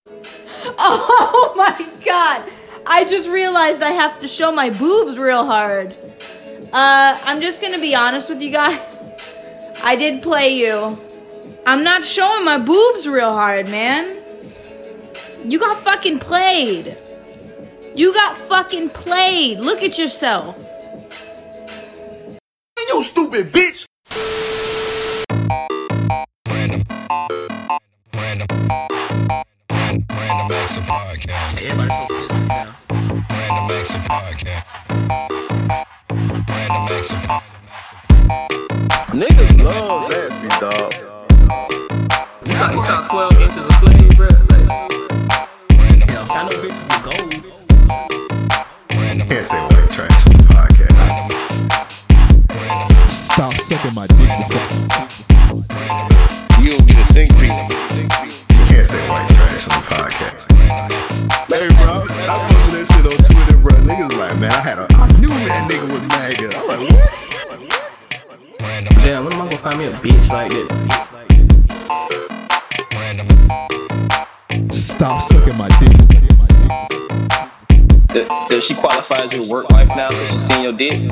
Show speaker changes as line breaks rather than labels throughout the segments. Oh my god! I just realized I have to show my boobs real hard. Uh, I'm just gonna be honest with you guys. I did play you. I'm not showing my boobs real hard, man. You got fucking played. You got fucking played. Look at yourself.
You stupid bitch.
Random. Random. Random Acts of Podcast.
Everybody's so sensitive now.
Random Acts of Podcast. Random Acts of
Niggas love Zaxby, dog.
You saw, you saw 12 inches of slim, bro. Like, yeah, I know bitches with gold.
Can't say white trash on the podcast.
Stop sucking my dick. you fuck.
You don't get a think peanut.
You can't say white trash on the podcast. Hey, bro, I posted that shit on Twitter, bro. Niggas like, man, I had a, I knew that nigga was mad. I'm like, what?
Damn, when am I gonna find me a bitch like that?
Stop sucking my dick.
Does, does she qualify as your work wife now since she's seen your dick?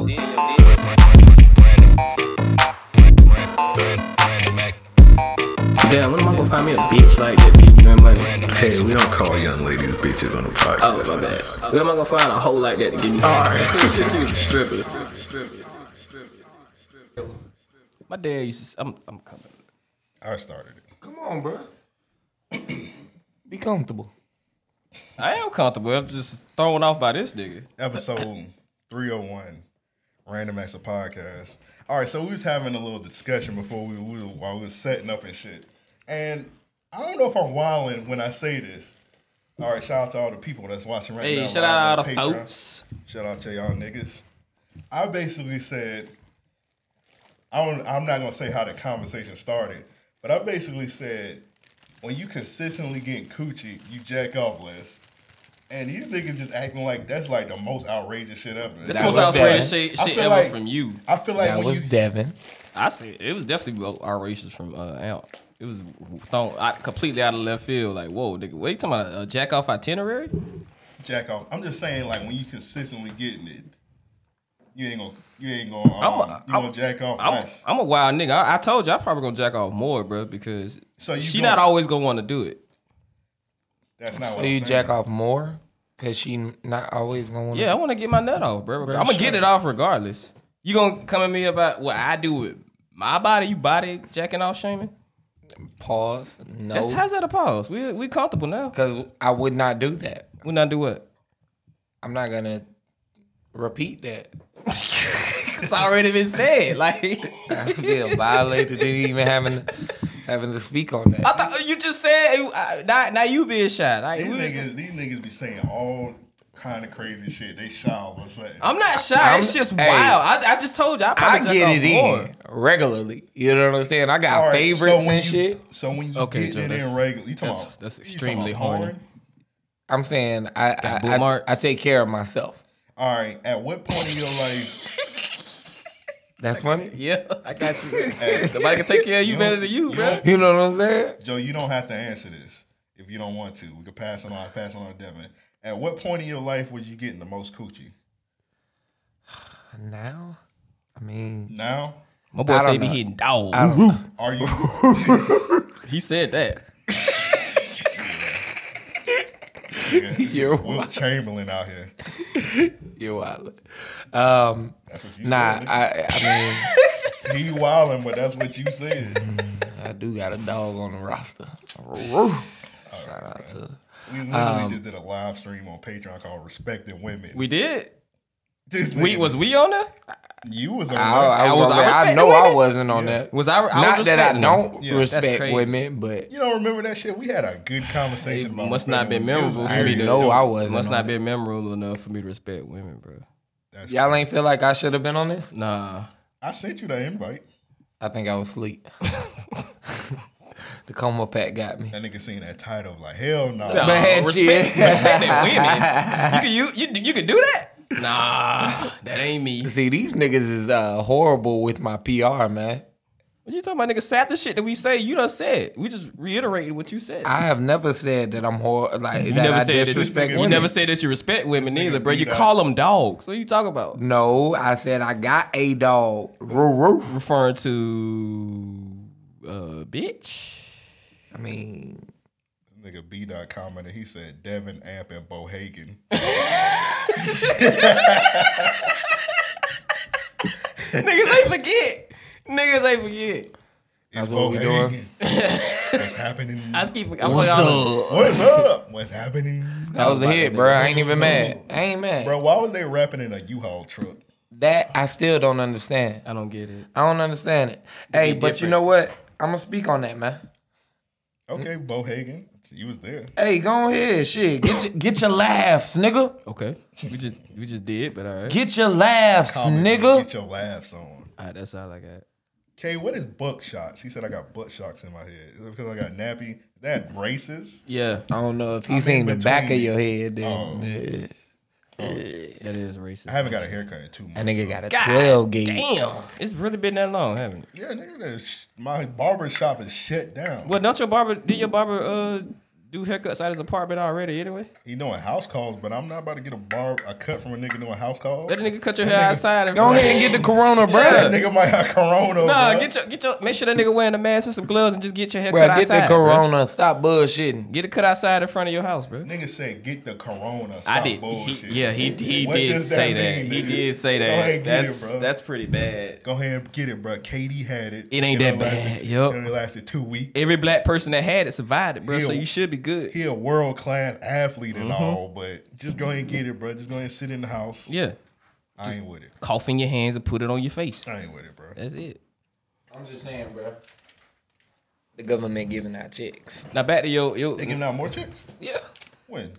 Damn, when am I gonna find me a bitch like that? You know money.
Hey, we don't call young ladies bitches on the podcast.
Oh, my
man.
bad. When am I gonna find a hoe like that to give me some?
Alright.
She was a stripper.
My dad used to. I'm, I'm coming. I started it.
Come on, bro.
Be comfortable.
I am comfortable. I'm just thrown off by this nigga.
episode 301 random acts of podcast all right so we was having a little discussion before we, we were, while we was setting up and shit and i don't know if i'm wilding when i say this all right shout out to all the people that's watching right now
Hey, shout
live
out all
on
the
Patreon.
folks.
shout out to y'all niggas i basically said i don't i'm not gonna say how the conversation started but i basically said when you consistently getting coochie you jack off less and these niggas just acting like that's like the most outrageous shit ever.
That's the
That
most
was
outrageous
bad.
shit,
I
shit
feel
ever
like-
from you.
I feel like
That
when
was
you,
Devin.
I see. It was definitely outrageous from uh, Amp. It was thrown out, completely out of left field. Like, whoa, nigga, what you talking about? A jack off itinerary?
jack off. I'm just saying like when you consistently getting it, you ain't gonna you ain't gonna um,
I'm-
you
I'm-
gonna jack off.
I'm,
less.
I'm a wild nigga. I, I told you, I probably gonna jack off more, bro, because
So you
she
gonna-
not always gonna want to do it.
That's not
So
what I'm
you
saying.
jack off more? Cause she not always gonna wanna
Yeah, I want to get my nut off, bro.
Bro,
I'm gonna
sure.
get it off regardless. You gonna come at me about what I do with my body? You body jacking off, Shaman?
pause. No.
That's how's that a pause? We we comfortable now.
Cause I would not do that.
We not do what?
I'm not gonna repeat that.
It's already been said. Like
I feel violated didn't even having having to speak on
I
that.
thought you just said. you- I- Now now you being shy. Like,
These
we was-
niggas, these niggas be saying all kind of crazy shit. They shy or something.
I'm not shy.
I'm-
it's just
hey.
wild. I, I just told you. I
I
probably
get it
more.
in regularly. You know what I'm saying? I got
All right,
favorites
when
and
you,
shit.
So when you
Okay,
get
Joe,
it in
that's-
regular, you talking
that's-
about
that's
you talking
extremely
about
horny.
porn?
I'm saying I I,
Got boot
I-
marks.
I take care of myself.
All right, at what point in your life?
That's funny.
Yeah, I got you. Somebody can take care of you better than you, bro.
You know what I'm saying?
Joe, you don't have to answer this if you don't want to. We can pass it on, pass it on to Devin. At what point in your life were you getting the most coochie?
Now, I mean,
Now?
My boy
I don't
said he
know.
hitting dog.
I don't,
Are you
He said that.
you're
Will Chamberlain out here?
you're wild. Um,
That's what you
nah,
said.
I I mean.
nigga. he wilding, but that's what you said.
I do got a dog on the roster. Shout out to
We literally
Um,
just did a live stream on Patreon called Respecting Women.
We did.
This
We
nigga-
was we on there?
you was on
I,
that.
I,
I
was,
was-
gonna
I
say, I
respect
know
the
I
women.
wasn't on that.
Was I? I
Not
was
that I
respecting them.
don't
Yeah, that's
respect
crazy.
women, but
You don't remember that shit? We had a good conversation about
Must not been
respecting
memorable
women.
for me
I
to
know I wasn't
Must
on
not
it.
been memorable enough for me to respect women, bro.
That's-
y'all ain't feel like I should have been on this.
Nah.
I sent you the invite.
I think I was asleep. the coma pack got me.
That nigga seen that title like hell no.
Nah,
But had she-
respect, respect that women. You can you, you you can do that? Nah, that ain't me.
See, these niggas is uh, horrible with my PR, man.
What you talking about, nigga? Sat the shit that we say. You done said. We just reiterated what you said.
I have never said that I'm hor- like
you
that
never
I
said that
disrespect
you, you
women.
never said that you respect women either, bro. You
beat up.
call them dogs. What you talking about?
No, I said I got a dog. Roo, roo.
Referring to uh, bitch.
I mean,
Nigga B dot commented. He said Devin Amp and Bo Hagen.
Niggas ain't forget. Niggas ain't forget.
That's
what we doing.
What's happening?
I just keep. I'm like,
What's
I'm-
up?
What's up? What's happening?
That was a hit, bro. I ain't even mad. I ain't mad.
Bro, why was they rapping in a U-Haul truck?
That I still don't understand.
I don't get it.
I don't understand it. Hey, but you
different.
know what? I'm gonna speak on that, man.
Okay, Bo Hagen. You was there.
Hey, go ahead, shit. Get your, get your laughs, nigga.
Okay, we just we just did, but all right.
Get your laughs,
Comment,
nigga.
Get your laughs on.
all right, that's all I got.
Kay, what is buck shots? He said I got butt shots in my head. Is it because I got nappy? Is that braces?
Yeah,
I don't know if he's
I'm in
seen the back of
between.
your head. Then
Oh.
Yeah.
that is racist.
I haven't got a haircut in two months.
that nigga got a
God
twelve gauge.
Damn, it's really been that long, haven't it?
Yeah, nigga, that sh- my barber shop is shut down.
Well, don't your barber? Did your barber uh do haircuts out his apartment already? Anyway,
He doing house calls, but I'm not about to get a bar a cut from a nigga doing house calls.
let a nigga cut your hair outside. And
Go ahead and get the corona, bro.
That nigga might have corona.
Nah,
bruh.
get your get your. Make sure that nigga wearing a mask and some gloves and just get your hair cut
Bro, get
outside.
the corona. Stop bullshitting.
Bro. Get it cut outside in front of your house, bro.
Nigga said, "Get the corona." Stop
I did. He,
Bullshit.
yeah, he he
What
did
does that
say that.
mean,
He
nigga?
did say
Go
that.
ahead, get it,
that's
bro.
that's pretty bad.
Go ahead and get it, bro. Katie had it.
It ain't that
only
bad.
lasted-
Yup.
It only lasted two weeks.
Every black person that had it survived it, bro. So
Ew.
you should be good.
he a world class athlete and all, but just go ahead and get it, bro. Just go ahead and sit in the house.
Mm-hmm. Yeah,
I ain't with it.
cough in your hands and put it on your face.
I ain't with it, bro.
That's it.
I'm just saying, bro. The government giving out checks.
Now back to your your.
They giving out more chicks?
Yeah.
When?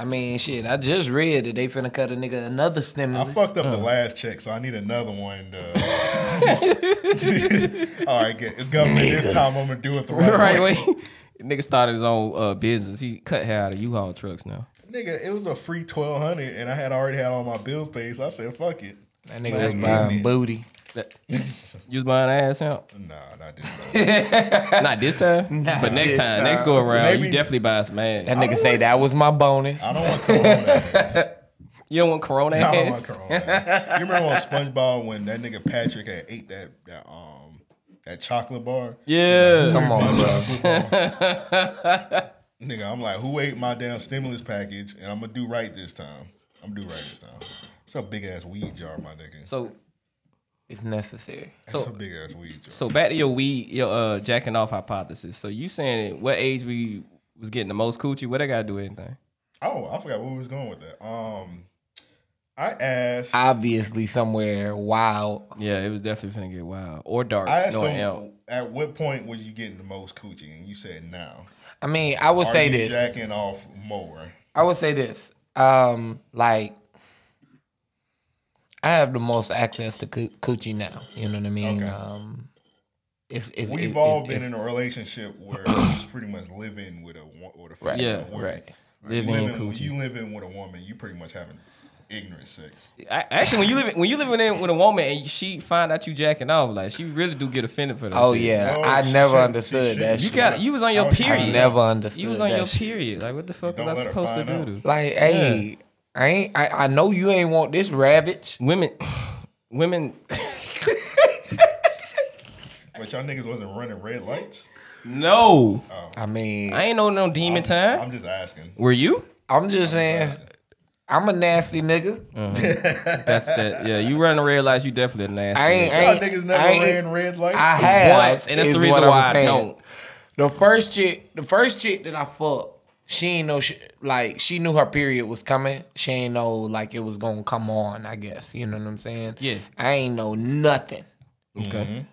I mean, shit. I just read that they finna cut a nigga another
I
stimulus.
fucked up
uh,
the last check, so I need another one. To... all right, get government. This time I'm gonna do it the right,
right
way.
way. Nigga started his own uh, business. He cut hair out of U-Haul trucks now.
Nigga, it was a free twelve hundred, and I had already had all my bills paid, so I said, "Fuck it."
That nigga was
Man,
buying
man.
booty.
That, you was buying ass out.
Nah, not this. time.
Not this time, but next
this
time, next go around,
Maybe-
you definitely buy some ass.
That nigga say that was my bonus.
I don't want corona. ass.
you don't want Corona
I don't want
ass.
corona. ass. You remember on SpongeBob when that nigga Patrick had ate that that um that chocolate bar?
Yeah.
Come on, bro.
Nigga, I'm like, who ate my damn stimulus package? And I'm gonna do right this time. I'm gonna do right this time. It's a big ass weed jar, my nigga.
So
It's necessary.
That's
so-
a big ass weed jar.
so back to your weed, your uh, jacking off hypothesis. So you saying at what age we was getting the most coochie? What I gotta do with anything?
Oh, I forgot where we was going with that. Um, I asked. I,
Obviously, somewhere wild.
Yeah, it was definitely finna get wild or dark.
asked
no,
them
hell.
at what point was you getting the most coochie, and you said now.
I mean, I would
Are
say
you
this.
jacking off more?
I would say this. Um, like I have the most access to coo- coochie now. You know what I mean?
Okay.
Um, it's, it's
We've
it's-
all
it's-
been
it's-
in a relationship where it's pretty much living with a wo- with a female.
Yeah,
Where
right.
You
Living in
living, when
coochie.
you living with a woman, you pretty much having ignorant sex.
I, actually, when you live when you living in with a woman and she find out you jacking off, like she really do get offended for that.
Oh
shit.
yeah,
No,
I
she
never
shouldn't-
understood
she
that.
shouldn't.
you
shit.
got you was on your
I was trying to-
I
period.
never understood.
You was on
that
your
shit.
period. Like what the fuck
Don't
was I
let her
supposed to
find
do?
out.
to-
Like, hey, I ain't. I, I know you ain't want this ravage.
Women, women.
But y'all niggas wasn't running red lights.
No,
I mean,
I ain't know no demon
I'm just,
time.
I'm just asking.
Were you?
I'm just saying, I'm a nasty nigga.
That's that. Yeah, you run the red lights. You definitely a nasty.
I ain't.
Y'all
I
niggas
ain't.
never
I ain't-
ran red lights.
I
nigga.
have
once, and that's
is
the reason
what I'm
why I
saying.
don't.
The first chick, the first chick that I fucked, she ain't know she, like she knew her period was coming. She ain't know like it was gonna come on. I guess you know what I'm saying.
Yeah.
I ain't know nothing.
Okay.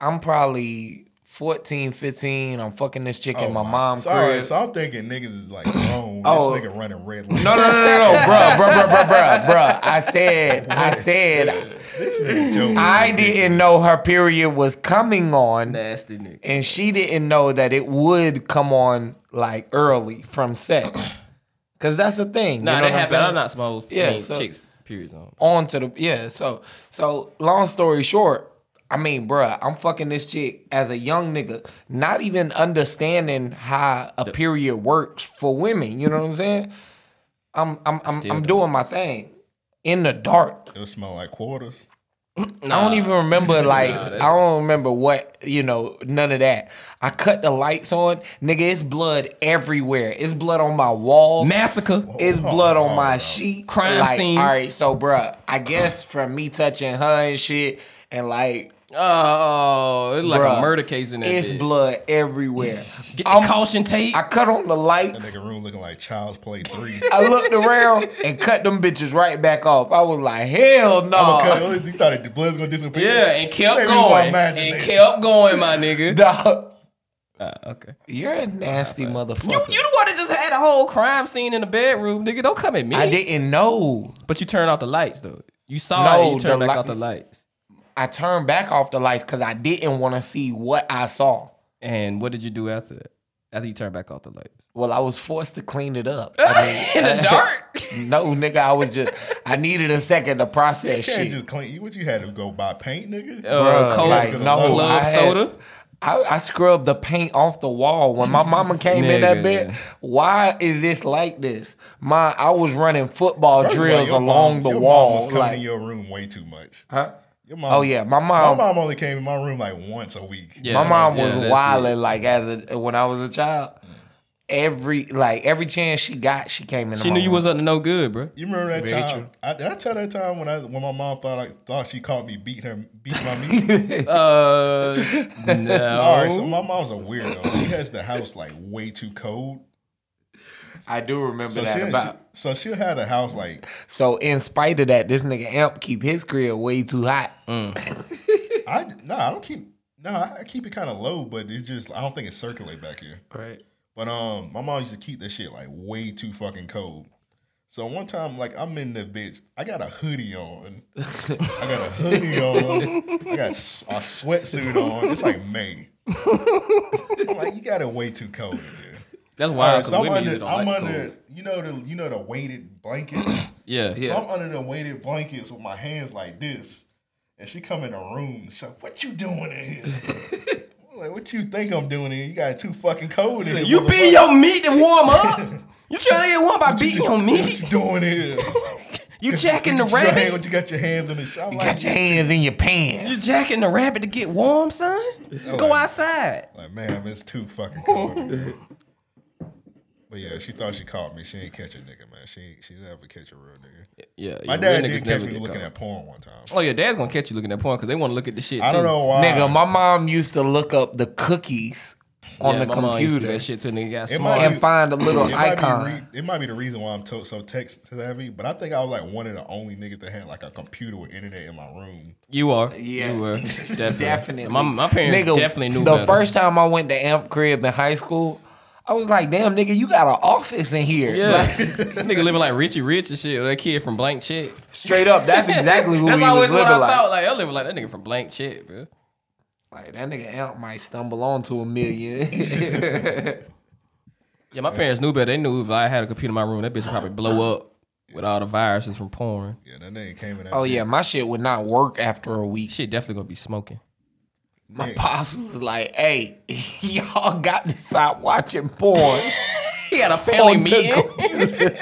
I'm probably 14, 15. I'm fucking this chick
Oh
in my, mom's
Sorry,
crib.
so I'm thinking niggas is like grown.
Oh.
This nigga running red lights.
No, no, no, no, no, bruh, bruh, bruh, bruh, bruh, bruh. I said, I said,
This nigga joke.
I didn't know her period was coming on.
Nasty nigga.
and she didn't know that it would come on like early from sex. Cause that's the thing.
Nah, that
you know what I'm
happened.
saying?
I'm not smoking.
Yeah,
Yeah,
so-
chicks periods on.
on to the yeah. So so long story short, I mean, bruh, I'm fucking this chick as a young nigga, not even understanding how a period works for women. You know what I'm saying? I'm I'm I'm,
Still
I'm
do.
doing my thing in the dark.
It'll smell like quarters.
I don't even remember like
Nah,
I
that's-
don't remember what you know none of that. I cut the lights on, nigga. It's blood everywhere. It's blood on my walls.
Massacre.
It's blood on my sheets.
Oh, Crime
Like,
scene.
All right, so bruh, I guess from me touching her and shit, and like
Oh, it's like
Bruh,
a murder case in that.
it's
bitch.
blood everywhere.
Get the caution tape.
I cut on the lights.
That nigga room looking like Child's Play Three.
I looked around and cut them bitches right back off. I was like, hell no.
I'ma cut it. You thought the blood's gonna disappear.
Yeah, and kept
Maybe my
going. And
imagination.
kept going, my nigga. Uh, okay.
You're a nasty motherfucker.
You the one that just had a whole crime scene in the bedroom, nigga. Don't come at me. I
didn't know.
But you turned off the lights though. You saw it. and You turned back
li-
off the lights.
I turned back off the lights because I didn't want to see what I saw.
And what did you do after that? After you turned back off the lights.
Well, I was forced to clean it up. I mean,
In the dark?
no, nigga, I was just, I needed a second to
You
process
can't
shit.
just clean. You what you had to go buy paint, nigga.
Uh,
Bruh,
Coke,
like, no,
club
I had-
soda?
I, I scrubbed the paint off the wall when my mama came in that bed. Why is this like this? My, I was running football
First of all,
drills
your
along
mom-
the
your
wall.
Mom was coming
like,
in your room way too much.
Huh?
Your
Oh, yeah, my mom-
My mom only came in my room like once a week.
my mom was wilding like as a when I was a child. Every like every chance she got, she came in.
She knew you was up to no good, bro.
You remember that
Very
time?
true.
I, did I tell that time when I when my mom thought I thought she caught me beating her beating my meat?
uh, no.
All right, so my mom's a weirdo. She has the house like way too cold.
I do remember
so
that
she'll-
about-
she- so she'll have the house like
So in spite of that, this nigga Amp keep his career way too hot.
Mm.
I no, I don't keep no, I keep it kind of low, but it's just I don't think it circulate back here.
Right.
But um, my mom used to keep that shit like way too fucking cold. So one time, like I'm in the bitch, I got a hoodie on, I got a hoodie on, I got s- a sweatsuit on. It's like May. I'm like, you got it way too cold in here.
That's wild, 'cause
so I'm
women usually
under,
don't
I'm
like
under,
cold.
you know the, you know the weighted blankets.
Yeah.
So I'm under the weighted blankets with my hands like this. And she come in the room. She's like, what you doing in here? I'm like, what you think I'm doing in here? You got it too fucking cold in here.
You
motherfucker."
beat your meat to warm up. You trying to get warm by beating your
What
meat?
you doing in here?
You jacking the
You got your hand-
rabbit?
You got your hands in the shot.
You got your hands in your pants.
You jacking the rabbit to get warm, son? Let's go outside.
Like, man, it's too fucking cold. in here." But yeah, she thought she caught me. She ain't catch a nigga, man. She ain't, she never catch a real nigga.
Yeah,
my
yeah,
dad
real
did
niggas
catch
never
me
get
looking
caught.
at porn one time.
Oh, your dad's gonna catch you looking at porn because they want to look at the shit.
I don't
too.
know why.
Nigga, my mom used to look up the cookies on
Yeah,
the
my mom used to do
computer.
that shit till nigga got
It
smart.
might
and
be-
find a little
it might be
icon.
re- it might be the reason why I'm to- so text heavy, but I think I was like one of the only niggas that had like a computer with internet in my room.
You are.
Yes.
You were. Definitely.
Definitely.
My, my parents
Nigga,
definitely knew
The
better.
first time I went to Amp crib in high school, I was like, "Damn, nigga, you got an office in here."
Yeah.
Like,
nigga living like Richie Rich and shit. Or that kid from Blank Check.
Straight up, that's exactly who
That's
he was
always what
looking
I
like.
thought. Like, I live like that nigga from Blank Check, bro.
like that nigga Amp might stumble onto a million.
Yeah, my parents knew better. They knew if I had a computer in my room, that bitch would probably blow up with all the viruses from porn.
Yeah, that nigga came in. That
oh yeah, my shit would not work after a week.
Shit definitely gonna be smoking.
My pops was like, "Hey, y'all got to stop watching porn."
He had a family
On the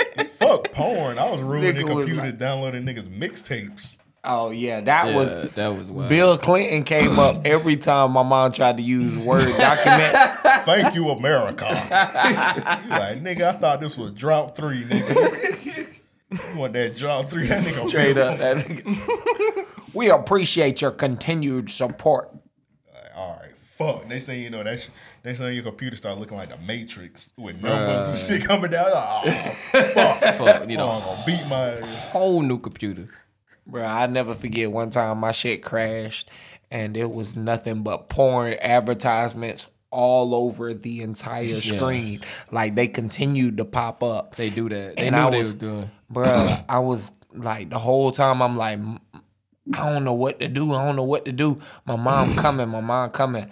meeting.
fuck porn. I was ruining the
Nigga was
computer, downloading niggas mixtapes.
Oh yeah, that
Yeah,
was
that was wild.
Bill Clinton came up every time my mom tried to use Word document.
Thank you, America. you like nigga, I thought this was drop three, nigga. you want that drop three? That nigga
Straight up, that nigga. we appreciate your continued support.
All right, fuck. Next thing you know, that sh- next thing your computer start looking like the Matrix with numbers and
Bruh.
shit coming down. Oh, fuck.
Fuck, you know.
Oh, I'm gonna beat my ass.
Whole new computer.
Bro, I never forget one time my shit crashed and it was nothing but porn advertisements all over the entire
Yes.
screen. Like they continued to pop up.
They do that. They
And
knew
I
what they
was-
was doing.
Bruh, I was like the whole time I'm like "M- I don't know what to do. I don't know what to do. My mom coming, my mom coming.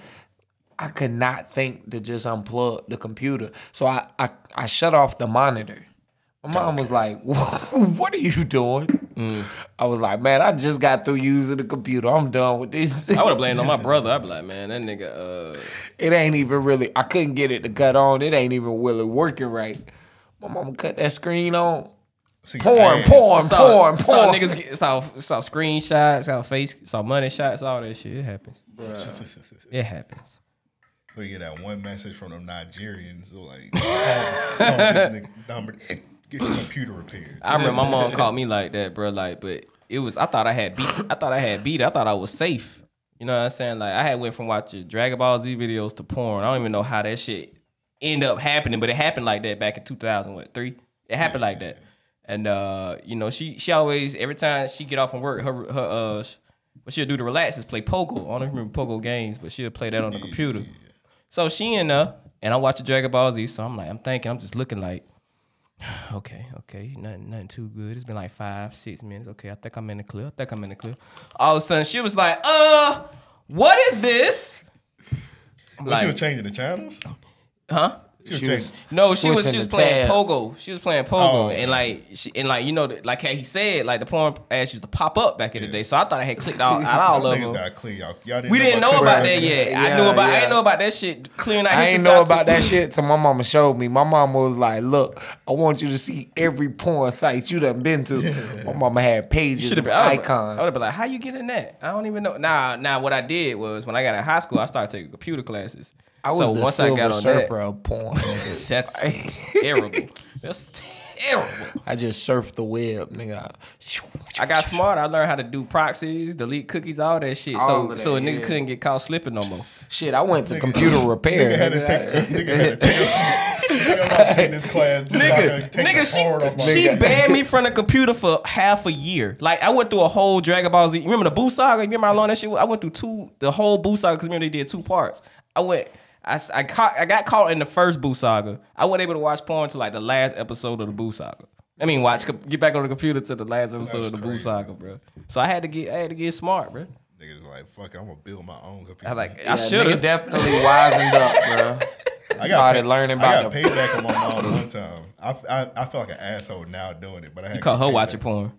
I could not think to just unplug the computer. So I I, I shut off the monitor. My mom was like, "What are you doing?"
Mm.
I was like, man, I just got through using the computer. I'm done with this.
I would have blamed it on my brother. I'd be like, man, that nigga. Uh,
It ain't even really. I couldn't get it to cut on. It ain't even really working right. My mama cut that screen on. Porn,
ass.
porn,
saw,
porn,
Saw
porn.
niggas, get, saw saw screenshots, saw face, saw money shots, all that shit. It happens. It happens.
We get that one message from them Nigerians, they're like, oh, oh, this nigga, number, get your computer repaired.
I remember my mom called me like that, bro. Like, but it was I thought I had beat. I thought I had beat. I thought I was safe. You know what I'm saying? Like, I had went from watching Dragon Ball Z videos to porn. I don't even know how that shit ended up happening, but it happened like that back in 2000, what three? It happened like that. And uh, you know, she she always every time she get off from work, her her uh, sh- what she'll do to relax is play pogo. I don't even remember pogo games, but she'll play that on the computer. So she in there, and I watch the Dragon Ball Z. So I'm like, I'm thinking, I'm just looking like, okay, okay, nothing, nothing too good. It's been like five, six minutes. Okay, I think I'm in the clear. I think I'm in the clear. All of a sudden, she was like, uh, what is this? I'm
But you were
like,
changing the channels?
huh?
You were changing.
No, she was she
Switching
was
the
playing
tabs.
pogo. She was playing pogo,
Oh.
and like she and like you know the- like how he said like the porn ass used to pop up back in the day. So I thought I had clicked out out all of
Niggas
them.
gotta clear y'all. y'all didn't
We didn't know about that yet. I
Yeah,
knew about I
yeah.
didn't know about that shit clearing out.
I
his
ain't know
out to-
about that shit till my mama showed me. My mama was like, "Look, I want you to see every porn site you done been to." My mama had pages,
Should have
of
been I would've-
icons.
I would have been like, "How you getting that? I don't even know." Nah, nah. What I did was when I got in high school, I started taking computer classes.
I was
so
the
once
silver
I got on
surfer
that,
of porn. nigga.
that's terrible. That's terrible.
I just surfed the web, nigga.
I got smart. I learned how to do proxies, delete cookies, all that shit.
All
so
of
so a
that,
nigga
yeah.
couldn't get caught slipping no more.
Shit, I went to computer repair.
Nigga had to
nigga.
take. Nigga had to take. Nigga about taking this class. Just nigga,
Nigga,
like, take
nigga,
the hard off my
she, she banned me from the computer for half a year. Like I went through a whole Dragon Ball Z. Remember the Boo Saga? You Remember how long that shit? was? I went through two, the whole Boo Saga because remember they did two parts. I went, I, s- I, caught, I got caught in the first Boo Saga. I wasn't able to watch porn to like the last episode of the Boo Saga. I mean, watch get back on the computer to the last episode
That's
of the Boo
crazy.
Saga, bro. So I had to get, I had to get smart, bro.
Niggas like, fuck, it, I'm gonna build my own computer.
I like, I
Yeah,
should
nigga
have.
definitely wisened up, bro.
I
started learning
I
about
got
the-
payback on my mom one time. I, I, I feel like an asshole now doing it, but I had
You caught her
payback.
watching porn.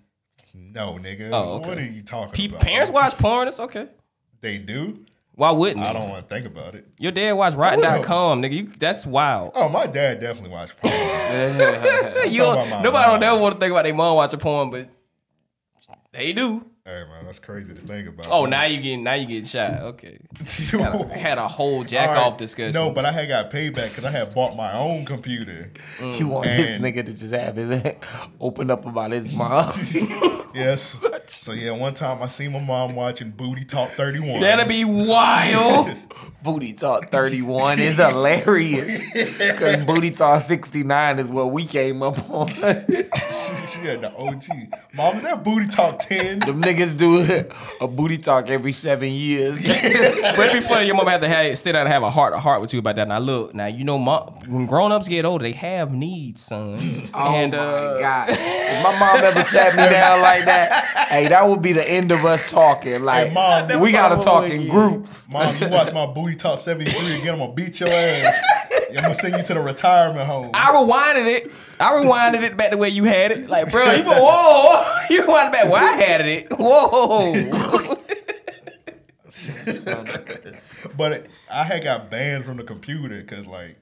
No, nigga.
Oh, okay.
What are you talking
Pe-
about?
parents watch porn. It's okay.
They do.
Why wouldn't
I
they?
don't want to think about it.
Your dad watched Rotten.com, nigga. You, that's wild.
Oh, my dad definitely watched porn.
you
talking
don't-
about my
nobody don't
mom.
ever want to think about their mom watching porn, but they do.
hey man, that's crazy to think about.
Oh, now you getting now you getting shot. Okay,
you
had a, had a whole jack off discussion.
No, but I had got payback because I had bought my own computer.
Mm.
She wanted
And-
this nigga to just have his open up about his mom.
Yes. So yeah, one time I seen my mom watching Booty Talk 31.
that'd be wild.
Booty Talk 31 is hilarious. Because Booty Talk 69 is what we came up on. Them
she, she had the OG. Mom, is that Booty Talk 10?
niggas do a Booty Talk every seven years.
but it'd be funny. Your mom had to have, sit down and have a heart to heart with you about that. Now look, now you know, mom, when grown ups get older, they have needs, son.
Oh
and
my
uh,
God. If my mom ever sat me down like that, hey, that would be the end of us talking. Like,
Mom,
we got to talk
again.
in groups.
Mom, you watch my Booty Talk 73 again, I'm gonna beat your ass. I'm gonna send you to the retirement home.
I rewinded it. I rewinded it back the way you had it. Like, bro, you whoa, you rewinded back where I had it. Whoa.
But it, I had got banned from the computer because like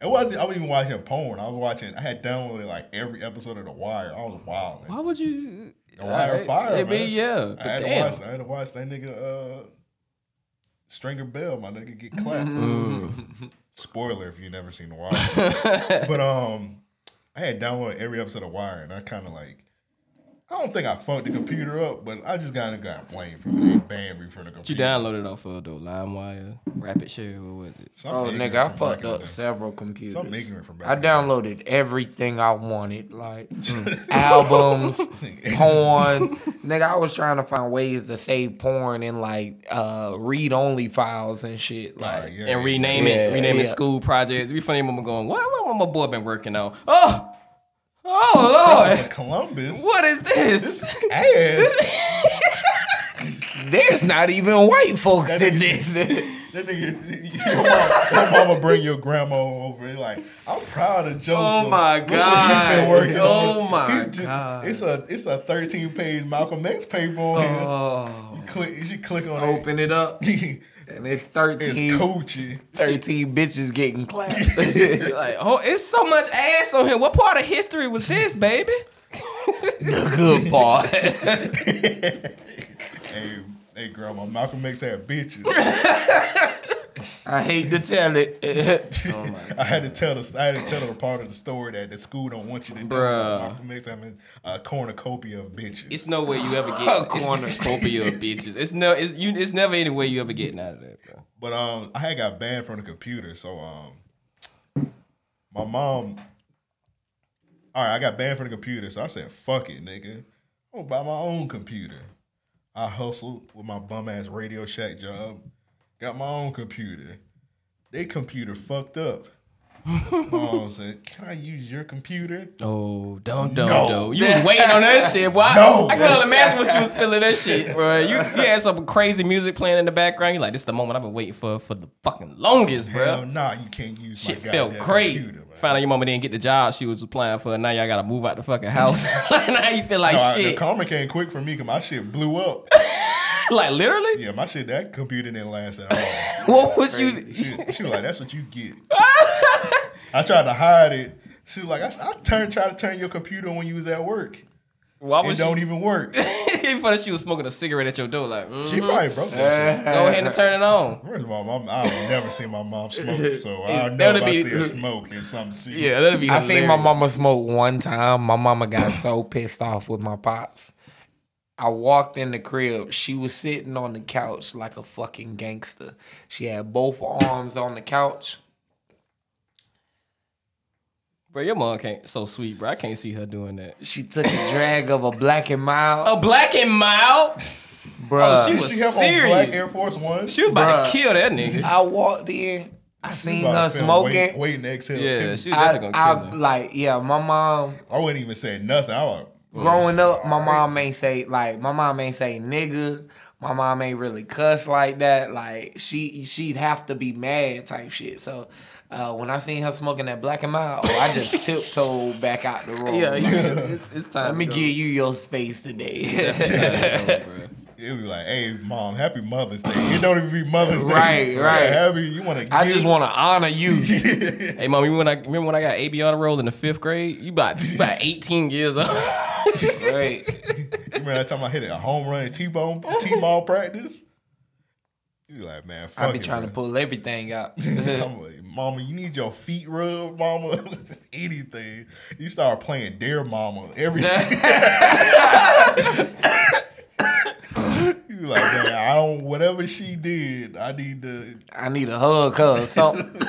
it wasn't. I wasn't even watching porn. I was watching. I had downloaded like every episode of The Wire. I was wild.
Why would you?
The Wire
It-
fire,
it be-
man.
yeah,
I
but
had
damn.
to watch. I had to watch that nigga uh, Stringer Bell. My nigga get clapped.
Mm-hmm.
Mm-hmm.
Spoiler if you never seen The Wire. but um, I had downloaded every episode of Wire, and I kind of like. I don't think I fucked the computer up, but I just kind of got blamed for it. They banned me from the
What you
computer.
downloaded off of though? LimeWire, RapidShare, what was it?
Something
Oh,
ignorant
nigga, I
from
fucked
back in the
up
day.
several computers.
Something ignorant from back
I
in the day.
downloaded everything I wanted, like mm, albums, porn. Nigga, I was trying to find ways to save porn in like uh, read-only files and shit. Like,
Like, yeah,
And
yeah,
rename it,
Yeah,
rename it
yeah.
school projects. It'd be funny when I'm going, what, what, what my boy been working on? Oh, oh
Christopher
lord,
Columbus.
what is this?
Ass.
There's not even white folks in this.
That nigga, your mama, your mama bring your grandma over. and Like, I'm proud of Joseph.
Oh my
Look what he's
God.
been working on.
Oh my
He's just-
God.
It's a it's a 13 page Malcolm X paper on here.
Oh.
You click, you should click on it.
Oh. Open it up. And it's 13.
It's coochie.
13 bitches getting clapped.
Like, oh, it's so much ass on here. What part of history was this, baby?
Good part.
Hey, hey, grandma, Malcolm X had bitches.
I hate to tell it.
I had to tell the I had to tell her part of the story that the school don't want you to know
Bruh.
about Malcolm X having a cornucopia of bitches.
It's no way you ever get it's-
cornucopia
of bitches. It's no, it's you. It's never any way you ever getting out of that, bro.
But um, I had got banned from the computer, so um, my mom. All right, I got banned from the computer, so I said, "Fuck it, nigga, I'm gonna buy my own computer." I hustled with my bum ass Radio Shack job, got my own computer. They computer fucked up. my mom said, "Can I use your computer?"
Oh, don't, don't,
No.
don't. You was waiting on that shit, boy. I-
No.
I can only imagine what you was feeling that shit, bro. You, you had some crazy music playing in the background. You like, this is the moment I've been waiting for for the fucking longest, bro.
Hell nah, you can't use
Shit
my
felt
goddamn
great.
computer. man.
Found out your mama didn't get the job she was applying for. Now y'all gotta move out the fucking house. like, now you feel like
No, I- the
shit.
karma came quick for me because my shit blew up.
like literally,
Yeah, my shit, that computer didn't last at all.
what was you?
She, she was like, "That's what you get." I tried to hide it. She was like, "I, I turned, tried to turn your computer on when you was at work.
Why
It
was
don't e-
you?
even work."
Even funny, she was smoking a cigarette at your door. Like, mm,
She probably broke that. shit.
go ahead and turn it on.
First of all, my, I've never seen my mom smoke, so I know
That would
if I
be-
see her smoke and something. See,
Yeah, that'd be.
I seen my
hilarious.
mama smoke one time. My mama got so pissed off with my pops. I walked in the crib. She was sitting on the couch like a fucking gangster. She had both arms on the couch.
Bro, your mom can't so sweet, bro. I can't see her doing that.
She took a drag of a black and mild.
A black and mild. Oh,
Bruh.
she
Did
was
she have
serious.
on black Air Force Ones.
She was about to
Bruh.
kill that nigga.
I walked in. I seen her
About to feel Wait,
smoking.
waiting to exhale.
Yeah,
Yeah,
she was
I,
definitely gonna
I
kill her.
like, yeah, my mom.
I wouldn't even say nothing. I was
Growing up, my mom ain't say like my mom ain't say nigga. My mom ain't really cuss like that. Like she she'd have to be mad type shit. So uh, when I seen her smoking that black and mild, oh, I just tiptoed back out the room.
Yeah, you
Like,
should, it's, it's time.
let me
to go.
give you your space today.
it was like, "Hey, mom, happy Mother's Day." It don't even be Mother's Day.
Right,
Like,
right.
Happy. You want to?
I just want to honor you.
Hey, mom, you remember when I remember when I got AB on the roll in the fifth grade? You about you about eighteen years old.
right.
Remember that time I hit a home run t bone t ball practice? You like, man, fuck
I be
it,
trying to
bro."
pull everything out.
I'm like, mama, you need your feet rubbed, mama. Anything. You start playing Dear Mama. Everything. you like, man, I don't, whatever she did, I need to.
I need a hug, cuz something.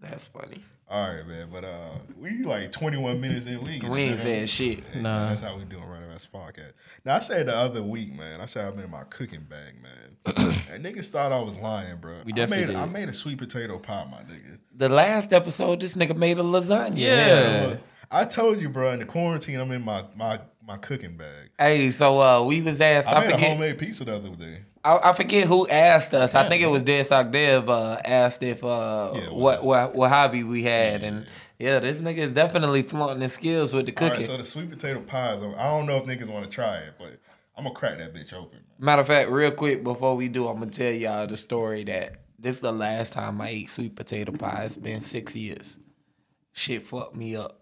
That's funny.
All right, man. But uh, we like 21 minutes in. We ain't,
We ain't saying shit.
Hey, man, That's how we doing right around this podcast. Now I said the other week, man. I said I've been in my cooking bag, man. and niggas thought I was lying, bro.
We definitely
I made,
did.
I made a sweet potato pie, my nigga.
The last episode, this nigga made a lasagna.
yeah.
Look, I told you, bro. In the quarantine, I'm in my my my cooking bag.
Hey, so uh, we was asked.
I,
I,
made a
forget.
homemade pizza the other day.
I, I forget who asked us. I think it was Dead Sock Dev uh, asked if uh,
Yeah,
what, what what hobby we had, and yeah, this nigga is definitely flaunting his skills with the
All right,
cooking.
so the sweet potato pies. I don't know if niggas want to try it, but I'm gonna crack that bitch open.
Matter of fact, real quick before we do, I'm gonna tell y'all the story that this is the last time I ate sweet potato pie. It's been six years. Shit fucked me up.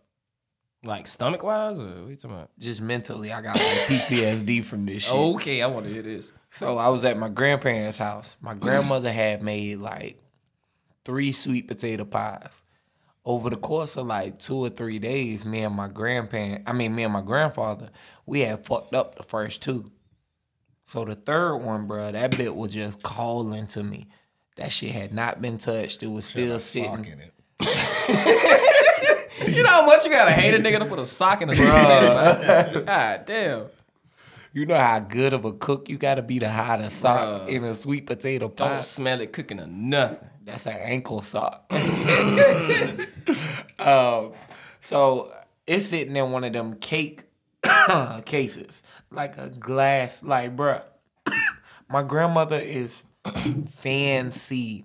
Like stomach wise, or what you talking about?
Just mentally, I got like PTSD from this shit.
Okay, I want to hear this.
So I was at my grandparents' house. My grandmother had made like three sweet potato pies. Over the course of like two or three days, me and my grandparent, I mean me and my grandfather, we had fucked up the first two. So the third one, bruh, that bit was just calling to me. That shit had not been touched. It was still
Sock
sitting.
in it.
You know how much you gotta hate a nigga to put a sock in a bro. God damn.
You know how good of a cook you gotta be to hide a sock in a sweet potato
Don't
pie.
smell it cooking or nothing.
That's an ankle sock. um, so it's sitting in one of them cake cases, like a glass, like bruh. My grandmother is fancy.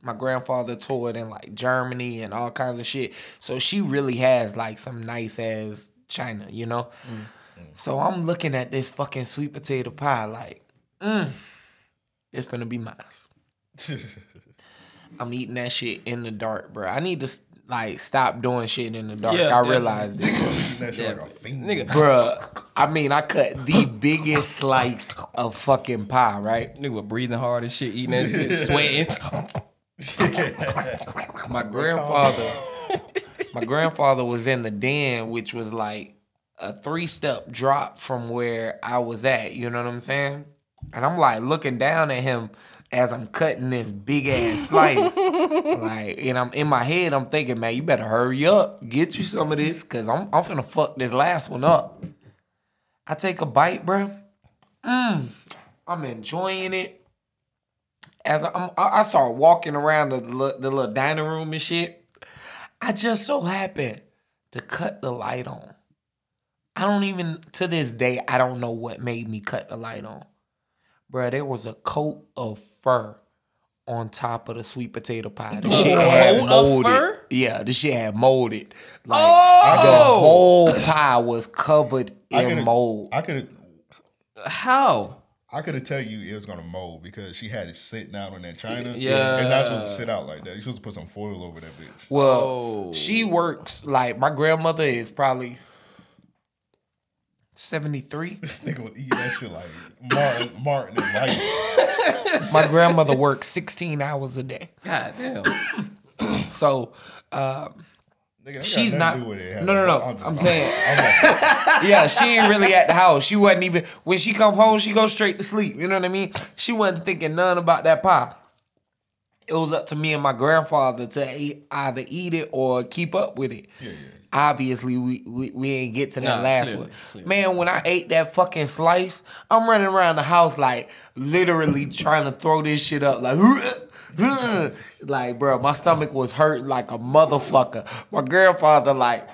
My grandfather toured in like Germany and all kinds of shit, so she really has like some nice ass china, you know. So I'm looking at this fucking sweet potato pie, like, mm, it's gonna be mine. I'm eating that shit in the dark, bruh. I need to like stop doing shit in the dark.
Yeah,
I
definitely.
realized it.
That shit like a fiend.
Bruh, I mean, I cut the biggest slice of fucking pie, right?
Nigga breathing hard and shit, eating that shit, sweating.
my grandfather, my grandfather was in the den, which was like a three step drop from where I was at. You know what I'm saying? And I'm like looking down at him as I'm cutting this big ass slice. like, and I'm in my head, I'm thinking, man, you better hurry up, get you some of this, cause I'm I'm finna fuck this last one up. I take a bite, bro. Mm, I'm enjoying it as I'm, I I start walking around the, li- the little dining room and shit, I just so happened to cut the light on. I don't even, to this day, I don't know what made me cut the light on. Bruh, there was a coat of fur on top of the sweet potato pie. The
A
shit
coat
had
of
molded.
fur?
Yeah, the shit had molded. Like,
Oh!
the whole pie was covered
I
in
could've-
mold.
I could
How?
I could have tell you it was gonna mold because she had it sit down on that china.
Yeah.
and not supposed to sit out like that. You're supposed to put some foil over that bitch.
Well, she works like my grandmother is probably seventy three.
This nigga would eat that shit like Martin, Martin and Mike.
My grandmother works sixteen hours a day,
God damn.
so um,
Nigga, that
she's not.
got nothing
No,
to do with it,
no,
having
no.
mountains.
I'm saying, yeah, she ain't really at the house. She wasn't even when she come home. She goes straight to sleep. You know what I mean? She wasn't thinking none about that pie. It was up to me and my grandfather to eat, either eat it or keep up with it.
Yeah, yeah.
obviously we, we, we ain't get to that
Nah,
last
clearly,
one. Man, when I ate that fucking slice, I'm running around the house like literally trying to throw this shit up like like bro, my stomach was hurt like a motherfucker. My grandfather like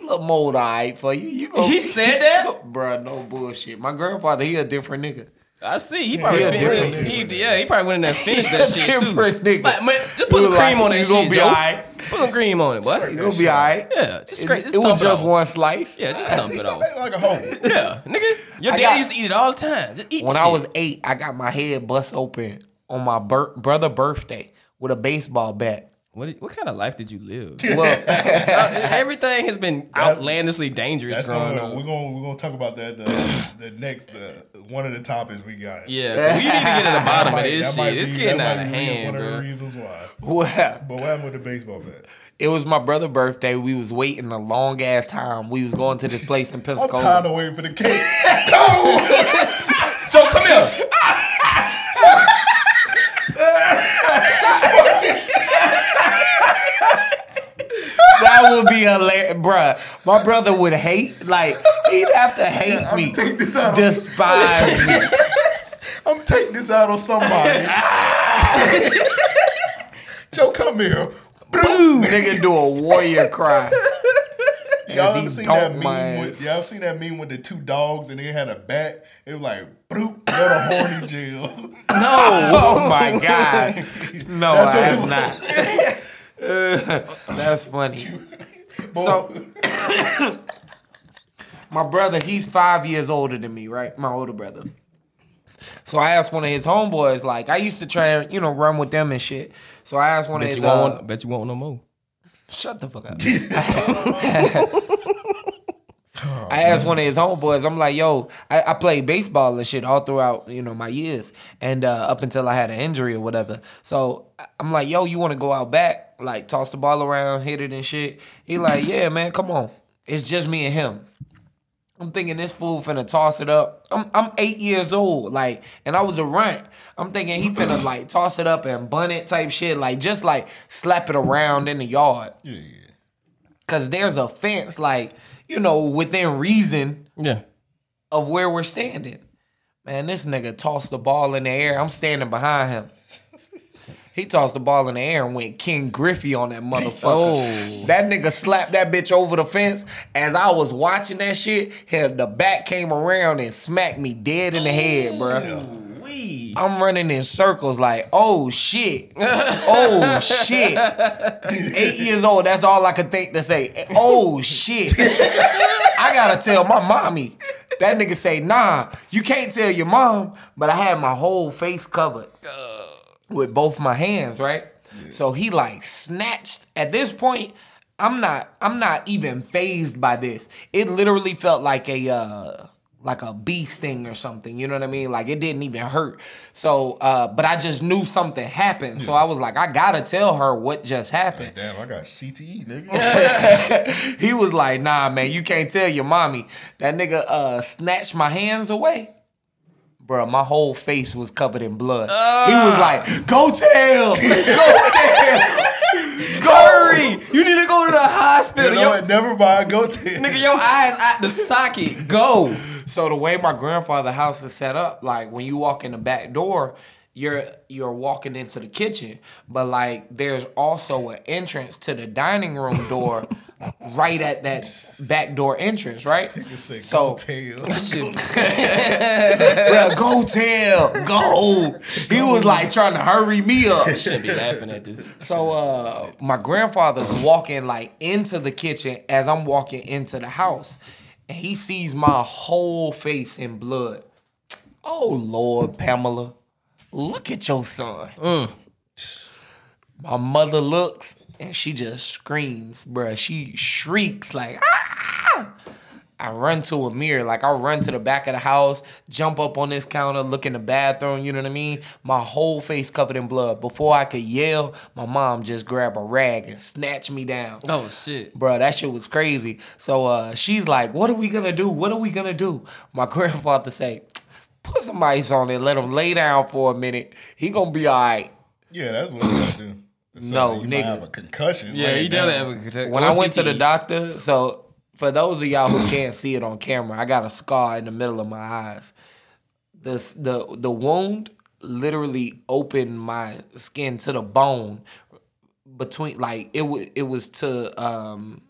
little mold all right for you. You go
He said that?
Bro, no bullshit. My grandfather, he a different nigga.
I see. He probably
Yeah,
fin-
different
he- he- yeah, he probably went in there and finished that shit too.
Different nigga.
Like, man, just put
He
some
was
cream
like,
on that
"You
shit,
gonna be
Joe.
alright."
Put some cream on it, boy.
It'll be all right.
Yeah, just scrape-
it,
just
it was
thump it
just
off.
one slice.
Yeah, just dump it off.
like a hoe.
Yeah, nigga, your
I
daddy
got-
used to eat it all the time. Just eat
when
shit.
I was eight, I got my head bust open on my bir- brother birthday with a baseball bat.
what did- what kind of life did you live? Uh,
Well,
Everything has been outlandishly dangerous
That's
growing
gonna,
up.
we're gonna we're gonna talk about that the, the next the, one of the topics we got.
Yeah, we need to get to the
That
bottom of
might-
this
that might
shit. It's
be-
getting
that
out of
might be
hand,
One of the
bro.
reasons why.
well,
But what happened with the baseball bat?
it was my brother birthday. We was waiting a long ass time. We was going to this place in
I'm tired
Pensacola.
of waiting for the cake.
So come here.
That would be hilarious, bruh. My brother would hate like he'd have to hate me,
taking this out.
despise me.
I'm taking this out on somebody. Joe, come here.
Nigga do a warrior cry.
Y'all
he
ever seen that
dunked
meme?
my
With,
ass.
y'all seen that meme with the two dogs and they had a bat? It was like, bloop, go to horny jail.
Oh my god. No,
That's
I
what
have
it
not. Uh, that's funny. So my brother, he's five years older than me, right? My older brother. So I asked one of his homeboys, like I used to try and you know run with them and shit. So I asked one of
Bet
his
you
uh,
won't. want- Bet you won't no more.
Shut the fuck up. I asked one of his homeboys, I'm like, yo, I, I played baseball and shit all throughout, you know, my years and uh, up until I had an injury or whatever. So I- I'm like, yo, you want to go out back, like toss the ball around, hit it and shit? He like, yeah, man, come on. It's just me and him. I'm thinking this fool finna toss it up. I'm I'm eight years old, like, and I was a runt. I'm thinking he finna like toss it up and bun it type shit, like just like slap it around in the yard.
Yeah, yeah.
Cause there's a fence, like, you know, within reason
Yeah.
of where we're standing. Man, this nigga tossed the ball in the air. I'm standing behind him. He tossed the ball in the air and went King Griffey on that motherfucker. That nigga slapped that bitch over the fence. As I was watching that shit, hell, the back came around and smacked me dead in the head, bruh. I'm running in circles like, oh shit. Oh shit. Eight years old, that's all I could think to say. Oh shit. I gotta tell my mommy. That nigga say, nah, you can't tell your mom, but I had my whole face covered with both my hands, right? So he like snatched at this point. I'm not I'm not even phased by this. It literally felt like a uh like a bee sting or something, you know what I mean? Like it didn't even hurt. So uh but I just knew something happened. So I was like I got to tell her what just happened
Damn, I got CTE, nigga.
he was like, nah, man, you can't tell your mommy. That nigga uh, snatched my hands away. Bruh, my whole face was covered in blood. he was like, go tell! Go tell!
Hurry! You need to go to the hospital.
you know
Your-
what? Never mind. Go take.
nigga, your eyes out the socket. Go.
So the way my grandfather's house is set up, like when you walk in the back door, you're you're walking into the kitchen, but like there's also an entrance to the dining room door right at that back door entrance, right?
Say,
So
go tail.
Bruh, go tell, go. He was like trying to hurry me up.
Shouldn't be laughing at this.
So uh, my grandfather's walking like into the kitchen as I'm walking into the house, and he sees my whole face in blood. Oh Lord, Pamela, look at your son. My mother looks and she just screams, bruh. She shrieks like, "Ah!" I run to a mirror, like I run to the back of the house, jump up on this counter, look in the bathroom, you know what I mean? My whole face covered in blood. Before I could yell, my mom just grabbed a rag and snatched me down.
Oh shit.
Bruh, that shit was crazy. So uh, she's like, "What are we gonna do? What are we gonna do?" My grandfather say, "Put some ice on it. Let him lay down for a minute. He gonna be all right."
Yeah, that's what I do. It's
No,
something you
nigga.
might have a concussion.
Yeah,
laying
you definitely
down.
have a contact-
When
or
I went to the
CTE.
doctor, so for those of y'all who can't see it on camera, I got a scar in the middle of my eyes. The s- the the wound literally opened my skin to the bone between like it was it was to um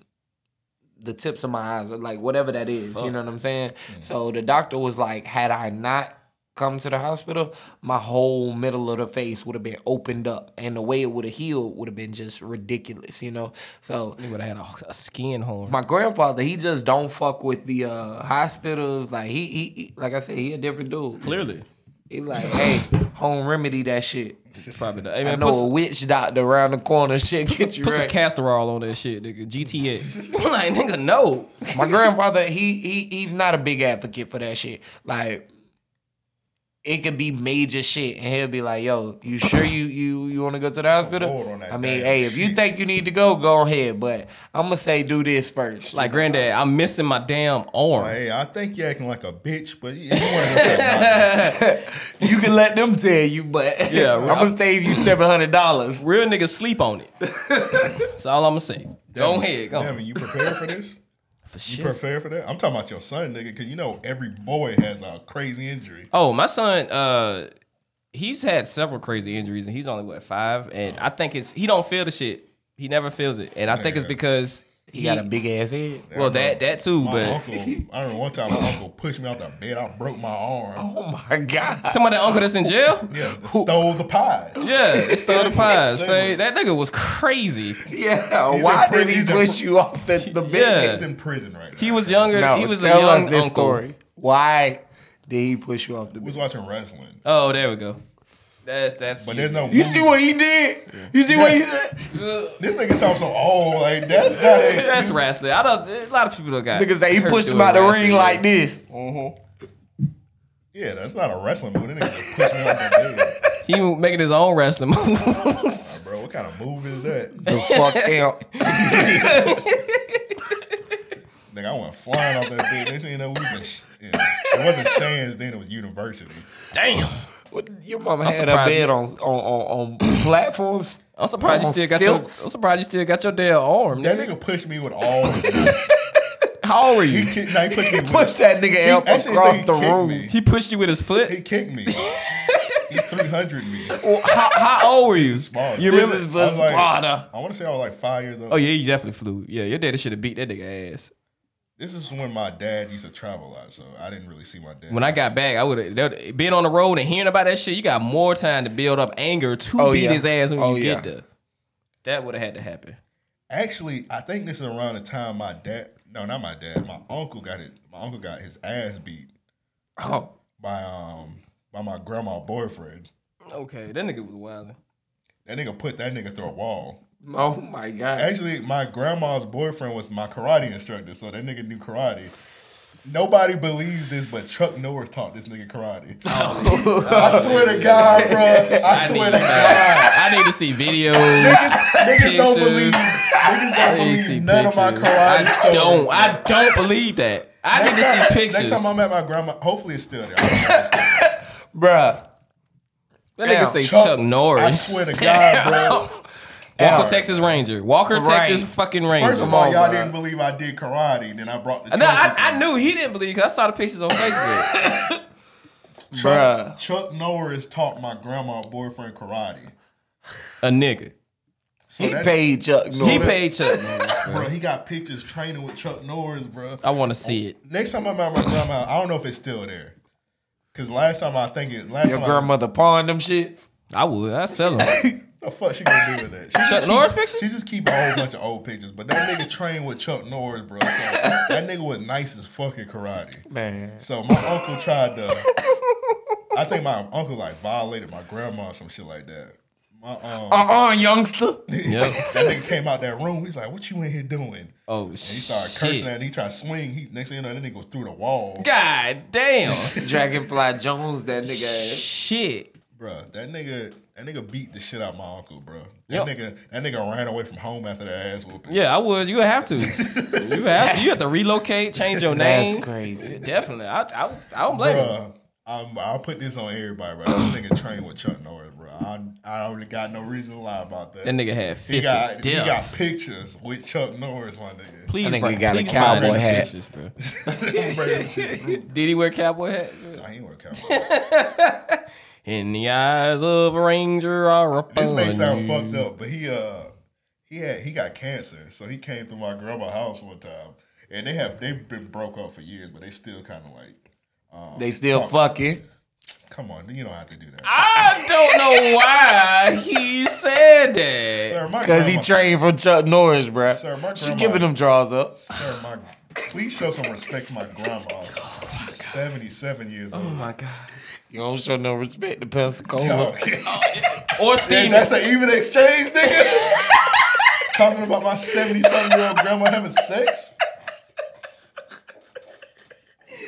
the tips of my eyes or like whatever that is, you know what I'm saying? So the doctor was like, had I not come to the hospital, my whole middle of the face would have been opened up and the way it would have healed would have been just ridiculous, you know? So
Would have had a, a skin hole.
my grandfather, he just don't fuck with the uh, hospitals. Like he, he, he- like I said, he a different dude.
Clearly,
He like, hey, home remedy that shit.
it's probably. The, hey,
I
man,
know
put,
a
some,
witch doctor around the corner. Shit, get you
put some
right.
castorol on that shit, nigga. GTX. like, nigga, no.
My grandfather, he, he, he's not a big advocate for that shit. Like, it could be major shit, and he'll be like, "Yo, you sure you you you want to go to the
Lord
hospital?
on that
I mean,
damn
hey, if you
shit.
think you need to go, go ahead. But I'm gonna say do this first.
Like, granddad, I'm missing my damn arm.
Hey, I think you acting like a bitch, but you you one of them.
You can let them tell you, but
Yeah,
I'm gonna save you seven hundred dollars.
Real niggas sleep on it. That's all I'm gonna say. Go ahead, go.
Damn, you prepared for this?
For
You
shits.
prepared for that? I'm talking about your son, nigga, because you know every boy has a crazy injury.
Oh, my son, uh, he's had several crazy injuries, and he's only what five. And I think it's he don't feel the shit. He never feels it, and I think it's
Yeah.
because he,
He got a big ass head.
Well, that that too,
My
but
uncle, I remember one time my uncle pushed me out the bed. I broke my arm.
Oh my god.
somebody uncle that's in jail.
Yeah, stole the pies.
Yeah, it's the pies.
Same
Say
with-
that nigga was crazy.
Yeah.
He's
Why
in
did he
prison.
push you off the, the bed?
He's in prison right now.
He was younger.
No,
he was
tell
a young
us this
uncle.
story. Why did he push you off the
We was
bed?
watching wrestling,
Oh, there we go. That, that's
but there's no.
You see what he did? You see what he did?
this nigga talks so old like that. that ain't-
that's wrestling. I don't. A lot of people don't got.
Niggas say he
hurt
pushed him
doing
out the
wrestling.
ring like this.
yeah, that's not a wrestling move. That nigga just pushed me out the bed.
He was making his own wrestling moves.
Bro, what kind of move is that?
The fuck out.
Nigga, I went flying off that bitch. Next thing you know, we was in, sh- yeah. it wasn't Shan's then, it was university.
Damn.
What- Your mama had a
surprised
bed on on on, on platforms.
I'm surprised you
On
still got your. I'm
stilts.
surprised you still got your damn arm.
That
nigga.
nigga pushed me with all of it.
How old were
He,
you?
kicked, nah, he pushed me
He
with
pushed that nigga
he
up
actually
across
think
the
he kicked
room.
me.
He pushed you with his foot.
He kicked me. he 300 100 me.
how, how old were you? You
This
remember?
is for I was like- Sparta. I wanna say I was like five years old.
Oh yeah, you definitely flew. Yeah, your daddy should have beat that nigga ass.
This is when my dad used to travel a lot, so I didn't really see my dad.
When I got back, I would have being on the road and hearing about that shit. You got more time to build up anger to
Oh,
beat
yeah.
his ass when
Oh,
you
yeah.
get there. That would have had to happen.
Actually, I think this is around the time my dad. No, not my dad. My uncle got it. My uncle got his ass beat.
Oh.
By um by my grandma boyfriend.
Okay, that nigga was wild.
That nigga put that nigga through a wall.
Oh my god.
Actually, my grandma's boyfriend was my karate instructor, so that nigga knew karate. Nobody believes this, but Chuck Norris taught this nigga karate.
Oh,
Oh,
I swear to God, bruh. I swear to God.
I need to see videos.
Niggas don't
pictures.
believe. Niggas
I
don't
need to
believe
see
none of my
pictures.
karate
I
stories.
don't. I don't believe that. I
Next
need to
time-
see pictures.
Next time I'm at my grandma, hopefully it's still there.
Bruh.
That nigga say Chuck, Norris.
I swear to God, bro.
Walker,
Damn.
Texas Ranger. Walker,
Right.
Texas fucking Ranger.
First of all, y'all didn't believe I did karate. Then I brought the
No, I, I knew he didn't believe because I saw the pictures on Facebook.
Chuck, Chuck Norris taught my grandma boyfriend karate.
A nigga.
So that-
He paid Chuck Norris,
bro.
bro.
He got pictures training with Chuck Norris, bro.
I want to see it.
Next time I'm at my grandma, I don't know if it's still there. Cause last time I think it, last
Your
time
grandmother pawned them shits.
I would. I sell them.
I, the fuck she gonna do with that?
Chuck
She just
Norris
keep, pictures. She just keep a whole bunch of old pictures. But that nigga trained with Chuck Norris, bro. So that nigga was nice as fucking karate.
Man.
So my uncle tried to. I think my uncle like violated my grandma or some shit like that. My um,
Uh-uh, youngster.
that nigga came out that room. He's like, "What you in here doing?"
Oh
and he started
shit.
cursing at. He tried to swing. He next thing you know, that nigga was through the wall.
God damn.
Dragonfly Jones, that nigga ass.
Shit.
Bruh, that nigga, that nigga beat the shit out my uncle, bruh.
Yep.
That nigga, that nigga ran away from home after that ass whooping.
Yeah, I would. You would have to. You would have to. You have to relocate, change your
That's
name.
crazy.
Definitely. I, I, I don't blame him.
Bruh, I'm, I'll put this on everybody, bro. This nigga trained with Chuck Norris, bro. I, I don't got no reason to lie about that.
That nigga had
he
fists of
got, he
death.
got pictures with Chuck Norris, my nigga.
Please,
think
bro,
he got a
please find
cowboy
these
hat.
pictures, bro.
Did
he wear cowboy hat?
I ain't wear cowboy.
In the eyes of a ranger are upon
This may sound
you.
fucked up, but he uh he had he got cancer, so he came to my grandma's house one time, and they have they've been broke up for years, but they still kind of like um,
They still
talk-
fucking.
Come on, you don't have to do that.
I don't know why he said that.
Sir, my
Because he
grandma-
trained from Chuck Norris, bruh.
Sir, my
she
grandma-
giving them draws up.
Sir, my, please show some respect to my grandma. She's 77 years old. Oh
my God.
You don't show no respect to Pensacola.
Or
Steve. That's an even exchange, nigga. Talking about my 77 year old grandma having sex?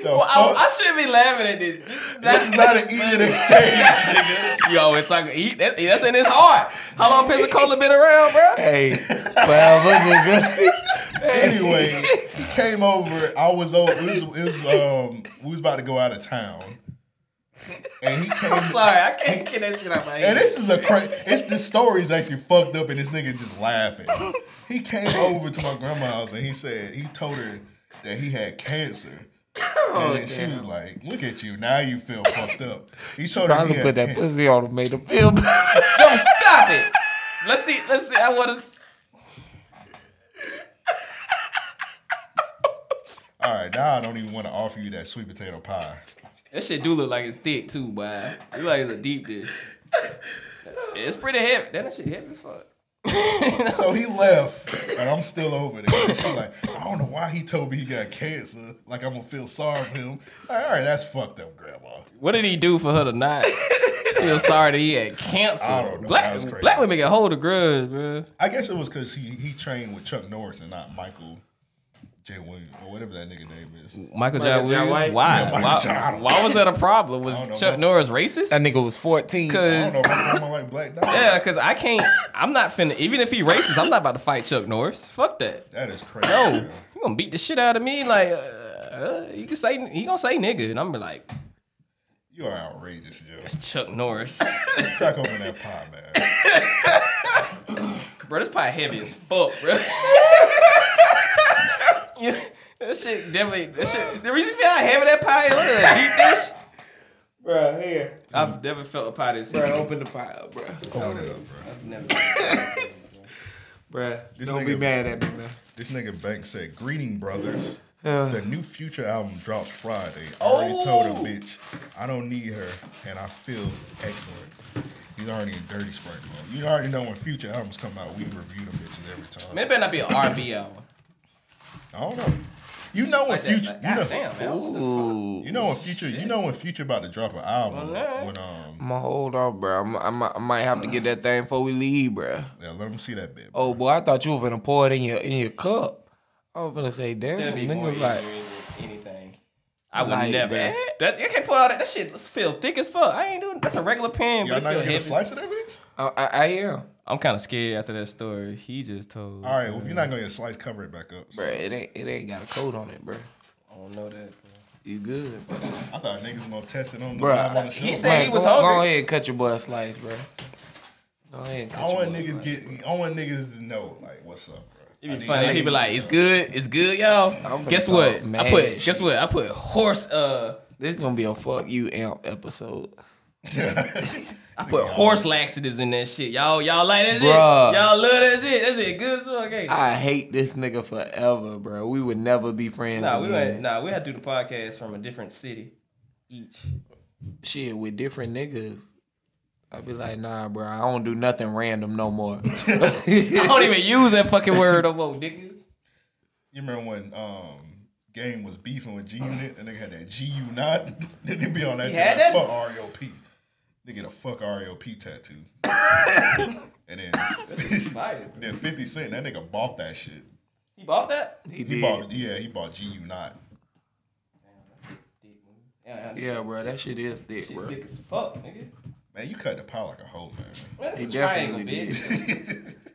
The
Well, I,
fuck?
I shouldn't be laughing at this.
this is not an even exchange, nigga.
You always talking. He, that, that's in his heart. How long Pensacola been around, bro?
Hey, forever, nigga.
Anyway, he came over. I was over. It was, it was, um, we was about to go out of town. And he came.
I'm sorry, I can't get that shit out my head.
And this is a cra It's the story's actually fucked up, and this nigga just laughing. He came over to my grandma's house and he said he told her that he had cancer.
Oh,
and then she was like, "Look at you, now you feel fucked up." He told her he
Probably
had
put that
cancer.
pussy on him, made him feel bad.
Joe, stop it. Let's see. Let's see. I want to.
All right, now I don't even want to offer you that sweet potato pie.
That shit do look like it's thick too, boy. It look like it's a deep dish. It's pretty heavy. That shit heavy as fuck.
So he left, and I'm still over there. She's like, I don't know why he told me he got cancer. Like I'm gonna feel sorry for him. Like, all right, that's fucked up, grandma.
What did he do for her to not feel sorry that he had cancer?
I don't know. That
Black,
was crazy.
black women can hold a grudge, bro.
I guess it was because he he trained with Chuck Norris and not Michael J. Williams or whatever that nigga name is.
Michael J.
Michael J.
Williams.
White?
Why?
Yeah, Michael J. I
why,
don't
why
know.
was that a problem? Was
I don't know.
Chuck Norris racist?
That nigga was 14.
I don't know.
Cause
My grandma like black dog.
yeah, cause I can't. I'm not finna. Even if he racist, I'm not about to fight Chuck Norris. Fuck that.
That is crazy.
No,
man.
you gonna beat the shit out of me. Like uh, uh, he can say he gonna say nigga, and I'm be like
you are outrageous, Joe.
it's Chuck Norris,
Let's crack open that pie, man.
bro. This pie heavy as fuck, bro. yeah, that shit definitely. That shit. The reason for how heavy that pie is, what is that, deep dish?
Bro, here.
I've never felt a pot as
Bro, open the pot up, bro.
Open it up, bro.
I've never.
Bro,
This
don't
nigga-
be mad at me, man.
This nigga Bank said, "Greeting, brothers."
Yeah. Oh!
The new Future album drops Friday. I already told her, bitch, I don't need her, and I feel excellent. He's already in dirty sprite mode. You already know when Future albums come out, we review them bitches every time.
Man, it better not be an R&B album.
I don't know. You know when
Like that.
Future,
Like,
you know,
God damn, man. What the
you know when Future, you know when Future about to drop an album. When um,
I'ma hold off, bro. I'm, I'm, I might have to get that thing before we leave, bro.
yeah, let him see that bit.
Oh boy, I thought you were gonna pour it in your in your cup. I was gonna say, damn,
That'd be more
nigga,
like
like,
anything. I would
Like
never.
that.
That. you can't pull out that. That shit feel thick as fuck. I ain't doing. That's a regular pen,
Y'all
but
not gonna
it
get a
feel heavy.
slice of that bitch?
I, I, I am,
I'm kind of scared after that story he just told.
All right, well, if you're not gonna get a slice, cover it back up. So,
bro. It ain't it ain't got a coat on it, bro.
I don't know that. bro.
You good, bro?
I thought niggas was gonna test it on the,
Bruh,
live on the show.
he said- Hey, he was
go, Go
hungry.
ahead, and cut your boy a slice, bro. Go ahead, and cut
I
your
want
boy a
niggas
slice.
get. I want niggas to know like what's up, bro.
It'd be funny. He'd be like, "It's good, it's good, y'all."
I'm finna
Guess
talk
what?
mad
I put.
shit.
Guess what? I put horse. Uh,
This gonna be a fuck you amp episode,
I put horse laxatives in that shit. Y'all, y'all like that shit.
Bruh.
Y'all love that shit. That shit good as fuck. ain't it?
I hate this nigga forever, bro. We would never be friends
Nah, we
again.
had, nah, we had to do the podcast from a different city each.
Shit, with different niggas. I'd be like, nah, bro. I don't do nothing random no more.
I don't even use that fucking word no more, nigga.
You remember when um Game was beefing with G Unit and they had that G U not? Then they be on that
He
shit
had that?
like, fuck R E O P. They get a fuck R E O P tattoo. and then
Fire.
then Fifty Cent, that nigga bought that shit.
He bought that?
he
He
did.
bought yeah, he bought G U not.
Yeah, yeah.
Yeah, bro. That shit is thick,
Shit
bro.
thick as fuck, nigga.
Man, you cut the pie like a hoe, man.
Man, that's
He
a triangle,
definitely
bitch.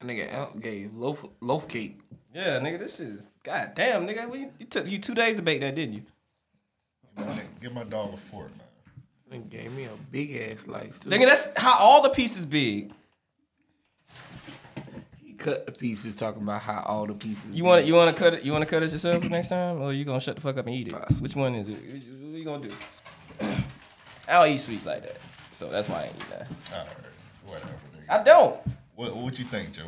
That nigga amp gave loaf loaf cake.
Yeah, nigga, this is goddamn, nigga. We, you took you two days to bake that, didn't you?
Give my nigga- Give my dog a fork, man.
Nigga gave me a big ass slice too.
Nigga, that's how all the pieces big.
he cut the pieces talking about how all the pieces.
You want
big.
it? You want to cut it? You want to cut it yourself the next time, or you gonna shut the fuck up and eat it?
Possible.
Which one is it? What you gonna do? I don't eat sweets like that, so that's why I ain't eat that.
All right, whatever, nigga.
I don't.
What what you think, Joe?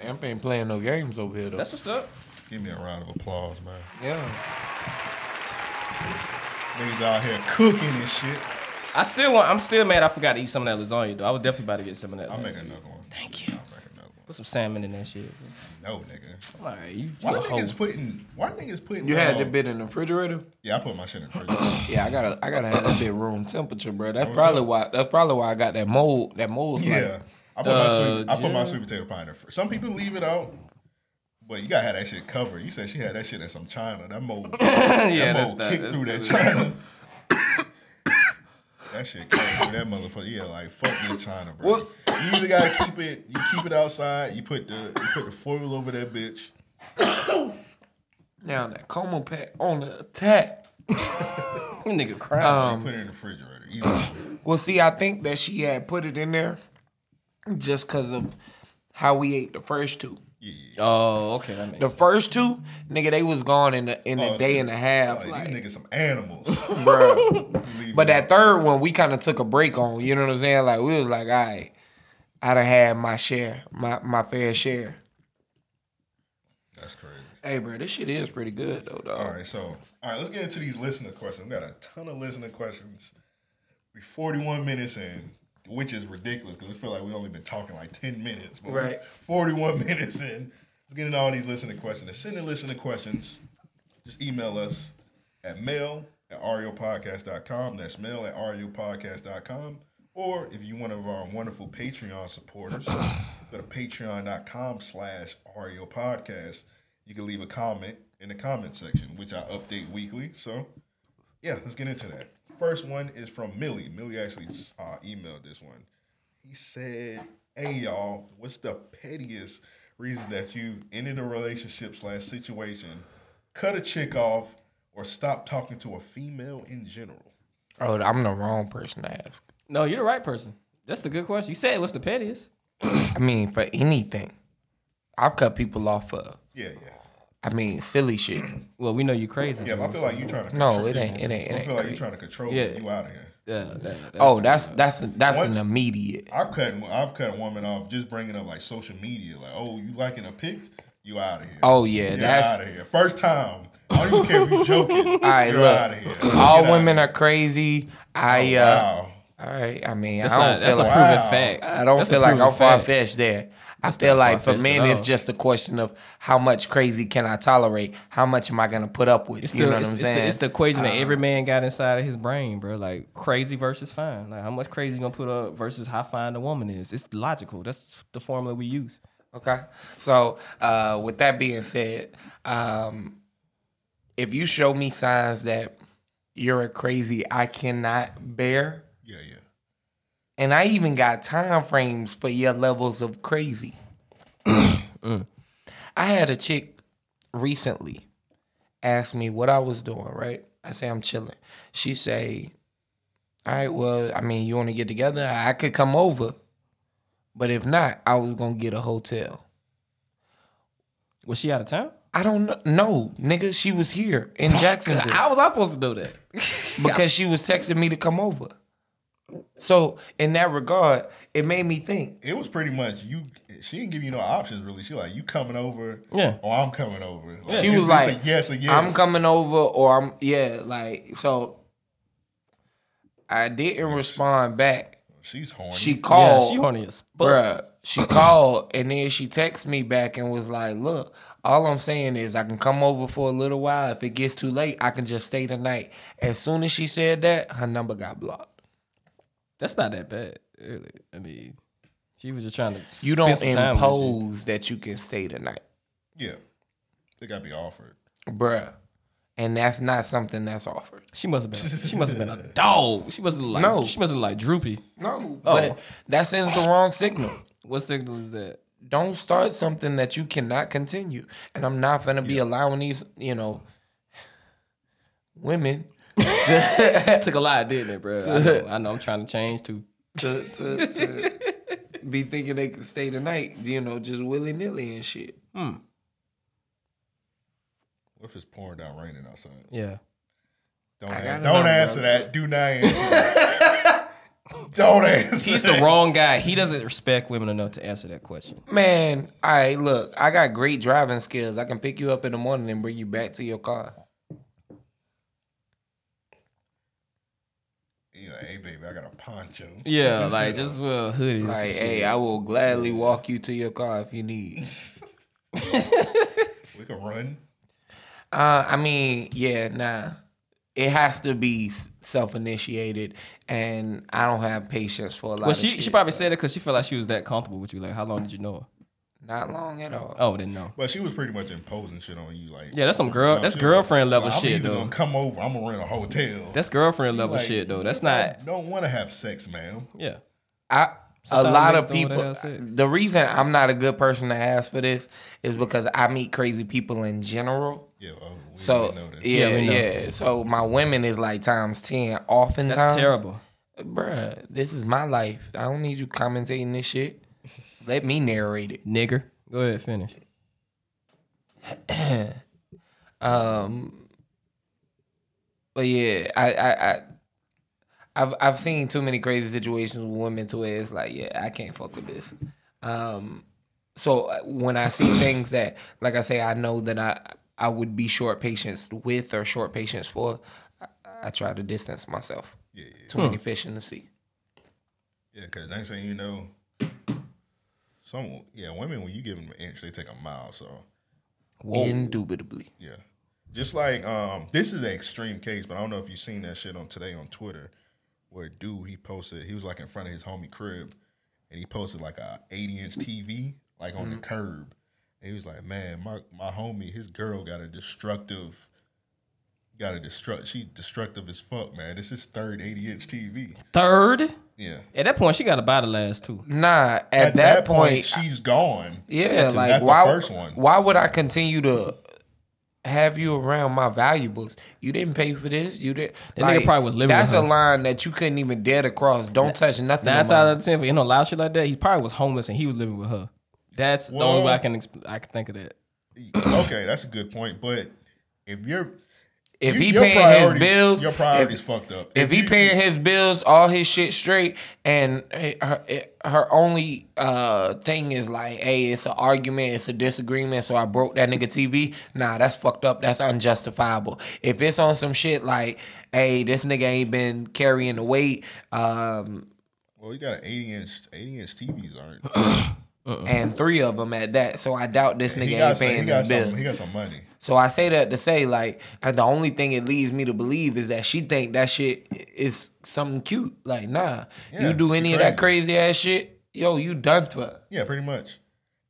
Amp ain't playing no games over here though.
That's what's up.
Give me a round of applause, man.
yeah.
Niggas out here cooking and shit.
I still want. I'm still mad. I forgot to eat some of that lasagna. Though I was definitely about to get some of that.
I'll make
last week.
another one.
Thank you.
I'll make another one.
Put some salmon in that shit.
No, nigga.
All right, you.
Why
you a hoe.
niggas putting? Why niggas putting?
You had
um,
that bit in the refrigerator.
Yeah, I put my shit in the fridge.
Oh. Yeah, I gotta I gotta have that bit room temperature, bro. That's probably why. That's probably why I got that mold. That mold slice.
yeah, I put
uh,
my sweet. I put my
yeah.
sweet potato pie in the fridge. Some people leave it out, but you gotta have that shit covered. You said she had that shit in some china. That mold,
yeah,
that
that's
mold
that.
kicked
That's-
through that
that's-
china. that shit came through that motherfucker. Yeah, like fuck this china, bro.
Whoops.
You either gotta keep it. You keep it outside. You put the you put the foil over that bitch.
Now that Como pack on the attack.
You nigga crying.
You put it in the refrigerator. Either
Well, see, I think that she had put it in there just because of how we ate the first two.
oh, okay, that makes.
The
sense.
first two, nigga, they was gone in the in a
Oh,
day
shit.
and a half,
like,
like,
these niggas some animals.
bruh.
Leave
But
it
that third one, we kind of took a break on. You know what I'm saying? Like we was like, all right, I done had my share, my my fair share.
out. That's crazy.
Hey, bro, this shit is pretty good though, dog.
All right, so all right, let's get into these listener questions. We got a ton of listener questions. We forty-one minutes in, which is ridiculous because I feel like we only been talking like ten minutes. But we're
Right.
Forty-one minutes in, let's get into all these listener questions. And send in listener questions. Just email us at mail at ariopodcast.com. That's mail at ariopodcast.com. Or if you one of our wonderful Patreon supporters, go to patreon.com slash ariopodcast. You can leave a comment in the comment section, which I update weekly. So, yeah, let's get into that. First one is from Millie. Millie actually uh, emailed this one. He said, "Hey y'all, what's the pettiest reason that you ended a relationship slash situation, cut a chick off, or stop talking to a female in general?"
Oh, I'm the wrong person to ask.
no, you're the right person. That's the good question. You said what's the pettiest?
I mean, for anything, I've cut people off for.
Yeah, yeah.
I mean, silly shit.
Well, we know you crazy.
Yeah, but I feel like you trying to
No,
control
it ain't. It
people.
ain't. It
I
ain't
feel like you
crazy.
trying to control
Yeah.
people. You out of here.
Yeah, that- that's-
oh, that's that's that's
Once-
an immediate.
I've cut I've cut a woman off just bringing up like social media. Like, oh, you liking a pic? You out of here.
Oh yeah,
You're
that's
out of here. First time. I don't even care if you joking.
all right.
You're
look,
out of here.
all women are crazy. I uh,
Wow.
All right. I mean,
That's
I don't
not. That's
feel
a
like
proven
Wow.
fact.
I don't
That's a
feel like
proven
I'm far
fact.
fetched there. I feel like for
far-fetched
men,
at
it's
all.
just a question of how much crazy can I tolerate? How much am I gonna put up with?
It's
you
the,
know what
it's,
I'm
it's the,
saying?
it's the equation that every man got inside of his brain, bro. Like crazy versus fine. Like how much crazy you gonna put up versus how fine the woman is. It's logical. That's the formula we use.
Okay. So, uh, with that being said, um, if you show me signs that you're a crazy, I cannot bear,
Yeah, yeah.
and I even got time frames for your levels of crazy. I had a chick recently ask me what I was doing, right? I say I'm chilling. She say, "All right, well, I mean, you want to get together? I could come over, but if not, I was gonna get a hotel."
Was she out of town?
I don't know. No, nigga, she was here in Jacksonville
How was I supposed to do that?
because she was texting me to come over. So in that regard, it made me think.
It was pretty much you. She didn't give you no options really. She like you coming over,
Yeah.
or I'm coming over. Like,
She
it's-
was
it's
like,
a yes, or yes.
I'm coming over, or I'm yeah, like so. I didn't respond back.
She's horny.
She
Yeah,
called.
she horny as fuck.
Bruh, she called and then she texted me back and was like, Look, all I'm saying is I can come over for a little while. If it gets too late, I can just stay tonight. As soon as she said that, her number got blocked.
That's not that bad. Really. I mean, she was just trying to.
You
spend
don't
some time with you.
impose that you can stay tonight,
yeah, it got to be offered.
bruh. And that's not something that's offered.
She must have been. She must have been a dog. She must have like.
No.
She must have like droopy.
No, but Oh. that sends the wrong signal.
What signal is that?
Don't start something that you cannot continue. And I'm not gonna be allowing these, you know, women
That took a lot, didn't it, bro? I know. I know I'm trying to change too.
to, to, to be thinking they could stay tonight, you know, just willy nilly and shit.
What if it's pouring down raining outside?
Yeah.
Don't,
got
ask,
a
don't
number.
answer that. Do not answer that. don't answer.
He's the
that.
wrong guy. He doesn't respect women enough to answer that question.
Man, all right, look, I got great driving skills. I can pick you up in the morning and bring you back to your car.
You know, hey baby, I got a poncho.
Yeah, like just wear a hoodie. or some
Like,
shit.
hey, I will gladly walk you to your car if you need.
We can run.
Uh, I mean, yeah, nah. It has to be self initiated, and I don't have patience for a lot
well,
of
she
shit,
she probably
so-
said it because she felt like she was that comfortable with you. Like, how long did you know her?
Not long at all.
Oh, didn't know.
But she was pretty much imposing shit on you, like
Yeah, that's some girl.
Nah,
That's
she was like,
girlfriend level
"Well, I'm
shit
either
though.
Gonna come over. I'm gonna rent a hotel.
That's girlfriend level
Like,
shit though. That's
I
not.
Don't want to have sex, man.
Yeah.
I a
Sometimes
lot of
niggas don't wanna
people.
have sex.
The reason I'm not a good person to ask for this is because I meet crazy people in general.
Yeah. Oh, we
So
didn't know that.
yeah,
Yeah, we
yeah,
know.
So my women is like times ten. Oftentimes,
That's terrible.
bruh. This is my life. I don't need you commentating this shit. Let me narrate it.
Nigger. Go ahead, finish.
Um, but yeah, I, I, I, I've I've seen too many crazy situations with women to where it's like, yeah, I can't fuck with this. Um, so uh, when I see things that, like I say, I know that I I would be short patience with or short patience for, I, I try to distance myself.
Yeah, yeah.
Too many fish in the sea.
Yeah, because next thing you know, some yeah women when you give them an inch, they take a mile. So
Indubitably.
yeah, just like um, this is an extreme case, but I don't know if you've seen that shit on today on Twitter, where a dude he posted he was like in front of his homie crib, and he posted like a eighty inch TV like on the
Mm-hmm.
curb. And he was like, man, my my homie, his girl got a destructive. Got a destruct. She destructive as fuck, man. This is third eighty inch TV.
Third.
Yeah.
At that point, she got to buy the last two.
Nah, at, that, point,
she's gone.
Yeah,
to-
like
that's the
why?
first one.
Why would I continue to have you around my valuables? You didn't pay for this. You didn't.
That nigga probably was living
That's
with
a
her.
line that you couldn't even dare to cross. Don't touch nothing.
Nine times
That's
out of ten, for you know, loud shit like that, he probably was homeless and he was living with her. That's the only way I
Well-
can exp- I can think of that.
okay, that's a good point. But if you're
If
you-
he
your
paying his
priorities-
bills,
your priorities fucked up.
If, he
you-
paying his bills, all his shit straight, and her her only uh, thing is like, hey, it's an argument, it's a disagreement, so I broke that nigga TV. Nah, that's fucked up. That's unjustifiable. If it's on some shit like, hey, this nigga ain't been carrying the weight, um,
well, you got an eighty inch eighty inch TVs aren't.
and three of them at that, so I doubt this
Uh-huh. he
nigga
got
ain't
some, he
paying
got
his
some
bills.
he got some money.
So I say that to say like uh, the only thing it leads me to believe is that she think that shit i- is something cute. Like nah,
Yeah,
you do any
you
of that crazy ass shit, yo, you done for.
Yeah, pretty much.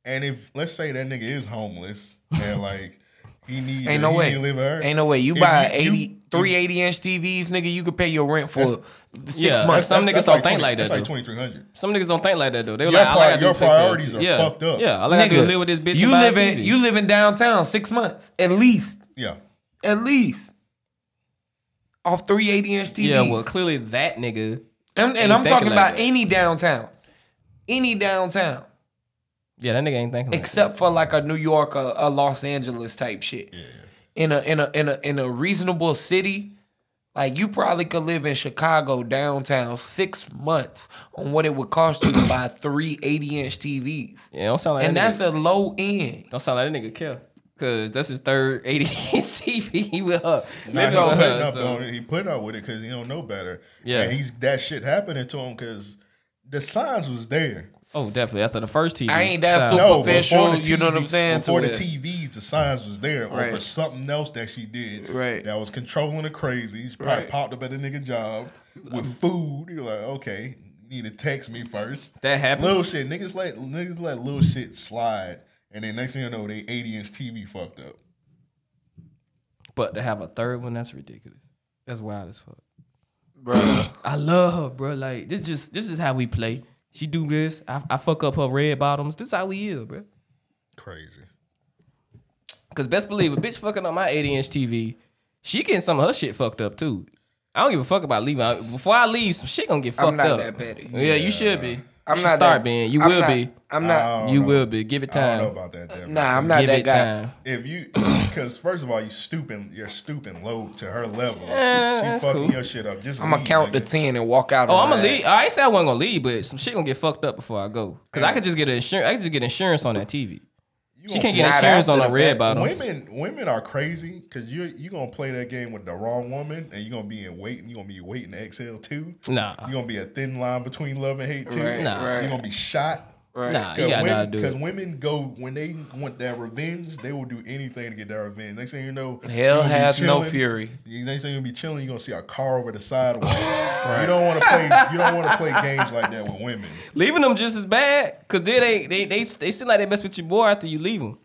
And if let's say that nigga is homeless and like he need
Ain't no
he
way.
need to live with her.
Ain't no way. You
If
buy
you-
eighty three eighty inch TVs, nigga, you could pay your rent for six
Yeah,
months.
some niggas
that's
don't
like
think
20
like that.
that's like
though.
2300.
Some niggas don't think like that though. They
Your
like, all I
pri-
gotta
your
do is pay for
priorities
it.
are
yeah.
fucked up.
Yeah, all I gotta do
Nigga,
is live with this bitch.
You
and buy a
living
TV.
you living downtown six months at least,
Yeah.
at least. Off three eighty inch TVs.
Yeah, well, clearly that nigga.
and,
ain't
and I'm
thinking
talking
like
about
that.
any downtown, any downtown.
Yeah, that nigga ain't thinking. Like that.
except for like a New York, a, a Los Angeles type shit. In a in a in a in a reasonable city, like you probably could live in Chicago downtown six months on what it would cost you to buy three 80 inch TVs,
Yeah, don't sound like
and
that.
that's
nigga.
a low end.
Don't sound like that nigga care. Cause that's his third 80 TV with her. Living
Nah,
with
he, putting
her,
up
so-
on it. he put up with it because he don't know better.
Yeah.
and he's that shit happening to him because the signs was there.
Oh, definitely. After the first TV.
I ain't
shout out.
that super-
No, Oh, before the
Superficial, you know what I'm saying,
Before
to
the
it.
TVs, the signs was there, or
Right.
for something else that she did,
Right.
That was controlling the crazy. She probably
Right. Um,
popped up at a nigga job with food. You're like, okay, you need to text me first.
That happens.
Little shit, niggas let niggas let little shit slide, and then next thing you know, they 80 inch TV fucked up.
But to have a third one, that's ridiculous. That's wild as fuck. Bro, I love her, bro. Like this, just this is how we play. She do this. I, I fuck up her red bottoms. This how we is, bro.
Crazy.
Cause best believe a bitch fucking up my 80 inch TV, she getting some of her shit fucked up too. I don't give a fuck about leaving. I- Before I leave, some shit gonna get fucked
I'm not
up.
that petty.
Yeah, you should be.
I'm
You
not
start
that-
being. You
I'm
will
not-
be.
I'm not.
don't
You
know.
will be. Give it
Oh, I don't
time.
know about that. Devin.
Nah, I'm not
Give
that
it
guy.
time.
If you, because first of all, you stooping, you're stooping low to her level. she fucking
cool.
your shit up. Just
I'm gonna
leave,
count to
nigga.
ten and walk out.
Oh,
on
I'm gonna
my
leave.
ass.
I ain't say I wasn't gonna leave, but some shit gonna get fucked up before I go. Cause I could just get an insurance. I could just get insurance on that TV.
You
She
gonna
can't get
Not
insurance
after
on
the
a red
fact.
bottom.
Women, women are crazy because you you gonna play that game with the wrong woman, and you are gonna be in waiting. You are gonna be waiting to exhale too.
Nah.
You are gonna be a thin line between love and hate too.
Right,
Nah.
right.
You gonna be shot.
Nah, you
Because
gotta know how to
women,
do
'cause
it.
women go when they want that revenge, they will do anything to get that revenge. Next thing you know, you
Hell
gonna be
has no
chilling.
fury.
You- Next thing you'll be chilling, you're gonna see a car over the sidewalk. You don't want to play. You don't want to play games like that with women.
Leaving them just as bad, cause then they they they they seem like they mess with your boy after you leave them.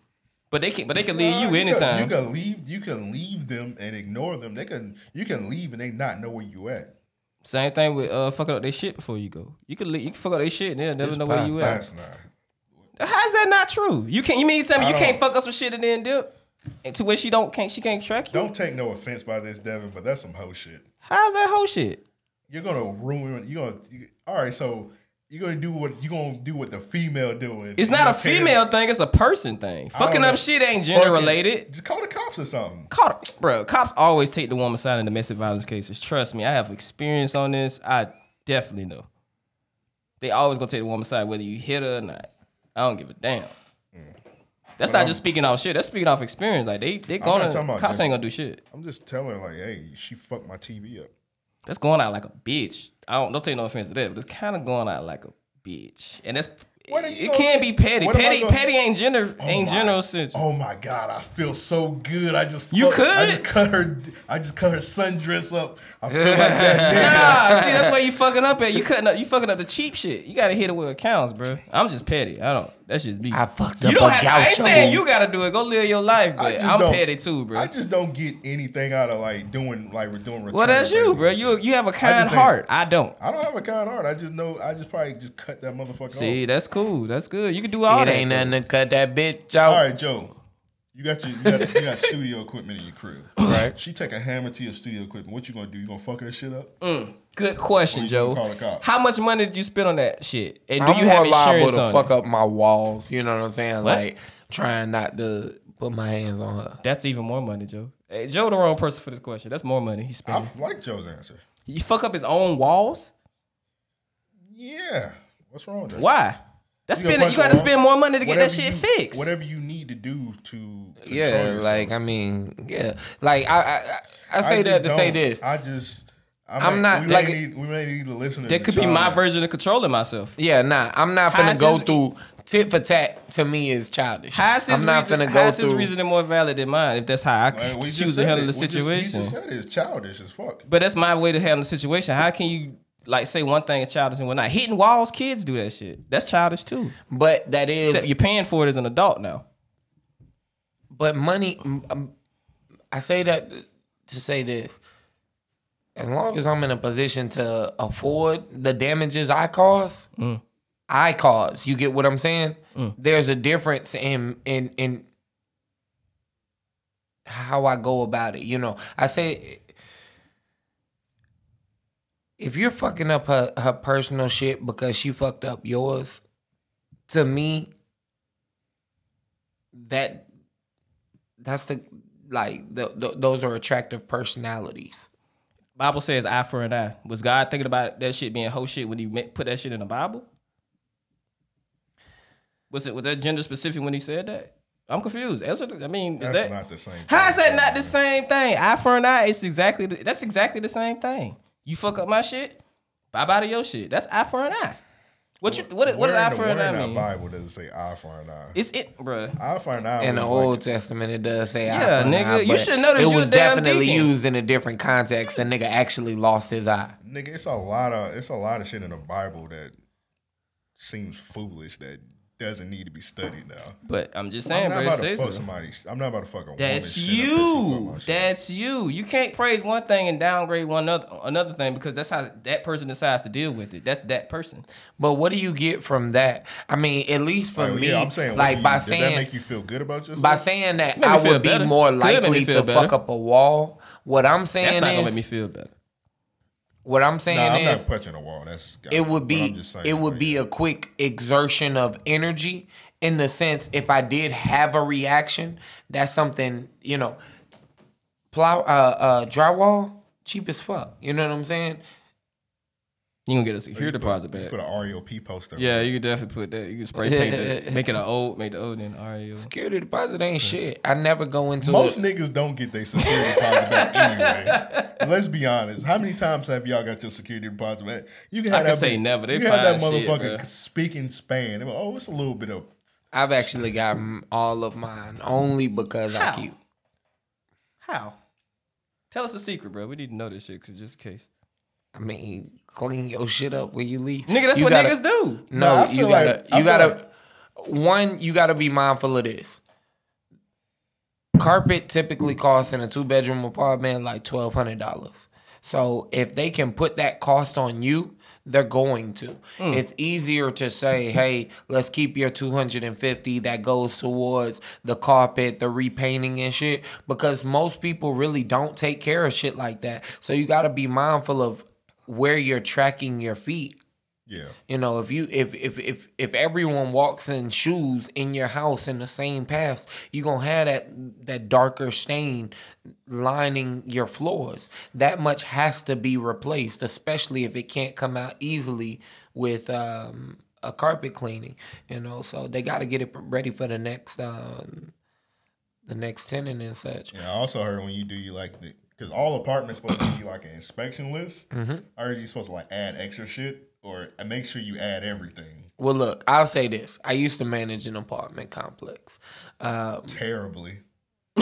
But they can but they can leave
Nah,
you anytime.
Can, you can leave. You can leave them and ignore them. They can. You can leave and they not know where you at.
Same thing with uh fucking up their shit before you go. You could leave, you can fuck up their shit and they'll never know where you at.
That's not.
How's that not true? You can't you mean you tell me
I
you can't
don't-
fuck up some shit and then dip? And to where she don't can't she can't track you?
Don't take no offense by this, Devin, but that's some hoe shit.
How's that whole shit?
You're gonna ruin. You're gonna. You, all right, so you're gonna do what you're gonna do what the female doing.
It's
You're
not a
gonna tear-
female thing, it's a person thing.
I don't
Fucking
know.
up shit ain't gender
Fuck it.
related.
Just call the cops or something.
Call bro, cops always take the woman's side in domestic violence cases. Trust me, I have experience on this. I definitely know. They always gonna take the woman's side whether you hit her or not. I don't give a damn. That's
Mm. But
not
I'm-
just speaking off shit. That's speaking off experience. Like they, they
not
gonna
talking about
cops
that.
ain't gonna do shit.
I'm just telling her like, hey, she fucked my TV up.
That's going out like a bitch. I don't don't take no offense to that, but it's kind of going out like a bitch, and that's
What are you
it
gonna
can't
do?
be petty.
What am I
Petty,
gonna-
petty ain't gender
Oh
ain't
my-
general sense.
Oh my god, I feel so good. I just
You
fucked- I just
could.
cut her. I just cut her sundress up. I feel like that.
Nah, see, that's why you fucking up at. You cutting up, you fucking up the cheap shit. You gotta hit it where it counts, bro. I'm just petty. I don't. That's just me.
I fucked
you
up
don't
a
have. I ain't
gaucho.
saying you gotta do it. Go live your life,
I
but
just
I'm
don't-
petty too, bro.
I just don't get anything out of like doing like we're doing.
well, that's you, bro. You you have a kind
think-
heart. I don't.
I don't have a kind heart. I just know. I just probably just cut that motherfucker
See,
off.
that's cool. That's good. You can do all
it
that.
ain't
bro.
nothing to cut that bitch out.
Oh.
All right, Joe. You got your you got, you got studio equipment in your crib, right? She take a hammer to your studio equipment. What you gonna do? You gonna fuck her shit up?
Mm. Good question,
Or you
Joe.
gonna call the cops?
How much money did you spend on that shit? And do
I'm
you
more
have
liable
insurance
to
on
fuck
it?
up my walls. You know what I'm saying?
What?
Like trying not to Put my hands on her.
That's even more money, Joe. Hey, Joe, the wrong person for this question. That's more money he's
I
spending.
like Joe's answer.
He fuck up his own walls.
Yeah. What's wrong with that?
Why? That's
gonna
spending.
punch
You
a
got to
wall?
spend more money to get that
Whatever
shit
you-
fixed.
Whatever you need to do to control
Yeah,
yourself.
like I mean, yeah, like I I, I, I say
I
that
just
to say
don't-
this.
I just I
I'm
might-
not,
we
like-
may need, we may need to listen to
That could be my version of controlling myself.
Yeah, nah, I'm not
How is
finna go
his-
through tit for tat. To me, is childish.
How is his,
I'm not
reason,
finna
how
go
is his
through.
reasoning more valid than mine? If that's how I
Like, we
choose
just
to
said
handle
it.
the
We just- you
situation,
just said it's childish as fuck.
but that's my way to handle the situation. How can you like say one thing is childish and one not? Hitting walls, kids do that shit. That's childish too.
But that is
Except you're paying for it as an adult now.
But money, m- um, I say that to say this. As long as I'm in a position to afford the damages I cause, I cause. You get what I'm saying? There's a difference in in in how I go about it. You know, I say if you're fucking up her, her personal shit because she fucked up yours, to me, that that's the like the, th those are attractive personalities.
Bible says eye for an eye. Was God thinking about that shit being whole shit when he ma- put that shit in the Bible? Was it was that gender specific when he said that? I'm confused. Answer. the- I mean, is
That's
that
not the same.
How is that
thing,
not
man.
the same thing? Eye for an eye. It's exactly the, that's exactly the same thing. You fuck up my shit, bye bye to your shit. That's eye for an eye. What you what, what does
Where in
eye
the-
for an
where in
eye
our
mean?
Bible does it say eye for an eye?
It's it, bruh.
Eye for an eye.
In the
was
Old
like,
Testament, it does say, eye
Yeah,
for an
nigga,
eye,
you
but
should know that
It
you a
was
damn
definitely
deacon.
used in a different context. The nigga actually lost his eye.
nigga, it's a lot of it's a lot of shit in the Bible that seems foolish that doesn't need to be studied now.
But I'm just saying,
I'm
bro.
not about
It
to
says
fuck
it.
somebody. I'm not about to fuck a woman.
That's
shit up that she fucked
you.
my shit up.
That's you. You can't praise one thing and downgrade one other another thing because that's how that person decides to deal with it. That's that person.
But what do you get from that? I mean, at least for
Like,
me,
yeah, I'm saying, what do
like
you-
by
does that
saying
make you feel good about yourself?
by saying that
Made me
I
feel
would be
better.
more
Could've made me
likely to
feel better.
fuck up a wall. What I'm
That's
saying
not gonna make me
is,
feel better.
what I'm
nah,
saying
I'm
is,
not punching a wall. That's
it would
but I'm
be
just saying,
it would
like,
be a quick exertion of energy in the sense if I did have a reaction, that's something you know. Plow uh, uh drywall cheap as fuck. You know what I'm saying?
You gonna get a secure deposit
you
back.
put an REOP poster. on
Yeah, you could definitely put that. You can spray paint that. Make it an old, make the old then REO.
Security deposit ain't shit. I never go into
Most
it.
niggas don't get their security deposit back anyway. Let's be honest. How many times have y'all got your security deposit back? You can
I
have
can
that
say
mo-
never. They
you can have that
fine shit,
motherfucker
bruh.
speaking Spain. They be, Oh, it's a little bit of.
I've actually gotten all of mine only because
How?
I cute.
How? Tell us a secret, bro. We need to know this shit, cause just in case.
I mean, clean your shit up when you leave.
Nigga, that's
You
what
gotta-
niggas do.
Nah, I
No, you
feel
gotta,
like- I
you
feel
gotta. One, you gotta be mindful of this. Carpet typically costs in a two bedroom apartment like twelve hundred dollars. So if they can put that cost on you, they're going to.
Hmm.
It's easier to say, "Hey, let's keep your two hundred and fifty that goes towards the carpet, the repainting and shit," because most people really don't take care of shit like that. So you gotta be mindful of where you're tracking your feet
Yeah.
you know, if you if if if if everyone walks in shoes in your house in the same paths, you're gonna have that that darker stain lining your floors. That much has to be replaced, especially if it can't come out easily with um a carpet cleaning, you know, so they got to get it ready for the next um the next tenant and such.
Yeah, I also heard when you do you like the because all apartments supposed to be like an inspection list.
Mm-hmm.
I heard you supposed to like add extra shit or and make sure you add everything
Well, look, I'll say this: I used to manage an apartment complex. Um,
terribly.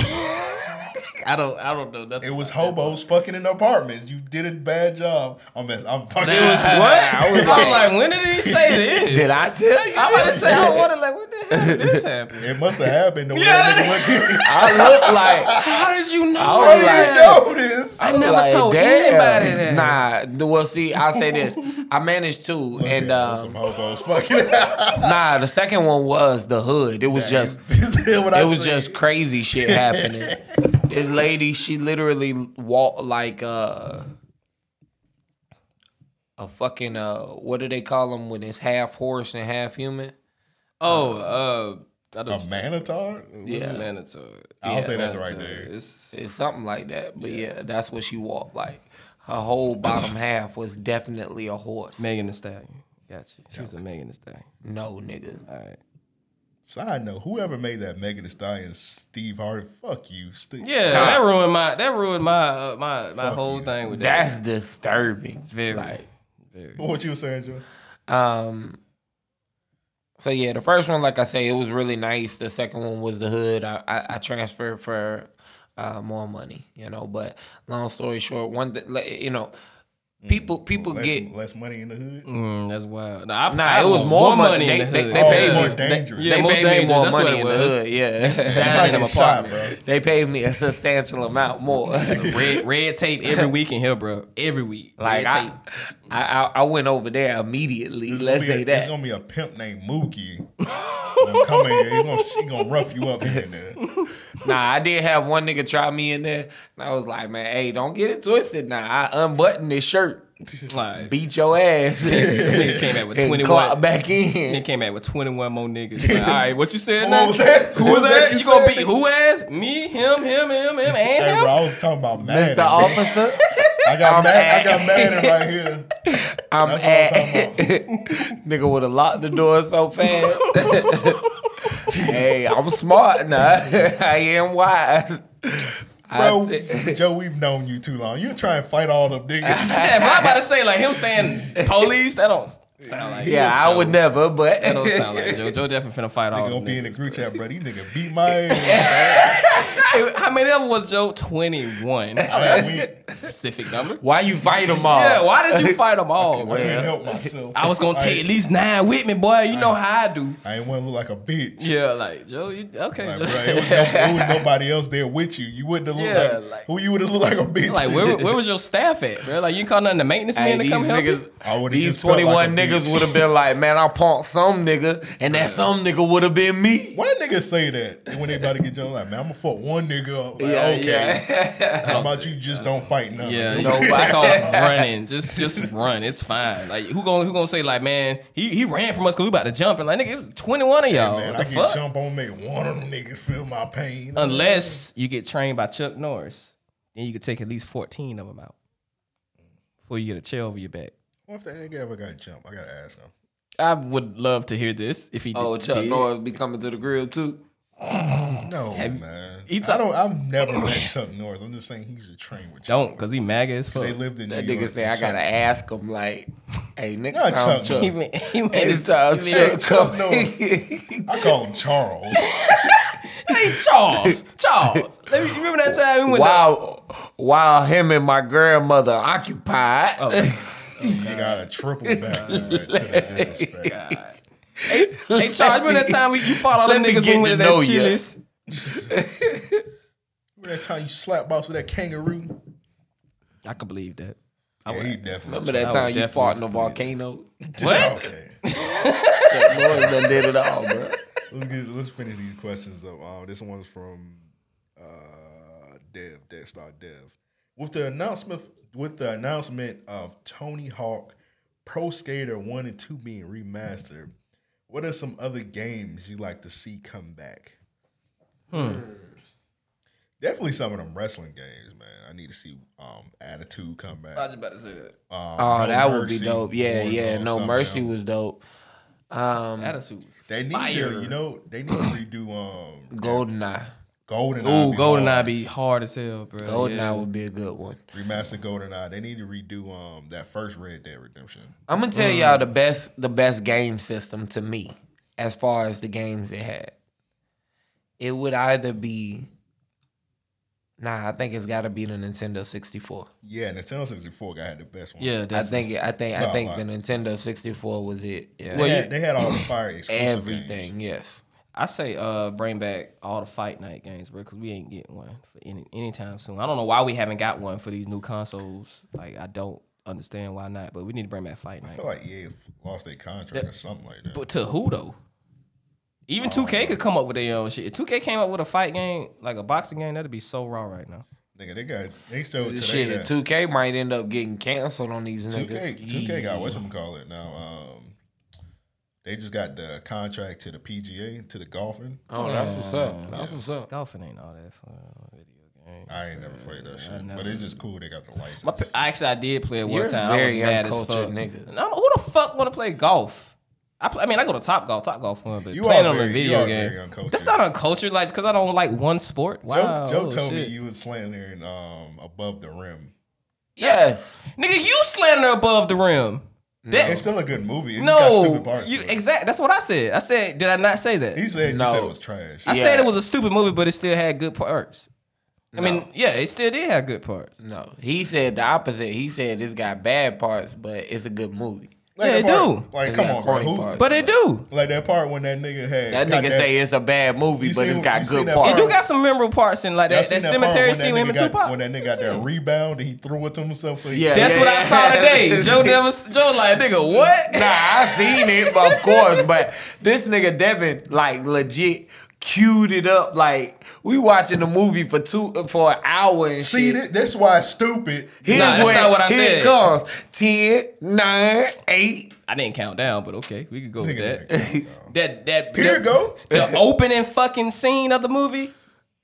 I don't. I don't know nothing.
It was hobos fucking in the apartments. You did a bad job. I'm mess- I'm fucking.
It was what? I was like, when did he say this?
did I tell you?
I'm about to say. I wanted like, what the hell did this happen?
It must have happened. The way
Yeah,
that nigga looked.
I look like
How did you know?
I was
that?
like,
I noticed.
I never
Like,
told
damn.
anybody that.
Nah, th- well, see, I'll say this. I managed two, and
Yeah, some
um,
hobos fucking. That's
nah, the second one was the hood. It was just,
what I
it was
said.
just crazy shit happening. this lady, she literally walked like uh, a fucking uh, what do they call them when it's half horse and half human?
Oh, uh, I
A manitard?
Yeah,
Manitard.
I don't think that's right there.
It's
it's something like that. But yeah. that's what she walked like. Her whole bottom half was definitely a horse.
Megan Thee Stallion. Gotcha. She was a Megan Thee Stallion.
No nigga.
All right.
Side note, whoever made that Megan Thee Stallion, Steve Harvey, fuck you, Steve.
Yeah, that ruined my that ruined my uh, my my whole thing with that.
That's disturbing.
very
Like,
very.
What you were saying, Joe?
Um. So yeah, the first one, like I say, it was really nice. The second one was the hood. I I, I transferred for uh, more money, you know. But long story short, one that like, you know, people people
Mm, Less,
get
less money in the hood.
Mm, that's wild. No, I,
Nah,
I
it was
want
more money. They-
in the
they-
hood.
they
Oh,
paid
more
me.
dangerous.
Yeah,
they
most
paid me
dangerous.
more
That's what
money
it
in the
was.
hood. Yeah,
Trying
down
to
in my
get shot,
apartment.
bro.
They paid me a substantial amount more.
Red, red tape every week in here, bro. Every week.
like
red
I,
tape.
I, I, I went over there immediately.
There's
Let's
gonna be
say
a, There's
that.
gonna be a pimp named Mookie. gonna come in here. He's gonna, he gonna rough you up in there.
Nah, I did have one nigga try me in there, and I was like, man, hey, don't get it twisted. Now I unbuttoned this shirt,
like
beat your ass,
nigga came back with
and
twenty
clock
one.
back
Nigga
in.
came back with twenty one more niggas. Like, all right, what you said?
What
now?
was that?
Who
What
was
was that
that?
you
You gonna
said?
be who ass? Me, him, him, him, him,
Hey,
and
bro,
him.
I was talking about
Mr.
Madden. bro.
Officer,
I got
I'm
mad. I
at-
got Madden right here.
I'm
That's what I'm
at. nigga would have locked the door so fast. hey, I'm smart now. I am wise. I
Bro,
t-
Joe, we've known you too long. You try and fight all them niggas.
Yeah, but I'm about to say like him saying police. That don't sound like.
yeah, I would never, but
That don't sound like Joe. Joe definitely finna fight all.
gonna
them
be in the
niggas.
group chat, bro. These niggas beat my ass.
Hey, How many of them was Joe? Twenty one.
bro. I mean,
Specific number.
why you fight them all?
Yeah. Why did you fight them all?
I
man?
couldn't help myself.
I was gonna take at least nine with me, boy. You know how I do.
I ain't want to look like a bitch.
Yeah, like Joe. You, okay.
Like,
Joe.
bro, it was, no, it was nobody else there with you. You wouldn't have looked
Yeah,
like,
like-
who you would have looked like a bitch.
Like
to.
where, where was your staff at, bro? Like you call none of the maintenance
Hey,
men to
these
come help
niggas,
you?
I would've
these
just felt like a
21 niggas
bitch.
would have been like, man, I punked some nigga, and that some nigga would have been me.
Why niggas say that when they about to get jumped? Like, man, I'm gonna fuck one nigga up. Like,
Yeah,
okay. How about you just don't fight none?
Yeah,
Nobody-
nobody calls running. Just just run. It's fine. Like who gonna who gonna say like man he, he ran from us because we about to jump and like nigga it was twenty one of y'all.
man,
what
I
the
can
fuck? Uh,
jump on make one of them niggas feel my pain.
Unless you get trained by Chuck Norris, then you can take at least fourteen of them out before you get a chair over your back.
What if that nigga ever got jumped? I gotta ask him.
I would love to hear this if he
Oh,
did.
Chuck
did.
Norris be coming to the grill too.
No, man.
he
I
talk-
don't. I've never met Chuck Norris. I'm just saying he used to train with. Chuck.
Don't, cause he MAGA as fuck.
They lived in
That
New York.
nigga say, I
Chuck-
gotta ask him, like, hey, next
Not
time
Chuck
Chuck.
He made- he made
Next
his-
time
he
Chuck
made-
come.
I call him Charles.
Hey Charles, Charles. Let me, you remember that time we went to
While, while him and my grandmother occupied,
he got a triple back. to that- to that disrespect.
Hey, Charles, remember that time we, you fought all them
Let me
niggas
get
when we
to
went to
know
that
ya.
Chili's?
Remember that time you slap box with that kangaroo?
I can believe that.
Yeah, he definitely.
remember that
would
time you fought in a
definitely-
volcano?
What?
Okay.
Chuck Norris done did it all, bro.
Let's get let's finish these questions up. Uh, this one's from uh, Dev, Deathstar Dev. With the announcement with the announcement of Tony Hawk Pro Skater 1 and 2 being remastered, what are some other games you like to see come back?
Hmm.
Definitely some of them wrestling games, man. I need to see um, Attitude come back.
about to say that.
Um,
Oh,
No
that would be
Mercy,
dope. Yeah,
Warzone,
yeah. No
something
mercy
else.
was dope. Um,
Attitude.
They need to,
fire.
you know, they need to redo um,
Goldeneye.
Golden.
Ooh, Goldeneye
be.
be hard as hell, bro.
Goldeneye
Yeah.
would be a good one.
Remastered GoldenEye. They need to redo um that first Red Dead Redemption.
I'm gonna tell
Um,
y'all the best the best game system to me, as far as the games it had. It would either be Nah, I think it's gotta be the Nintendo 64.
Yeah, Nintendo 64 guy had the best one.
Yeah,
I
definitely.
think it- I think
No,
I think
like-
the Nintendo 64 was it. Yeah.
They, had, they had all the fire exclusive games.
Everything, yes.
I say uh, bring back all the fight night games, bro, because we ain't getting one for any anytime soon. I don't know why we haven't got one for these new consoles. Like, I don't understand why not, but we need to bring back fight
I
night.
feel like EA lost their contract or something like that.
But to who though? Even 2K could come up with their own shit. If 2K came up with a fight game, like a boxing game, that'd be so raw right now.
Nigga, they got they showed today
Shit,
that
2K might end up getting canceled on these niggas.
2K 2K got what you call it now. Um, They just got the contract to the PGA to the golfing.
Oh, that's what's up.
Yeah.
That's what's up. Golfing ain't all that fun. Video game.
I ain't never played that shit,
never-
but it's just cool they got the license.
My, pa- actually, I did play it one
You're a
time.
very
I was mad as fuck.
uncultured
nigga.
And I'm- who the fuck want to play golf? I, play, I mean, I go to Top Golf. Top Golf fun, but
You
playing
are
on
very-
a
you
video
are
game.
very uncultured.
That's not uncultured, like because I don't like one sport. Wow,
Joe, Joe
oh,
told
shit.
me you was slandering um, above the rim.
Yes,
nigga, you slander above the rim. That-
it's still a good movie. It just got stupid
Oh. no,
parts.
you exact. That's what I said. I said, did I not say that?
He said you said it was trash.
I said it was a stupid movie, but it still had good parts. I
No.
mean, yeah, it still did have good parts.
No, he said the opposite. He said it's got bad parts, but it's a good movie.
Like
Yeah,
that
it
part-
do.
Like,
It's
come
got
on, bro.
corny
Who,
parts.
But it do.
like that part when that nigga had
That
got
nigga say it's a bad movie,
You
but
seen
it's
when-
got
you
good
seen that
parts.
It do got some memorable parts in like
Y'all
that,
seen
that
part when
cemetery
that
scene with him
nigga
and
got-
Tupac.
When that nigga got that rebound and he threw it to himself. So he-
Yeah,
That's
yeah,
what
yeah.
I saw today. Joe never. Joe like nigga, what?
Nah, I seen it, of course, but this nigga Devin like legit queued it up. Like we watching the movie for two for an hour and
See,
shit.
thi- that's why it's stupid.
Here's
Nah, that's
where,
not what I
here it
said.
comes. 10, 9, 8.
I didn't count down, but okay, we could go with
Nigga,
that. That that
Here
that-
you go.
The opening fucking scene of the movie.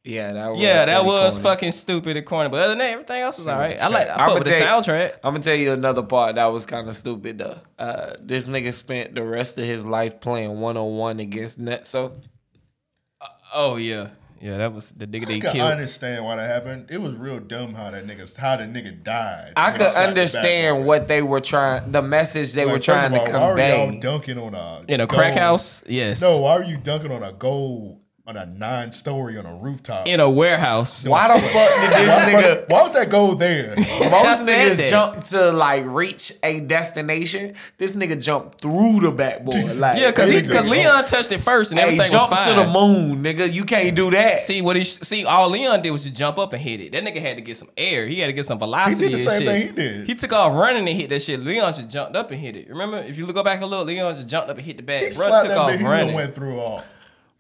Yeah, that was
Yeah, that was
fucking.
fucking stupid and corny. But other than that, everything else was all right. I like. I
I'ma
fuck with the
tell you-
soundtrack.
I'm gonna tell you another part that was kind of stupid though. Uh, this nigga spent the rest of his life playing one on one against Nutso.
Oh yeah, yeah. That was the nigga
I
they
can
killed.
understand why that happened. It was real dumb how that nigga, how the nigga died.
I
Nigga
could
slapped him
understand
back.
what they were trying, the message they
Like,
were
first
trying
of
to
all, why are y'all
convey.
dunking on a
In a crack
gold-
house, yes.
No, why are you dunking on a gold on a nine story on a rooftop?
In a warehouse.
Why the fuck did
why,
this nigga?
why was that gold there?
Most
I said
niggas
that.
jump to like reach a destination. This nigga jumped through the backboard. Like,
Yeah, cause he,
Everything.
cause Leon touched it first and
hey,
everything was
jump
fine.
to the moon, nigga. You can't do that.
See what he see? All Leon did was just jump up and hit it. That nigga had to get some air. He had to get some velocity.
the
and
same
shit.
thing he did.
He took off running and hit that shit. Leon just jumped up and hit it. Remember, if you look back a little, Leon just jumped up and hit the
He
bag. Bro
slapped
took
that
off
bitch. He done
running.
went through all.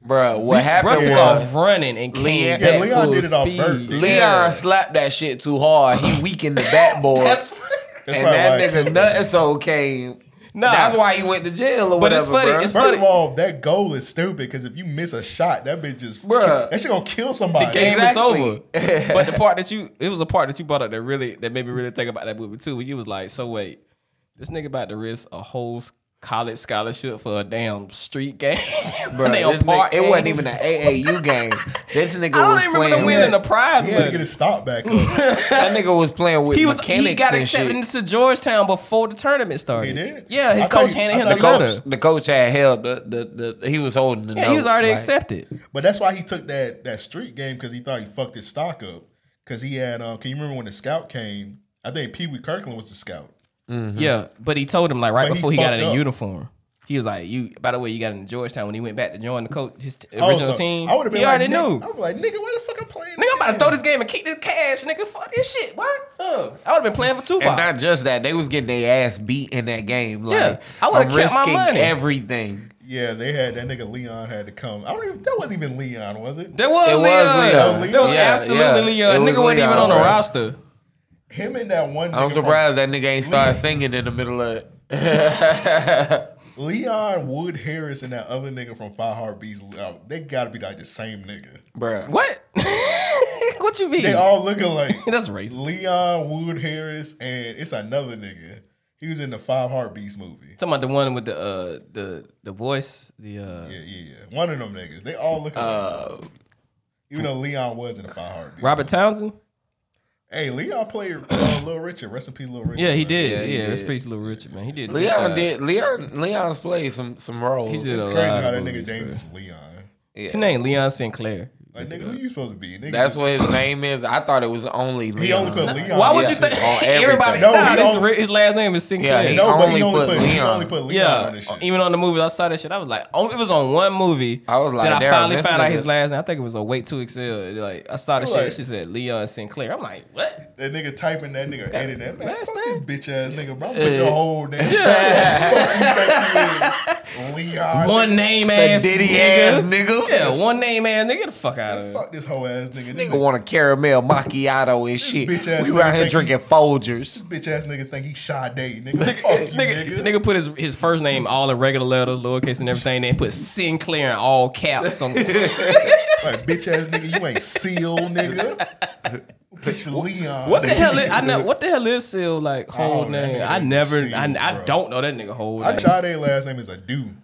Bruh, what
Bro
happened
took
was
off running and
Leon-
came
Yeah,
back
Leon
full
did it on
speed.
purpose.
Leon slapped that shit too hard. He weakened the backboard.
That's
That's
and
probably
that
why I
nigga
killed
nothing so came.
Nah.
That's why he went to jail or
But
whatever.
it's funny,
bruh.
it's
First
funny.
of all, that goal is stupid because if you miss a shot, that bitch just
Bruh.
that shit gonna kill somebody.
The game is
Exactly.
over. but the part that you it was a part that you brought up that really that made me really think about that movie too. When you was like, so wait, this nigga about to risk a whole s- college scholarship for a damn street game.
Bruh,
They on
this nigga-
park
it wasn't
games.
even an AAU game. This nigga
I don't
was
even
playing.
remember winning the prize
He had to
money.
get his stop back up.
that nigga was playing with
He was
mechanics
he got
and
accepted
shit.
into Georgetown before the tournament started.
He did?
Yeah, his
I thought
coach
he-
handed
I
him
thought
the
he
quota.
The coach had held the, the, the he was holding the
Yeah, he was
note,
already
like-
accepted.
but that's why he took that that street game because he thought he fucked his stock up. Because he had, uh, can you remember when the scout came? I think Pee Wee Kirkland was the scout.
Mm-hmm.
Yeah, but he told him like right
But he
before he, got
fucked
in a
up.
uniform. He was like, "You." By the way, you got into Georgetown when he went back to join the coach, his t- original
Also,
team.
Oh, I would have been
he
like,
already
"Nigga,"
knew.
I was like, nigga, why the fuck I'm playing?
Nigga, I'm about to throw
game?
this game and keep this cash, nigga. Fuck this shit. What? Uh, I would have been playing for
And
Tupac.
not just that, they was getting their ass beat in that game. Like,
Yeah, I would've
I'm
kept my
risking
money.
everything.
Yeah, they had that nigga Leon had to come. I don't even. That wasn't even Leon, was it?
there was
It
Leon.
was Leon.
There was
Yeah,
absolutely
yeah. It
Leon.
was
Nigga wasn't
Leon,
even on the
bro.
roster.
Him and that one.
I'm
nigga
surprised that nigga ain't started singing in the middle of it.
From Leon Wood Harris and that other nigga from Five Heartbeats. Uh, they gotta be like the same nigga.
Bruh.
What? what you mean?
They all looking like
That's racist.
Leon Wood Harris and it's another nigga. He was in the Five Heartbeats movie.
Talking about the one with the uh, the the voice. The uh,
Yeah, yeah, yeah. One of them niggas. They all look alike. Even though Leon was in the Five Heartbeats.
Robert Townsend.
Hey, Leon played uh, Little Richard. Rest in peace, Little Richard.
Yeah, he
man.
did. Yeah, that's pretty little Richard man. He did. a good
Leon
job.
did Leon Leon's played some some roles.
He did
It's
a
crazy
lot.
how
Of
that
movies, bro.
nigga James is Leon.
His name Leon Sinclair.
Oh,
Like, nigga, who you supposed to be? Nigga,
That's
just-
what his name is. I thought it was only Leon.
He only put Leon.
Why would
on
you
that
think
shit.
on everything.
everybody?
No,
nah,
he
this
don't-
re- his last name is Sinclair.
Yeah, he
No, but
only
he only
put
put, he
Leon.
only put Leon
Yeah, Oh,
on this shit.
even on the movies, I saw that shit. I was like, oh, it was on one movie.
I was like,
then I
damn,
finally
this
found out
nigga-
his last name. I think it was a Wait to Excel. Like, I saw the shit.
Right.
That shit said Leon Sinclair. I'm like, what?
That nigga typing that nigga editing that man.
Last
fuck
name?
this bitch ass nigga, bro. I'm gonna put your whole name. Fuck you think you is. Leon.
One name ass
Diddy
nigga.
ass nigga.
Yeah, one name ass nigga. Get the fuck out out of
Fuck this whole ass nigga.
Nigga want a caramel macchiato and shit.
bitch ass
We out
nigga
here
think
drinking Folgers.
Bitch ass nigga think he Sade, nigga. Fuck you, nigga.
it. Nigga put his, his first name all in regular letters, lowercase and everything, then put Sinclair in all caps on
Like, bitch ass nigga, you ain't Seal, nigga. Bitch Leon.
What the hell is I know what the hell is Seal like whole
Oh, that
name?
nigga
I
name
never
Seal,
I, I
bro.
don't know that nigga whole
I
name.
tried a last name is a dude.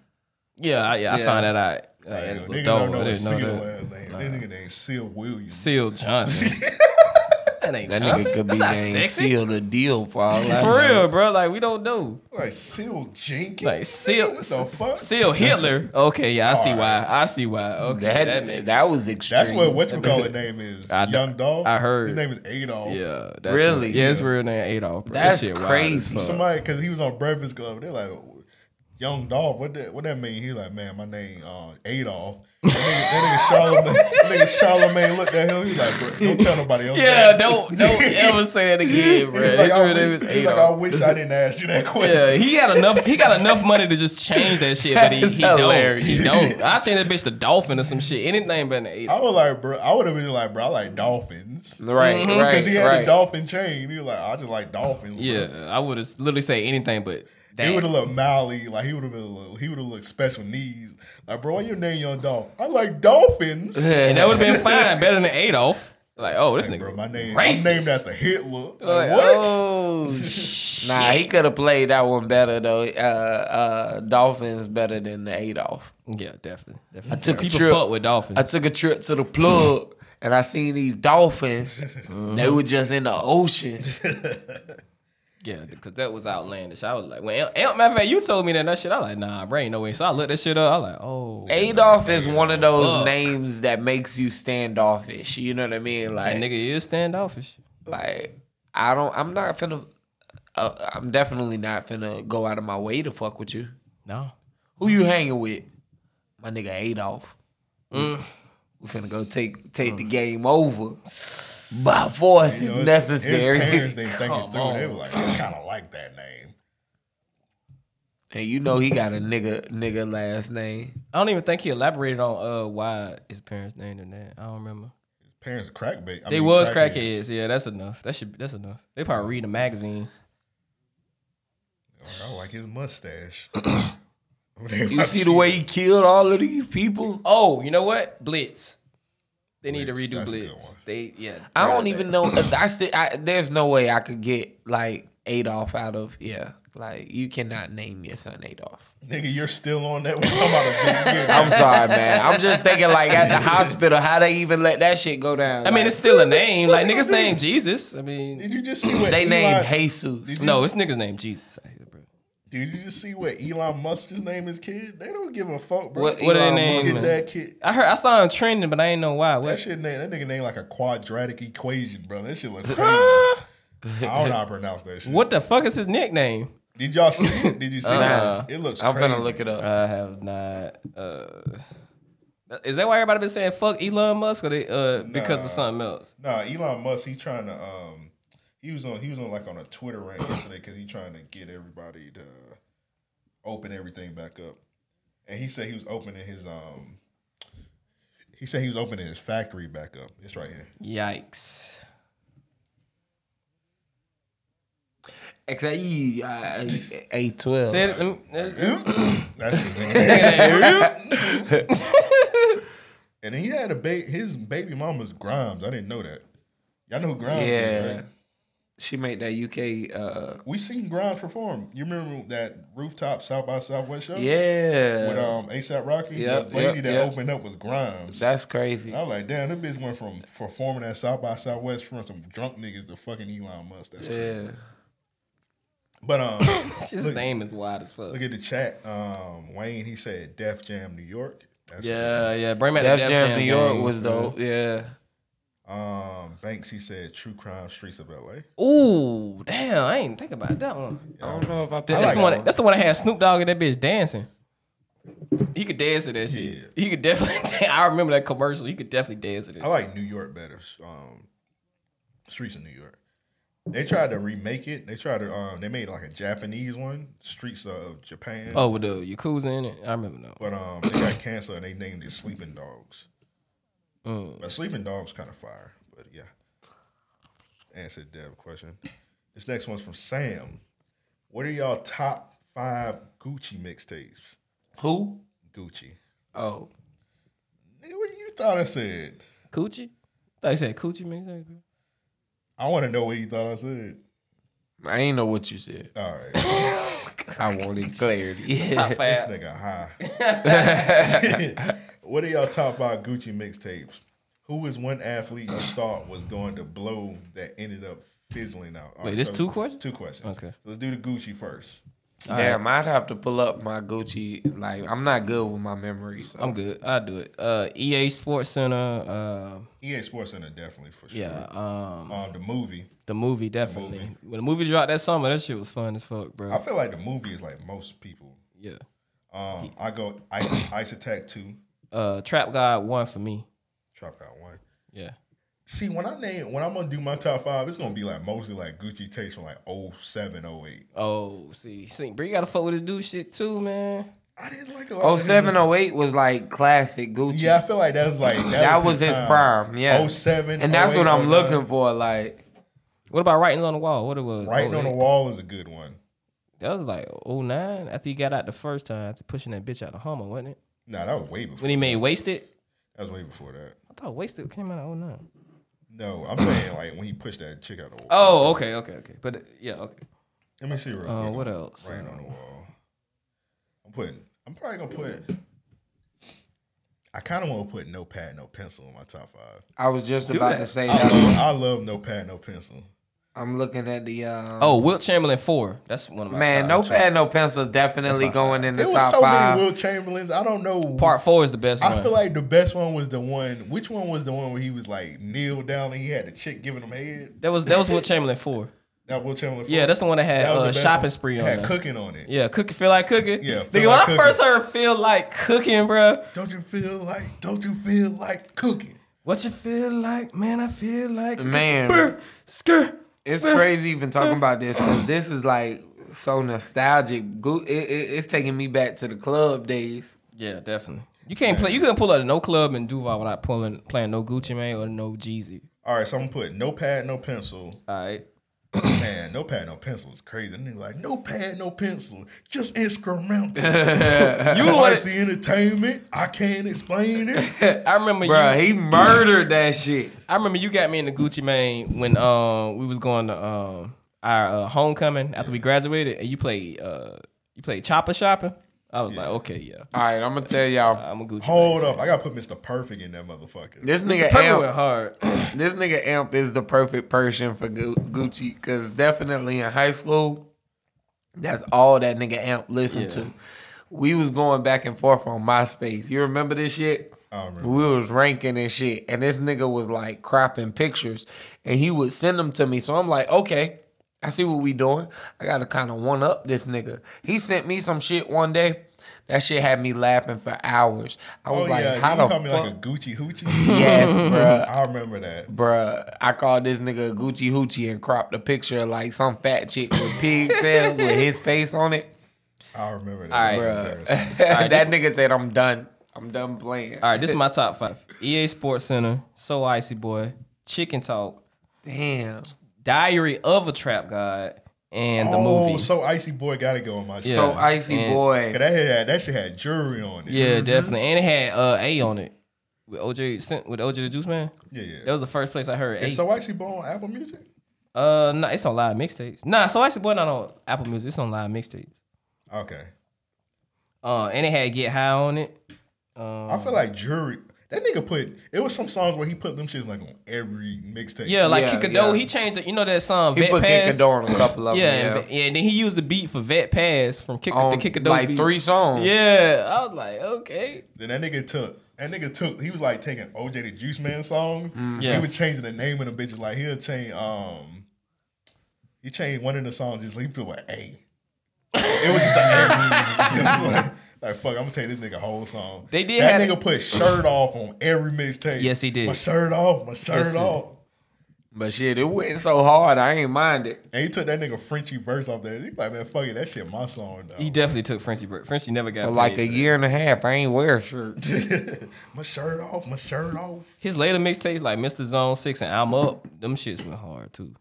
Yeah, I, yeah, I
Yeah.
found that out. Uh, it was dumb.
Nigga don't know
I
what
didn't
Seal
know that.
last name. That nigga named Seal Williams.
Seal Johnson. that ain't
That
Johnson.
nigga could be
That's not
named
sexy.
Seal the Deal for all I
For
know.
real, bro. Like we don't know.
Like Seal Jenkins.
Like
Nigga,
Seal,
What the fuck?
Seal Hitler. Okay, yeah, I see why. I see why. Okay, that,
That,
makes
that, was extreme.
That's what what you
That
call
makes
it name is.
I know-
Young Dolph.
I heard.
his name is Adolf.
Yeah, that's
Really?
Yeah, his real name Adolf. Bro.
That's
that shit
crazy.
Wild as fuck.
Somebody, cause he was on Breakfast Club. They're like, Young Dolph. What that? What that mean? He like, man, my name uh, Adolf. That nigga, that nigga Charlemagne. that nigga Charlemagne looked at him. He like, bro, don't tell nobody else.
yeah,
that.
don't don't ever say that again, bro.
He's
His
like, I
real name
wish-
is
he's like, I
Adolf.
wish I didn't ask you that question.
Yeah, he got enough. He got enough money to just change that shit, but he,
That's
he don't.
hilarious.
He don't. I change that bitch to dolphin or some shit. Anything but an Adolf.
I was like, bro, I would have been like, bro, I like dolphins.
Right, right,
Because he had
right.
the dolphin chain. He was like, I just like dolphins. bro.
Yeah, I would have literally say anything but
He would have
that.
looked mildly, like he would have been, a little, he would have looked special needs. Like, bro, why your name Young Dolph? I like dolphins.
And that would have been fine, better than Adolf. Like, oh, this
Like,
nigga.
bro, my name,
racist.
I'm named after Hitler. Like,
Like,
what?
Oh,
Nah, he could have played that one better though. Uh, uh, Dolphins better than the Adolf.
yeah, definitely. definitely. I
took a
people
trip.
fuck with dolphins.
I took a trip to the plug and I seen these dolphins. They were just in the ocean.
Yeah, because that was outlandish. I was like, when Ant, matter of fact, you told me that, that shit. I was like, nah, bro, ain't no way. So I looked that shit up. I was like, oh,
Adolf is one of those
Fuck.
names that makes you standoffish. You know what I mean? Like,
that nigga is standoffish.
like I don't. I'm not finna. Uh, I'm definitely not finna go out of my way to fuck with you.
No.
Who you hanging with? My nigga Adolf.
Mm.
We finna go take take the game over by force
You know,
if
his- His
necessary.
parents, they thinking
Come
through. They
on.
were like, I kind of like that name.
and you know he got a nigga nigga last name.
I don't even think he elaborated on uh why his parents named him that. I don't remember.
His parents crack bait. I
They
mean,
was
crackheads.
crackheads. Yeah, that's enough. That should that's enough. They probably read a magazine.
Like, I like his mustache.
You see the way he killed all of these people.
Oh, you know what? Blitz. They need to
Blitz,
redo
that's a good
Blitz.
one.
They yeah.
I
they're
don't
bad.
even know. uh, I still. I, there's no way I could get like Adolf out of. Yeah, like you cannot name your son Adolf.
Nigga, you're still on that. We're talking about a big year.
I'm sorry, man. I'm just thinking like at the hospital, how they even let that shit go down.
I mean,
Like,
it's still a name. Like niggas named Jesus. I mean,
Did you just see what
they
Elon,
named Jesus.
you
no,
see-
it's niggas named Jesus. out here, bro.
Did you just see what Elon Musk just named his kid? They don't give a fuck, bro.
What-
What are they
Elon
named?
Look at that kid.
I heard I saw him trending, but I didn't know why.
That
What?
shit name, that nigga named like a quadratic equation, bro. That shit look crazy. I don't know how to pronounce that shit.
What the fuck is his nickname?
Did y'all see it? Did you see
Uh-uh.
Uh, it? It looks
I'm
crazy.
gonna look it up.
I have not. Uh, is that why everybody been saying fuck Elon Musk or they uh because of something else?
Nah, Elon Musk, he trying to um he was on he was on like on a Twitter rant yesterday because he trying to get everybody to open everything back up. And he said he was opening his um he said he was opening his factory back up. It's right here.
Yikes!
XAE E, uh, A twelve.
Say it, um, uh,
That's his name. And then he had a baby his baby mama's Grimes. I didn't know that. Y'all know who Grimes is,
Yeah,
right?
she made that UK. Uh,
We seen Grimes perform. You remember that rooftop South by Southwest show? With
yeah,
um ASAP Rocky?
Yep,
the lady
yep,
that
yep.
opened up was Grimes.
that's crazy.
I was like, damn, that bitch went from performing at South by Southwest from some drunk niggas to fucking Elon Musk. That's crazy.
Yeah,
But um,
his
look,
name is wide as fuck.
look at the chat. Um, Wayne, he said Def Jam New York. That's
Yeah, yeah. Bring back
Def
the Def
Jam New York
gang,
was
bro.
dope. Yeah,
Good. Um, Banks, he said True Crime Streets of L.A.
Ooh, damn! I ain't think about that one.
I don't know about
That's the one. That's the one that had Snoop Dogg and that bitch dancing. He could dance to that shit. He could definitely. I remember that commercial. He could definitely dance to that.
I like New York better. Um, Streets of New York. They tried to remake it. They tried to. Um, they made like a Japanese one, Streets of Japan.
Oh, with the Yakuza in it. I remember that.
But um, they got canceled and they named it Sleeping Dogs. Mm. But sleeping dogs kind of fire. But yeah. Answer Deb question. This next one's from Sam. What are y'all top five Gucci mixtapes?
Who?
Gucci.
Oh.
Nigga, what you thought I said?
Coochie? Thought you said coochie mixtape.
I want to know what you thought I said.
I ain't know what you said.
All right.
I wanted clarity.
Top five.
This nigga high. what are y'all top five Gucci mixtapes? Who was one athlete you thought was going to blow that ended up fizzling out? All
Wait, this two
it's
questions?
Two questions.
Okay.
Let's do the Gucci first.
Damn, I'd have to pull up my Gucci. Like, I'm not good with my memory. So.
I'm good. I'll do it. Uh, EA Sports Center. Uh,
EA E Sports Center definitely for sure.
yeah. Um,
Um, the movie.
the movie definitely. When the movie dropped that summer, that shit was fun as fuck, bro.
I feel like the movie is like most people.
yeah.
Um, I go Ice, Ice Attack Two,
Uh, Trap God won for me.
Trap Out One.
Yeah.
See, when I name when I'm gonna do my top five, it's gonna be like mostly like Gucci tapes from like 07, 08.
Oh, see, see, bro, you gotta fuck with this dude shit too, man.
I didn't like a lot.
Oh
of his
seven,
music.
oh eight was like classic Gucci.
Yeah, I feel like that was like that,
that was his
time.
prime. Yeah.
07,
And that's what
08,
I'm
09.
looking for. Like,
What about writing on the wall? What it was?
Oh,
Writing on the
08?
wall is a good one.
That was like 09 after he got out the first time after pushing that bitch out the Hummer, wasn't it?
Nah, that was way before.
When he made Wasted.
that was way before that.
I thought Wasted came out in 09.
No, I'm saying like when he pushed that chick out the wall.
Oh, okay, okay, okay. But uh, yeah, okay.
let me see real quick.
Uh, what else?
Writing on the wall. I'm putting. I'm probably gonna put. I kind of want to put no pad, no pencil in my top five.
I was just
Do
about
that.
to say
I
that.
love, I love no pad, no pencil.
I'm looking at the. Um,
Oh, Wilt Chamberlain four. That's one of my
man, no
top
pad, no pencil is definitely
That's my
going in the
There was
top
so
five.
many Will Chamberlains. I don't know.
Part four is the best
I
one.
feel like the best one was the one. Which one was the one where he was like kneel down and he had the chick giving him head?
that was that was Wilt Chamberlain four.
That Will Chamberlain.
Yeah, that's the one that had
That was the
uh,
best
shopping
one.
spree on
Had
there.
cooking on it.
Yeah, cooking. Feel like cooking.
Yeah,
Nigga,
Feel
when
Like
I
Cooking.
first heard "Feel Like Cooking," bro,
Don't you feel like? Don't you feel like cooking?
what you feel like, man? I feel like
Man.
Brr, skr.
It's crazy even talking about this because this is like so nostalgic. Gu- It, it, it's taking me back to the club days.
Yeah, definitely. You can't play. You couldn't pull out of no club in Duval without pulling playing no Gucci man or no Jeezy.
All right, so I'm gonna put no pad, no pencil.
All right.
Man, no pad, no pencil is crazy. And they like, no pad, no pencil, just instrumental. you
You
like
was,
the entertainment? I can't explain it.
I remember you.
Bruh, he murdered that shit.
I remember you got me in the Gucci Mane when um we was going to um our uh, homecoming after we graduated and you played uh you played Chopper Shopping. I was like, okay, yeah,
All right, I'm gonna tell y'all.
I'm a Gucci.
Hold
Mane.
up, I gotta put Mr. Perfect in that motherfucker.
This nigga
Purple went
Amp,
hard.
this nigga Amp is the perfect person for Gu- Gucci because definitely in high school, that's all that nigga Amp listened to. We was going back and forth on MySpace. You remember this shit?
I don't remember.
We was ranking and shit, and this nigga was like cropping pictures, and he would send them to me. So I'm like, okay, I see what we doing. I gotta kind of one up this nigga. He sent me some shit one day. That shit had me laughing for hours. I was
oh
like,
yeah,
how the
you call
fuck?
me like a Gucci hoochie.
yes, bruh.
I remember that.
Bruh, I called this nigga Gucci Hoochie and cropped a picture of like some fat chick with pigtails with his face on it.
I remember that.
All right.
That was embarrassing.
that nigga said, I'm done. I'm done playing.
All right, this is my top five: EA Sports Center, So Icy Boy, Chicken Talk,
Damn.
Diary of a Trap God, and the
oh,
movie.
so Icy Boy gotta go on my
Yeah.
show.
So icy
and-
boy.
that, had, that shit had jury on it.
yeah, definitely, and it had uh A on it with OJ Sin- with OJ the Juice Man.
Yeah, yeah.
That was the first place I heard. A.
Is So Icy Boy on Apple Music?
Uh, no, it's on live mixtapes. Nah, so actually, boy, not on Apple Music. It's on live mixtapes.
Okay.
Uh, and it had Get High on it.
I
Um,
feel like jury. That nigga put it was some songs where he put them shits like on every mixtape.
Yeah, like
Yeah,
Kikado,
yeah.
he changed it. You know that song,
He
Vet
put
Pass.
Kikador on a couple of
yeah,
them.
And, yeah, and then he used the beat for Vet Pass from Kick
on
the Kikado
like
beat.
three songs.
Yeah, I was like, okay,
Then that nigga took that nigga took he was like taking OJ the Juice Man songs.
Mm, Yeah.
He was changing the name of them bitches. Like he'll change um he changed one of the songs just he put like A. It was just like A. just like, like fuck, I'm gonna take this nigga whole song.
They did
that
have-
nigga put shirt off on every mixtape.
Yes, he did.
My shirt off, my shirt
Yes, sir.
off.
But shit, it went so hard. I ain't mind it.
And he took that nigga Frenchie verse off there. He like, man, fuck it, that shit my song though.
He definitely took Frenchie break. Frenchie never got
For like
paid
a
for
year and a half, I ain't wear a shirt.
my shirt off, my shirt off.
His later mixtapes like Mr. Zone Six and I'm Up, them shits went hard too.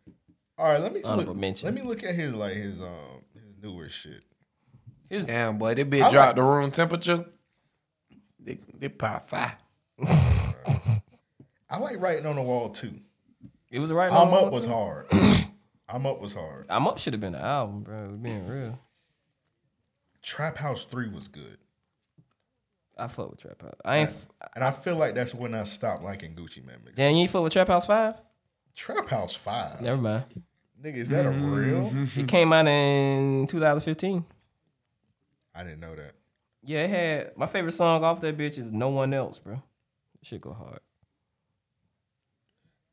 All right, let me
Honorable
look,
mention.
let me look at his like his um his newer shit.
Damn, boy, that bitch
I like-
dropped the room temperature. They, they pop five.
I like writing on the wall too.
It was right.
I'm
on-
up was hard. I'm up was hard.
I'm Up should have been the album, bro. Being real,
Trap House Three was good,
I fuck with Trap House. I ain't. f-
and I feel like that's when I stopped liking Gucci Man. Mix.
Damn, you ain't fuck with Trap House Five?
Trap House Five,
Never mind.
nigga, is that a real?
It came out in 2015.
I didn't know that.
Yeah, it had my favorite song off that bitch is No One Else, bro. Shit go hard.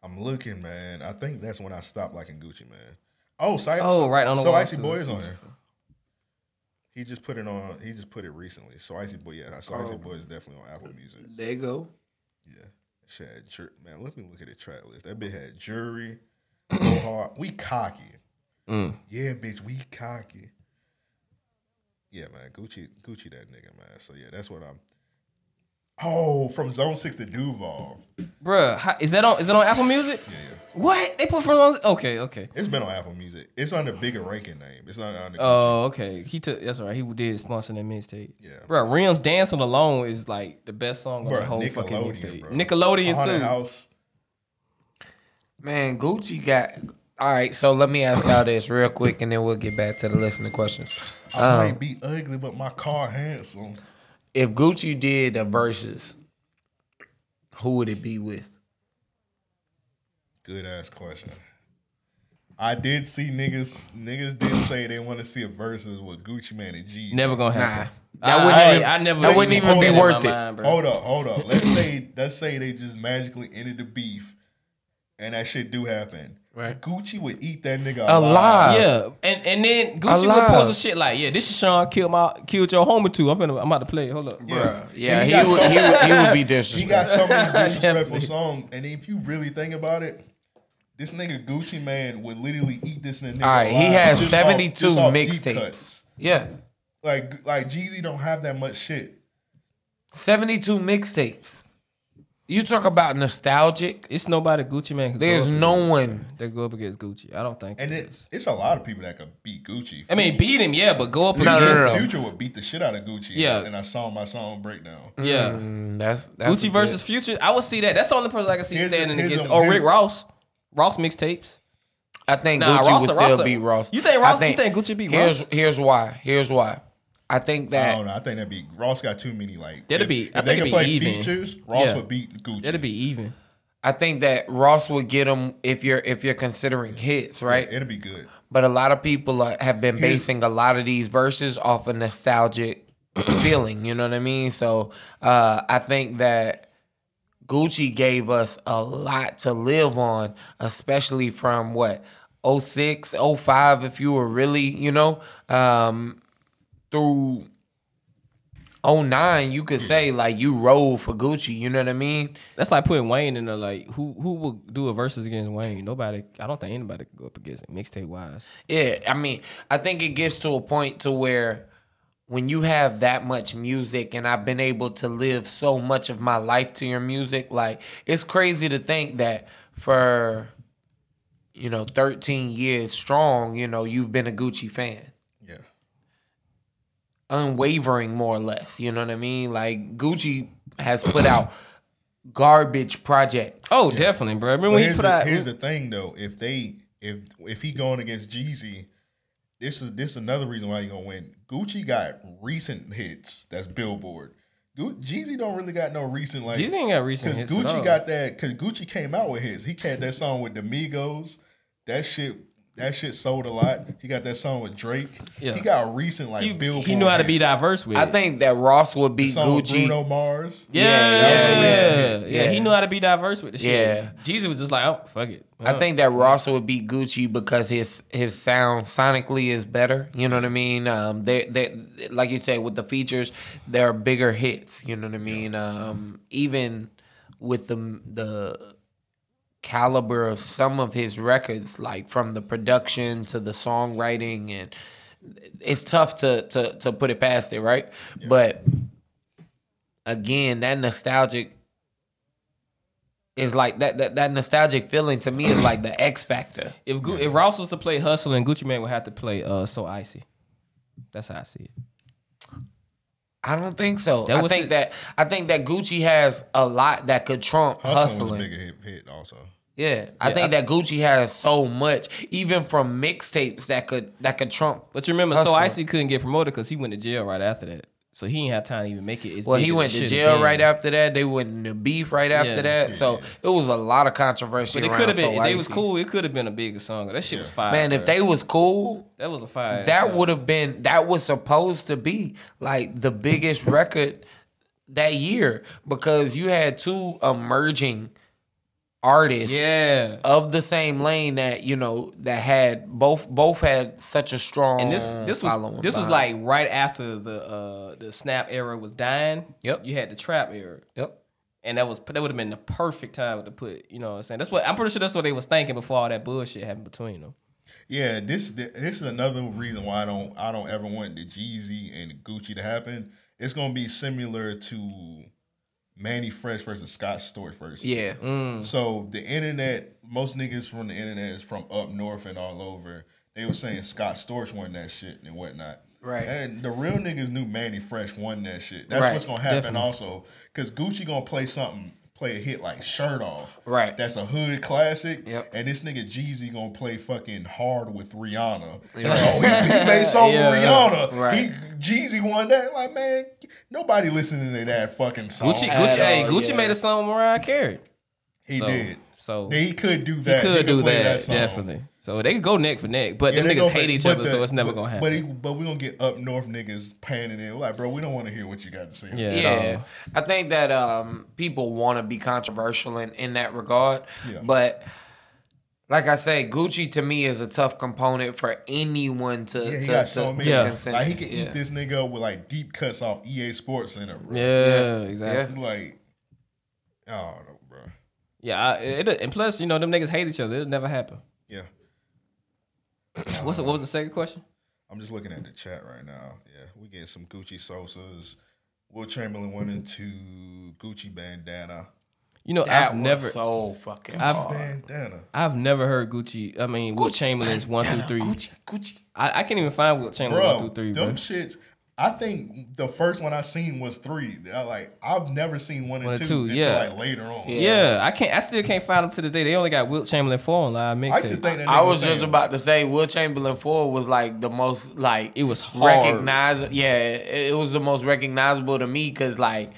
I'm looking, man. I think that's when I stopped liking Gucci Man. Oh, Cy-
Oh, right on the
so
wall.
Icy
too.
Boy is on there. He just put it on. He just put it recently. So Icy Boy, yeah. So Icy Boy is definitely on Apple Music.
There you go.
Yeah. Shit had jur- man, let me look at the track list. That bitch had jury, go hard. We cocky.
Mm.
Yeah, bitch, we cocky. Yeah, man. Gucci, Gucci that nigga, man. So yeah, that's what I'm Oh, from Zone Six to Duval.
Bruh, how- is that on? Is it on Apple Music?
Yeah, yeah.
What they put from? on- Okay, okay.
It's been on Apple Music. It's under bigger ranking name. It's not under Gucci.
Oh, okay. He took. That's all right. He did sponsor that mixtape.
Yeah.
Bro, Rims Dancing Alone is like the best song on
Bruh,
the whole fucking
Nickelodeon,
mixtape.
bro.
Nickelodeon
Haunted
too.
House.
Man, Gucci got. All right, so let me ask y'all this real quick, and then we'll get back to the listening questions.
Oh.
I might be ugly, but my car handsome.
If Gucci did a versus, who would it be with?
Good ass question. I did see niggas. Niggas did say they want to see a versus with Gucci Man and G.
Never gonna happen.
Nah. That
I,
wouldn't
I-
even-
I never.
that wouldn't even
put
be
that in
worth
my
it.
mind, bro.
Hold up, hold up. Let's say let's say they just magically ended the beef, and that shit do happen.
Right.
Gucci would eat that nigga alive.
Alive.
Yeah, and and then Gucci
Alive.
would post a shit like, "Yeah, this is Sean killed my killed your homie too." I'm finna, I'm about to play. it. Hold up,
Yeah.
Bruh, Uh, yeah,
He
he,
got
would,
so-
he would. He would be
He got
disrespectful.
so many disrespectful songs, and if you really think about it, this nigga Gucci Man would literally eat this nigga.
All right, he
alive
has
just off-
72
just off deep
mixtapes.
cuts.
Yeah,
Like like Jeezy don't have that much shit.
seventy-two mixtapes. You talk about nostalgic.
it's nobody Gucci man. could go
There's
up
no
against.
one.
that go up against Gucci. I don't think.
And
there
it,
is.
it's a lot of people that could beat Gucci.
I mean, beat him, yeah, but go up
No,
against.
no,
Future-
no, no.
Future would beat the shit out of Gucci.
Yeah.
And I saw my song breakdown.
Yeah,
Mm, that's, that's a
Gucci
good-
versus Future. I would see that. That's the only person I can see
Here's a-
standing
here's
against.
a-
Or
here's-
Rick Ross, Ross mixtapes.
I think
Nah,
Gucci
Ross-
would
Ross-
still beat Ross.
You think
I
Ross- you think Gucci beat
here's,
Ross?
Here's why. Here's why. I think
I
that
don't know. I think that'd be Ross got too many like.
That'd
if-
be-
If
I
they
think
could
it'd
play
be even.
features, Ross
Yeah.
would beat Gucci.
That'd be even.
I think that Ross would get him if you're if you're considering hits, right?
It'd be good.
But a lot of people are, have been basing a lot of these verses off a nostalgic feeling. You know what I mean? So uh, I think that Gucci gave us a lot to live on, especially from what 06, 05, if you were really, you know, um, through 09, you could say like you rolled for Gucci. You know what I mean?
That's like putting Wayne in there. Like who who would do a versus against Wayne? Nobody. I don't think anybody could go up against him mixtape wise.
Yeah, I mean, I think it gets to a point to where when you have that much music and I've been able to live so much of my life to your music, like it's crazy to think that for you know, 13 years strong, you know, you've been a Gucci fan.
Yeah.
Unwavering more or less, you know what I mean? Like Gucci has put out garbage projects.
Oh, definitely, bro. Remember
But
when he
here's,
put
the,
out?
here's the thing though. If they if if he going against Jeezy, this is this is another reason why he gonna win. Gucci got recent hits. That's Billboard. Gu- Jeezy don't really got no recent like.
Jeezy ain't got recent
Because
hits at all.
Gucci got that. Because Gucci came out with his. He had that song with Domingos. That shit. That shit sold a lot. He got that song with Drake.
Yeah.
He got recent like
he,
Billboard.
he knew how to be
hits.
diverse with.
I
it.
think that Ross would
The
beat
song with
Gucci.
Bruno Mars.
Yeah,
Yeah,
yeah,
yeah,
yeah,
yeah.
He knew how to be diverse with the shit.
Yeah.
Jesus was just like, oh, fuck it.
I think that Ross would beat Gucci because his his sound sonically is better. You know what I mean? Um, they they like you said with the features, they're bigger hits. You know what I mean? Um, even with the the caliber of some of his records, like from the production to the songwriting, and it's tough to to to put it past it, right? But again, that nostalgic is like that that, that nostalgic feeling to me is like the X factor.
If Gu- if Ross was to play Hustle and Gucci Man would have to play uh So Icy. That's how I see it.
I don't think so.
That
I
was
think
it.
that I think that Gucci has a lot that could trump
Hustling was
hustling.
a bigger hit, hit also.
Yeah, I
Yeah,
think
I-
that Gucci has so much, even from mixtapes that could that could trump.
But you remember So
Hustling.
Icy couldn't get promoted because he went to jail right after that. So he ain't had time to even make it. It's
Well,
big
he
as
went
shit
to jail
again.
right after that. They went into beef right after
Yeah.
that. So it was a lot of controversy.
But it
around
could have been.
So
if they was
Icy.
cool. It could have been a bigger song. That shit was fire.
Man, if
bruh.
they was cool,
that was a fire.
that would have been that was supposed to be like the biggest record that year because you had two emerging artists
Yeah.
of the same lane that you know that had both both had such a strong
And this this
following
was this was
behind
like right after the uh the snap era was dying.
Yep.
You had the trap era.
it. yep
And that was that would have been the perfect time to put, you know what I'm saying? That's what I'm pretty sure that's what they was thinking before all that bullshit happened between them.
Yeah, this this is another reason why I don't I don't ever want the Jeezy and the Gucci to happen. It's gonna be similar to Manny Fresh versus Scott Storch first.
yeah
So the internet, most niggas from the internet is from up north and all over. They were saying Scott Storch won that shit and whatnot.
Right.
And the real niggas knew Manny Fresh won that shit. That's
Right,
what's gonna happen also. Cause Gucci gonna play something, play a hit like shirt off.
Right.
That's a hood classic.
Yep.
And this nigga Jeezy gonna play fucking hard with Rihanna. Like, oh, he, he made song with Rihanna.
Right.
He Jeezy won that. Like, man, nobody listening to that fucking song.
Gucci
at
Gucci hey,
all,
Gucci
yeah.
made a song with Mariah Carey.
He
So-
did.
So
He could do
He
that.
could do
play
that,
song.
definitely. So they could go neck for neck, but
Yeah,
them
they
niggas
gonna-
hate each
but
other,
the-
so it's never
but-
gonna
But,
happen.
he, but we gonna get up north niggas panning in. Like, bro, we don't want to hear what you got to say.
yeah,
yeah
dawg.
i think that um people want to be controversial in in that regard
Yeah.
but like i said gucci to me is a tough component for anyone to
Yeah, he
to,
got
to,
so
to
many.
Yeah.
consider.
Like he can
yeah.
eat this nigga up with like deep cuts off EA Sports Center, bro.
yeah, exactly.
Yeah.
Like, I don't know, bro.
Yeah, I, it, and plus, you know, them niggas hate each other. It'll never happen.
Yeah,
What's the, what was the second question?
I'm just looking at the chat right now. Yeah, we getting some Gucci Sosa's. Will Chamberlain went into Gucci bandana.
You know,
that
I've
was
never,
so fucking
I've-
hard.
Bandana.
I've never heard Gucci. I mean, Wilt Chamberlain's one through three.
Gucci, Gucci.
I, I can't even find Wilt Chamberlain
Bro,
one through three,
them
bro.
shits. I think the first one I seen was three. I, like I've never seen one and
One
two,
and two,
until
yeah.
like later on.
yeah, I can't. I still can't find them to this day. They only got Wilt Chamberlain four on live
I used to
mixtape.
think that
I
nigga
was just
saying-
about to say Will Chamberlain four was like the most like
It was hard.
recognizable. Yeah, it it was the most recognizable to me because like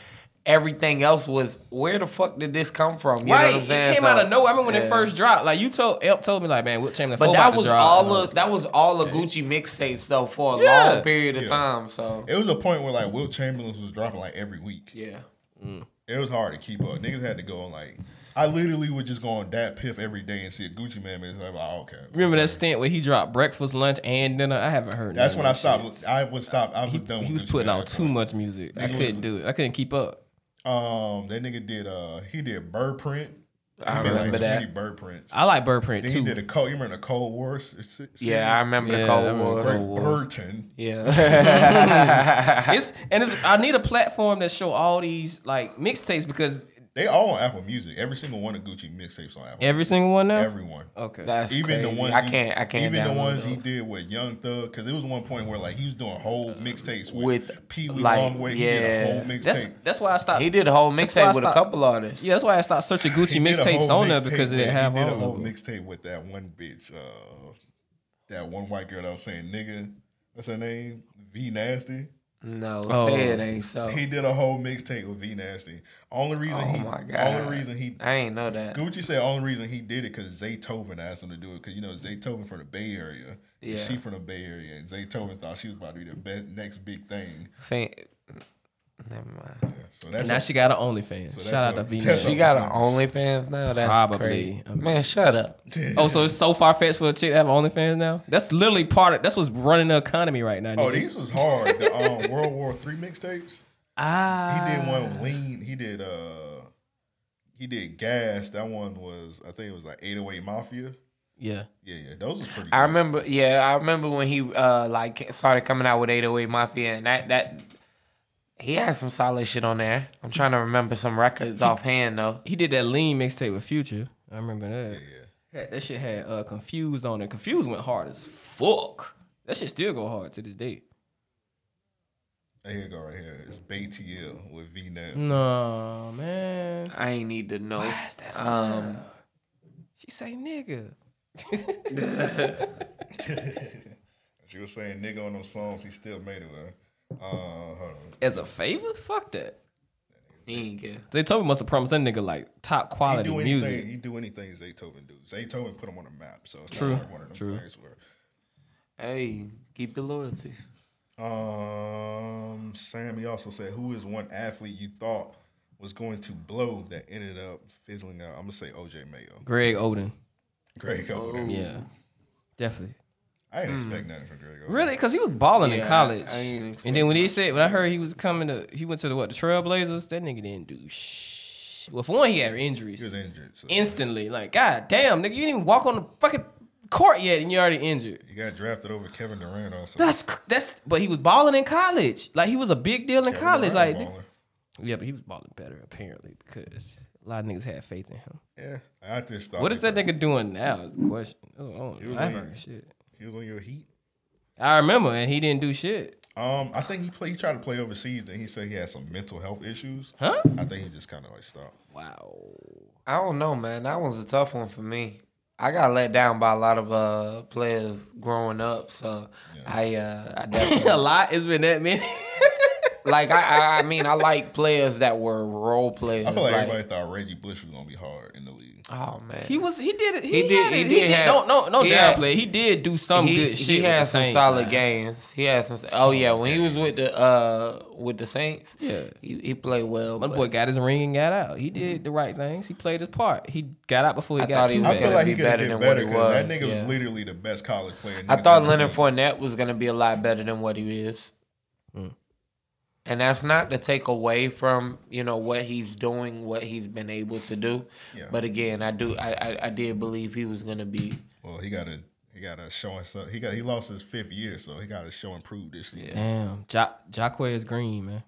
everything else was where the fuck did this come from? You know
Right,
what I'm
it
saying?
came
So-
out of nowhere. I remember when
Yeah.
it first dropped. Like you told, Elp told me, like man, Wilt Chamberlain.
But
four about
that
to
was
drop.
all
And I
of that was all of Gucci mixtapes though for a
Yeah.
long period of
Yeah.
time. So
It was a point where like Wilt Chamberlain was dropping like every week.
yeah,
It was hard to keep up. Niggas had to go on like I literally would just go on that piff every day and see a Gucci man. man. It's like, oh, okay.
Remember that stint where he dropped breakfast, lunch, and dinner? I haven't heard.
That's
none
when I
of that
stopped.
shit.
I was stopped. I was done.
he
with
was
Gucci
putting
Mane
out
at that
too
point.
much music. I
Nigga
couldn't
was-
do it. I couldn't keep up.
Um, that nigga did. Uh, he did bird print.
I
He did like
remember that.
20 bird prints.
I like Bird Print
then he
too.
did a cold. You remember the Cold War? s- s-
yeah, I remember
Yeah,
the
I
Cold
remember
War.
the Cold
series?
War.
Burton.
Yeah,
It's and it's. I need a platform that show all these like mixtapes because
They all on Apple Music. Every single one of Gucci mixtapes on Apple.
every single one now.
Everyone.
okay.
Oh, that's
even
crazy.
the ones
I
he-
can't. I can't.
Even the
download
ones he
those. Uh,
did with Young Thug, because it was one point where like he was doing whole mixtapes with,
With,
Pee Wee
like,
Longway. He did a
yeah.
whole
that's
mixtape.
that's why I stopped.
He did a whole
That's why I
mixtape with a
stopped-
couple artists.
yeah, that's why I stopped searching Gucci
He did a
mixtapes
whole
on there
mixtape
because it
with-
didn't have
He did a
all
whole
of them.
mixtape with that one bitch, uh, that one white girl that was saying nigga. What's her name? V Nasty.
No,
Oh.
say it ain't so.
He did a whole mixtape with V Nasty. Only reason
Oh
he,
my God.
only reason he
I ain't know that.
Gucci said only reason he did it because Zaytoven asked him to do it because you know Zaytoven from the Bay Area. and
Yeah.
She from the Bay Area, and Zaytoven thought she was about to be the best, next big thing.
Say, never mind.
So that's
Now she got an OnlyFans.
that's
Shout out
a-
to V.
that's
You got an OnlyFans now? That's
Probably.
crazy.
I mean-
Man, shut up.
Oh, so it's so far fetched for a chick to have OnlyFans now. That's literally part of. That's what's running the economy right now.
oh,
nigga.
these was hard. The um, World War Three mixtapes.
ah,
He did one with Lean. He did uh, he did gas. That one was I think it was like 808 Mafia.
Yeah.
Yeah, yeah. Those was pretty.
I remember, yeah, I remember when he uh like started coming out with 808 Mafia, and that that he had some solid shit on there. I'm trying to remember some records offhand though.
He did that lean mixtape with Future. I remember that. Yeah, yeah. That, that shit had uh, confused on it. Confused went hard as fuck. That shit still go hard to this day.
Hey, here you go right here. It's BTL with V Nasty.
Mm.
No man.
I ain't need to know.
Why is that
um,
allowed? She say nigga.
She was saying nigga on them songs. He still made it. With. Uh, hold on.
As a favor? Fuck that.
he ain't care.
Zaytoven must have promised that nigga like top
He
quality
do anything.
music.
He do anything Zaytoven do. Zaytoven put him on the map. So it's
True,
Not like one of them
true.
things where.
Hey, keep your loyalties.
Um, Sammy also said, "Who is one athlete you thought was going to blow that ended up fizzling out?" I'm gonna say OJ Mayo.
Greg Oden.
Greg Oden.
Yeah. Definitely.
I didn't expect nothing from Greg Oden.
Hmm. Really? Because he was balling in
Yeah,
college.
I ain't
and then when he said, when I heard he was coming to, he went to the what, the Trailblazers, that nigga didn't do shit. Well, for one, he had
He was
injuries
injured. So
instantly. Like, god damn, nigga, you didn't even walk on the fucking court yet and you're already injured.
he got drafted over Kevin Durant also.
That's, cr- that's, but he was balling in college. Like, he was a big deal in
Kevin
college. Like,
Durant baller.
yeah, but he was balling better apparently because a lot of niggas had faith in him.
yeah, I just thought.
What
he
is that
was-
nigga doing now? Is the question. Oh, I don't
was
know. I
like-
haven't heard shit.
He was on your heat.
I remember, and he didn't do shit.
Um, I think he played. He tried to play overseas. Then he said he had some mental health issues.
Huh?
I think he just kind of like stopped.
Wow.
I don't know, man. That was a tough one for me. I got let down by a lot of uh players growing up, so I uh I definitely
a lot. It's been that many.
like I, I I mean I like players that were role players.
I feel like,
like-
everybody thought Reggie Bush was gonna be hard in the league.
oh man,
he was. He did. it- He,
He
had it.
did- he
He
did
did.
have-
no, no, no.
he had-
downplay. He did do some
he,
good
he
shit. with
had
the
some
Saints,
solid
man.
games. He had some. oh yeah, when he was with the uh with the Saints,
Yeah.
he, he played well.
My
but
boy got his ring and got out. He did the right things. He played his part. He got out before he
I
got
thought
too
he
he
was
I feel
gonna
like
be
he could have
better
did
than
better
what he
because that
was,
nigga
yeah.
was literally the best college player.
I
niggas
thought
ever
Leonard
seen.
Fournette was gonna be a lot better than what he is. Mm. And that's not to take away from you know what he's doing, what he's been able to do.
Yeah.
But again, I do, I, I, I did believe he was gonna be.
Well, he got a he got a showing. So he got he lost his fifth year, so he got to show and prove this year.
Damn, ja- Jaquez Green, man.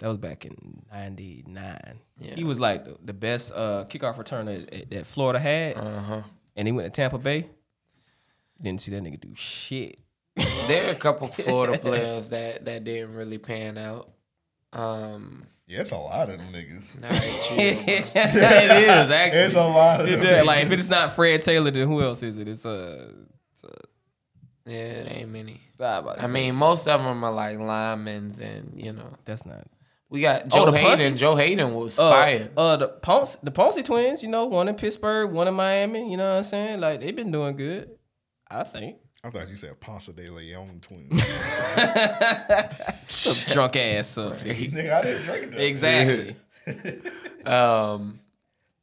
That was back in '99.
Yeah.
He was like the, the best uh, kickoff returner that, that Florida had,
Uh huh.
and he went to Tampa Bay. Didn't see that nigga do shit.
There are a couple Florida players that that didn't really pan out. Um,
Yeah, it's a lot of them niggas.
all right, chill, bro.
it is actually.
It's a lot of
It
them.
does.
niggas.
Like if it's not Fred Taylor, then who else is it? It's uh,
yeah, it ain't many.
I, about to
I
say,
mean, most of them are like linemen, and you know,
that's not.
we got
Oh,
Joe
the
Hayden.
Pussy?
Joe Hayden was
Uh,
fire.
uh, the Ponce, the Ponce twins. You know, one in Pittsburgh, one in Miami. You know what I'm saying? Like they've been doing good. I think.
I thought you said Ponce de Leon twins.
Some drunk ass stuff.
Nigga, I didn't drink that.
Exactly.
Um,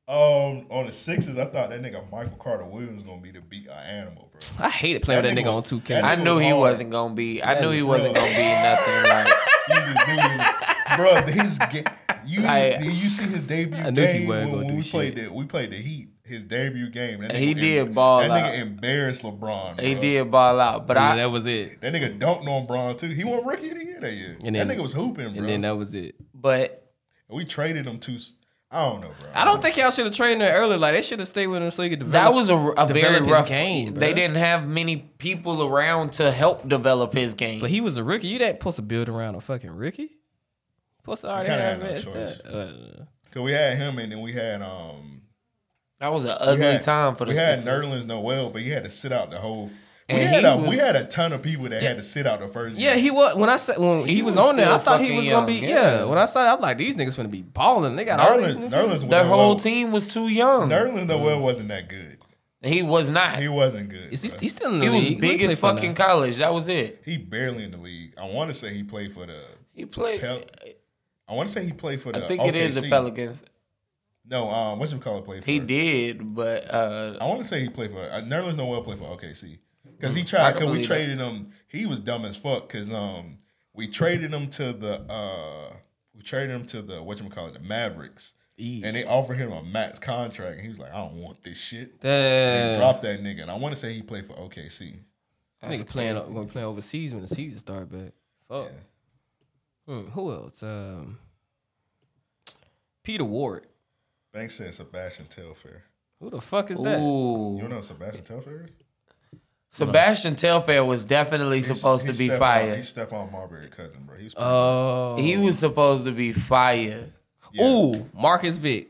Um, on the Sixers, I thought that nigga Michael Carter Williams gonna be the beat an animal, bro.
I hated playing
That
with that
nigga
nigga on
was-
2K.
that
I
nigga
knew
was
he
hard.
wasn't gonna be. I knew he
Bro.
wasn't gonna be nothing. Like,
You just knew he was- bro. His ga- you
I-
did you see his debut
I knew he
game
wasn't
when,
gonna
when
do
we played
shit.
the we played the Heat. His debut game, that
He
nigga
did
em-
ball
That
out.
nigga embarrassed LeBron.
he
bro.
did ball out, but
yeah,
I
that was it.
That nigga dunked on Braun too. He won rookie of the year that year.
And then-
that nigga was hooping, bro.
And then that was it.
but
we traded him to. s- I don't know, bro.
I don't think y'all should have traded him earlier. Like they should have stayed with him so he could develop.
that was a, a very
develop his
rough
game,
game.
bro.
They didn't have many people around to help develop his game.
But he was a rookie. You ain't supposed to build around a fucking rookie. Supposed to already
kinda
have
had no
that.
choice.
stuff. Uh,
Cause we had him, and then we had um.
that was an
we
ugly
had-
time for the
We had
Sixers.
Nerlens Noel, but he had to sit out the whole. We
And
had,
he
a, we
was-
had a ton of people that had to sit out the first.
yeah,
year.
he was. When I said when he,
He
was,
was
on there, I
still
thought he
fucking
was gonna be.
young,
Yeah.
yeah.
When I saw, it, I'm like, these niggas gonna be balling. They got all these. niggas.
Nerlens, Nerlens
Their whole
Noel-
team was too young.
Nerlens Noel
Mm-hmm.
wasn't that good.
He was not.
He
He,
wasn't good.
Is he,
bro.
he's still in the
was
league? Who he
big as
play for now?
fucking college. That was it.
He barely in the league. I want to say he played for the.
He played.
Pel- I want to say he played for the.
I think it
OKC.
is the Pelicans.
No, um, what you call it? Played for.
He did, but uh,
I want to say he played for uh, Nerlens Noel played for OKC because he tried
can Mm-hmm.
because we
believe that.
traded him. He was dumb as fuck because um we traded him to the uh we traded him to the what you call it, the Mavericks. And they offered him a max contract, and he was like, "I don't want this shit."
Damn.
And dropped that nigga, and I want to say he played for OKC.
I think playing uh, gonna play overseas when the season start, but fuck. Hmm, who else? Um, Peter Ward.
Banks said Sebastian Telfair.
Who the fuck is that?
Ooh.
You don't know Sebastian Telfair? is?
Sebastian Telfair was definitely supposed to
He's
be
Stephon-
fired.
He's Stephon Marbury cousin, bro. He's
Oh,
He was supposed to be fired.
Ooh, Marcus Vick.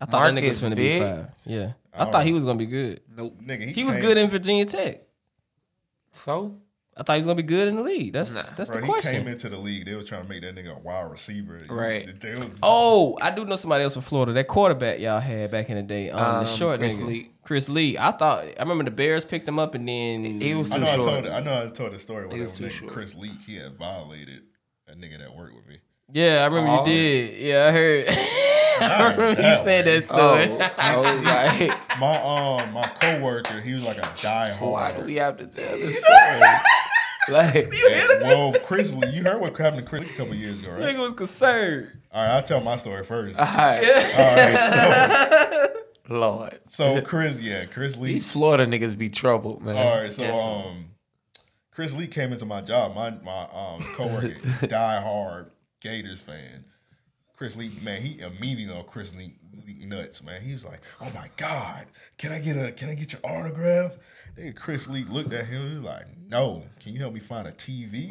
I thought that nigga
Marcus
was gonna be
Vick?
fired. Yeah, I, thought he was gonna be good.
nigga. He,
He was
came-
good in Virginia Tech.
So
I thought he was gonna be good in the league. That's that's the
Bro, he
question.
came into the league. They were trying to make that nigga a wide receiver.
Right.
They was-
Oh, I do know somebody else from Florida. That quarterback y'all had back in the day, um,
Um,
the short
Chris
nigga,
Lee.
Chris Lee. I thought I remember the Bears picked him up, and then
he was
I
too
know I told
short.
I know I told the story when
He
that
was too
nigga
short.
Chris Leak he had violated a nigga that worked with me.
yeah, I remember
Oh.
you did. Yeah, I heard. I
Not
remember you
that
said
way.
that story.
Oh, I was like,
My um my coworker, he was like a
why do
diehard.
we have to tell this story? Like,
And- Well, Chris Lee, you heard what happened to Chris Lee a couple years ago, right?
Nigga was concerned.
All right, I'll tell my story first.
all right,
All right,
Lord,
so so Chris, yeah, Chris Lee.
these Florida niggas be troubled, man.
All right, so um, Chris Lee came into my job. My my um coworker, diehard Gators fan. Chris Lee, man, he immediately on Chris Lee, Lee nuts, man. He was like, "Oh my God, can I get a can I get your autograph?" Nigga, Chris Lee looked at him. He was like, "No, can you help me find a TV?"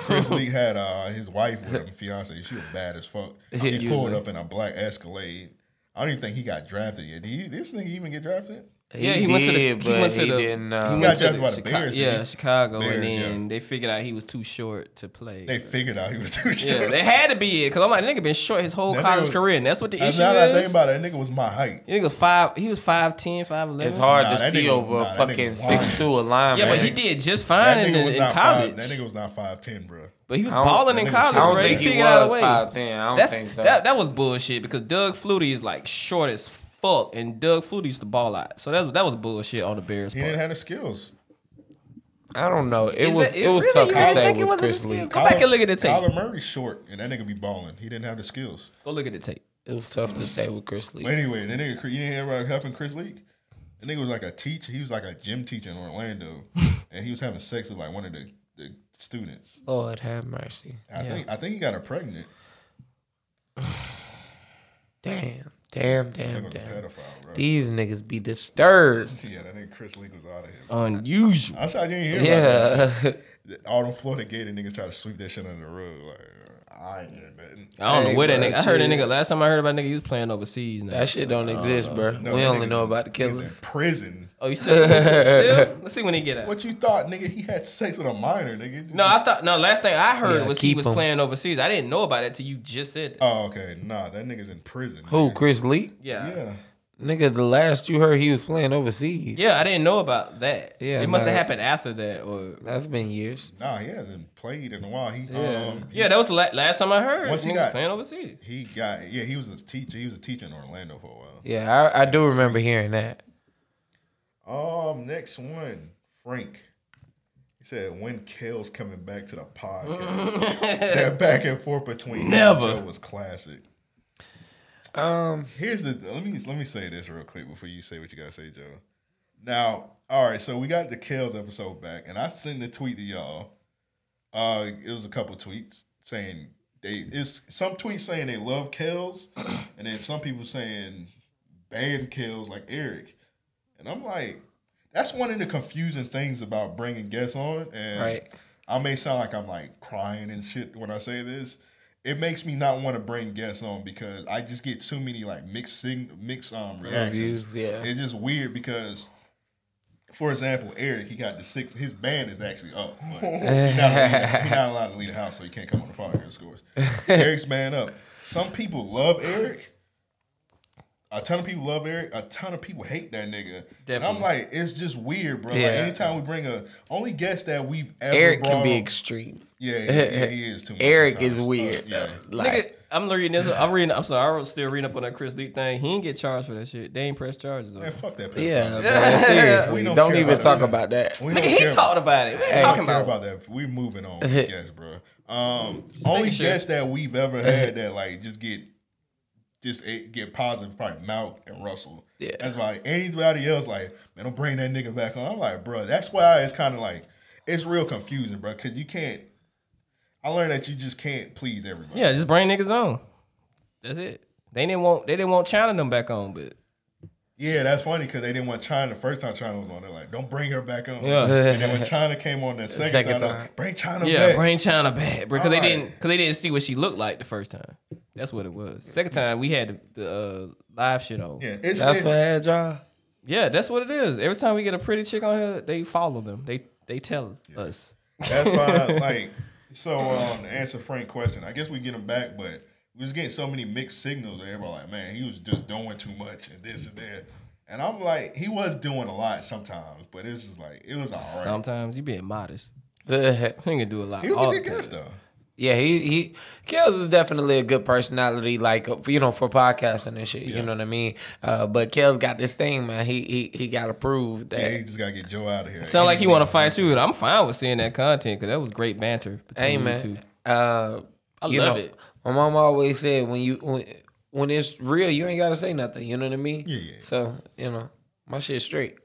Chris Lee had uh, his wife with him, fiance. She was bad as fuck. He
Yeah,
pulled
usually.
up in a black Escalade. I don't even think he got drafted yet. Did he, this nigga even get drafted?
yeah, he went to the.
did,
He went to
he
the.
didn't.
he
Uh,
went
got
to
drafted by the
Chica-
Bears, didn't
Yeah,
he?
Chicago,
Bears,
and then
yeah.
they figured out he was too short to play.
They figured out he was too short.
yeah, they had to be it because I'm like, nigga been short his whole
That
college
nigga-
career, and that's what the
And
issue
now that I think
is.
about it, that nigga was my height.
He was five. He was five ten, five eleven.
it's hard
Nah,
to
that
see
nigga-
over
nah,
a
that nigga
fucking
lying.
six two line.
Yeah, but
man.
he did just
That
fine in,
nigga
the,
was
in
not
college.
Five, that nigga was not five ten, bro.
but he was
I don't-
balling in
that nigga-
college,
I don't
bro.
think he
he figured out a way.
5'10". I don't
That's,
think so.
That, that was bullshit because Doug Flutie is like short as fuck, and Doug Flutie used to ball out. So that's that was bullshit on the Bears.
He didn't
Part.
have the skills.
I don't know. It
Is
was
that-
it,
it
was
really-
tough
you
to
really
say
think it
with
wasn't
Chris
his
Lee.
skills? Go back and look at the tape.
Kyler Murray's short, and that nigga be balling. He didn't have the skills.
Go look at the tape.
It was tough to say with Chris Lee.
But anyway, that nigga, you didn't hear about helping Chris Leak? That nigga was like a teacher. He was like a gym teacher in Orlando, and he was having sex with like one of the, the students.
Lord have mercy.
I think I think he got her pregnant.
Damn, damn, damn,
Like a
damn.
pedophile, bro.
These niggas be disturbed.
Yeah, that nigga Chris Leak was out of here.
Unusual.
I'm sorry, I didn't hear about that shit.
Yeah,
All them Florida Gator niggas try to sweep that shit under the rug. Like, I ain't hearing nothing.
I don't
Hey,
know where that
bro,
nigga. I heard that
shit.
nigga last time I heard about nigga. He was playing overseas. Now,
that shit
so,
don't
I
exist,
know.
bro.
No,
we
that
only
nigga's
know
in-
about the
He's in
killers.
prison.
Oh, you still, you still? Let's see when he get out.
What you thought, nigga? He had sex with a minor, nigga.
No, I thought no. Last thing I heard
Yeah,
was he
keep
was
'em.
playing overseas. I didn't know about it till you just said. That.
Oh, okay. Nah, that nigga's in prison.
Who?
nigga.
Chris Lee?
Yeah. yeah,
Yeah.
Nigga, the last you heard he was playing overseas.
I didn't know about that.
Yeah,
Yeah, it must
no.
have happened after that, or
That's been years.
Nah, he hasn't played in a while. He
yeah,
um
yeah. That was the la- last time I heard.
Once he
Niggas
got-
playing overseas.
he got yeah, he was a teacher. He was a teacher in Orlando for a while.
Yeah, I, I do remember hearing that.
Um, next one, Frank. He said, "When Kale's coming back to the podcast, that back and forth between him and
Never.
Joe was classic."
Um,
Here's the let me let me say this real quick before you say what you gotta say, Joe. Now, all right, so we got the Kale's episode back, and I sent a tweet to y'all. Uh, it was a couple tweets saying they it's some tweets saying they love Kale's, and then some people saying ban Kale's like Eric, and I'm like, that's one of the confusing things about bringing guests on, and
Right.
I may sound like I'm like crying and shit when I say this. It makes me not want to bring guests on because I just get too many like mixed sing- mixed um reactions.
Reviews, yeah.
It's just weird because, for example, Eric he got the six. His band is actually up. But he's not, allowed- he not allowed to leave the house, so he can't come on the podcast. Of course, Eric's band up. Some people love Eric. A ton of people love Eric. A ton of people hate that nigga. And I'm
Definitely.
like, it's just weird, bro.
Yeah.
Like anytime we bring a only guest that we've ever
Eric can be
brought-
extreme.
Yeah, yeah, yeah, he is too much
Eric is
sometimes.
weird.
Yeah.
though. Like,
Nigga, I'm reading this. I'm reading. I'm sorry. I'm still reading up on that Chris Lee thing. He didn't get charged for that shit. They ain't press charges. though.
Man, fuck that. pedophile.
yeah, man, seriously.
We
Don't,
don't care
even
about
talk
this.
about that.
We
Nigga, he talked about it. What you
We
talking
don't care
about?
about that. We moving on. with guests, bro. Um, only
making sure.
guest that we've ever had that like just get just eh, get positive probably Mount and Russell.
Yeah.
that's why anybody else like man, don't bring that nigga back on. I'm like, bro, that's why it's kind of like it's real confusing, bro, because you can't. I learned that you just can't please everybody.
Yeah, just bring niggas on. That's it. They didn't want. They didn't want China them back on, but
Yeah, that's funny because they didn't want China the first time China was on. They're like, don't bring her back on.
Yeah.
And then when China came on that second,
Second
time, they're
time.
like, bring China
yeah,
back.
bring China back because they
Alright.
didn't. Because they didn't see what she looked like the first time. That's what it was. Second time we had the, the uh, live shit on.
yeah, it's
That's
it-
what had y'all.
Yeah, that's what it is. Every time we get a pretty chick on here, they follow them. They they tell us.
That's why, like, so um, to answer Frank's question, I guess we get him back, but we was getting so many mixed signals. that Everybody like, man, he was just doing too much and this and that. And I'm like, he was doing a lot sometimes, but it was just like it was all right.
Sometimes you being modest.
The-
You can do a lot.
he was
all
a good
the time.
guest though.
Yeah, he he Kels is definitely a good personality, like uh, for, you know, for podcasting and shit. You know what I mean? Uh, but Kels got this thing, man. He he he got to prove that.
Yeah, he just gotta get Joe out of here.
Sound like he want to fight you. and I'm fine with seeing that content because that was great banter between
Hey
you
man,
two.
uh,
I
you
love
know,
it.
My mom always said when you when, when it's real, you ain't gotta say nothing. You know what I mean?
Yeah, yeah.
So you know, my shit's straight.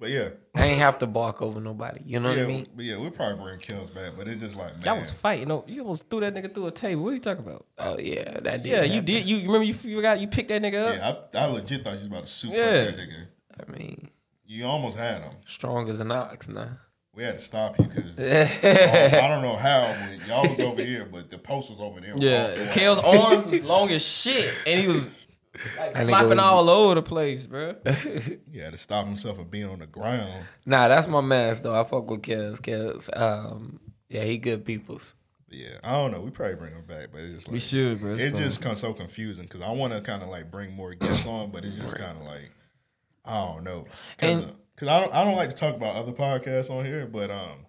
But yeah,
I ain't have to bark over nobody. You know what
yeah,
I mean?
but yeah, we'll probably bring Kills back, but it's just like man,
Y'all was fighting. No, you almost threw that nigga through a table. What are you talking about?
Oh yeah, that did.
Yeah, you
happen.
did. You you remember you forgot you picked that nigga up.
yeah, I, I legit thought you was about to super
Yeah.
that nigga.
I mean,
You almost had him.
strong as an ox now.
We had to stop you because I don't know how, but y'all was over here, but the post was over there. Off the
Yeah,
wall.
Kale's arms was long as shit, and he was like
That nigga
flopping
was-
all over the place, bro.
He had to stop himself from being on the ground.
Nah, that's my man though. I fuck with Kels. Kels, um, yeah, he good peoples.
Yeah, I don't know. We probably bring him back, but it's just like
We should, bro. It's
It
fun.
just comes so confusing because I want to kind of like bring more guests on, but it's just kind of like I don't know because
And-
I don't I don't like to talk about other podcasts on here, but um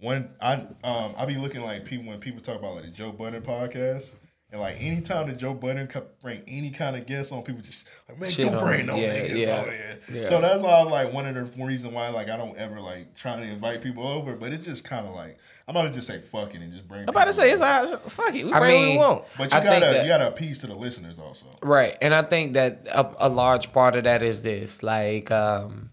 when I um I be looking like people when people talk about like the Joe Budden podcast. And like anytime that Joe Budden co- bring any kind of guests on, people just like man,
Shit
don't
on
bring
him.
no
Yeah,
niggas
yeah,
over here.
yeah.
So that's why I'm like one of the reason why like I don't ever like try to invite people over, but it's just kind of like I'm about to just say fuck it and just bring.
I'm about to
people
say
over.
it's all, fuck it. We
I
bring what we
mean-
want.
But you
I think
gotta
that-
you gotta appease to the listeners also.
Right. And I think that a, a large part of that is this. Like, um,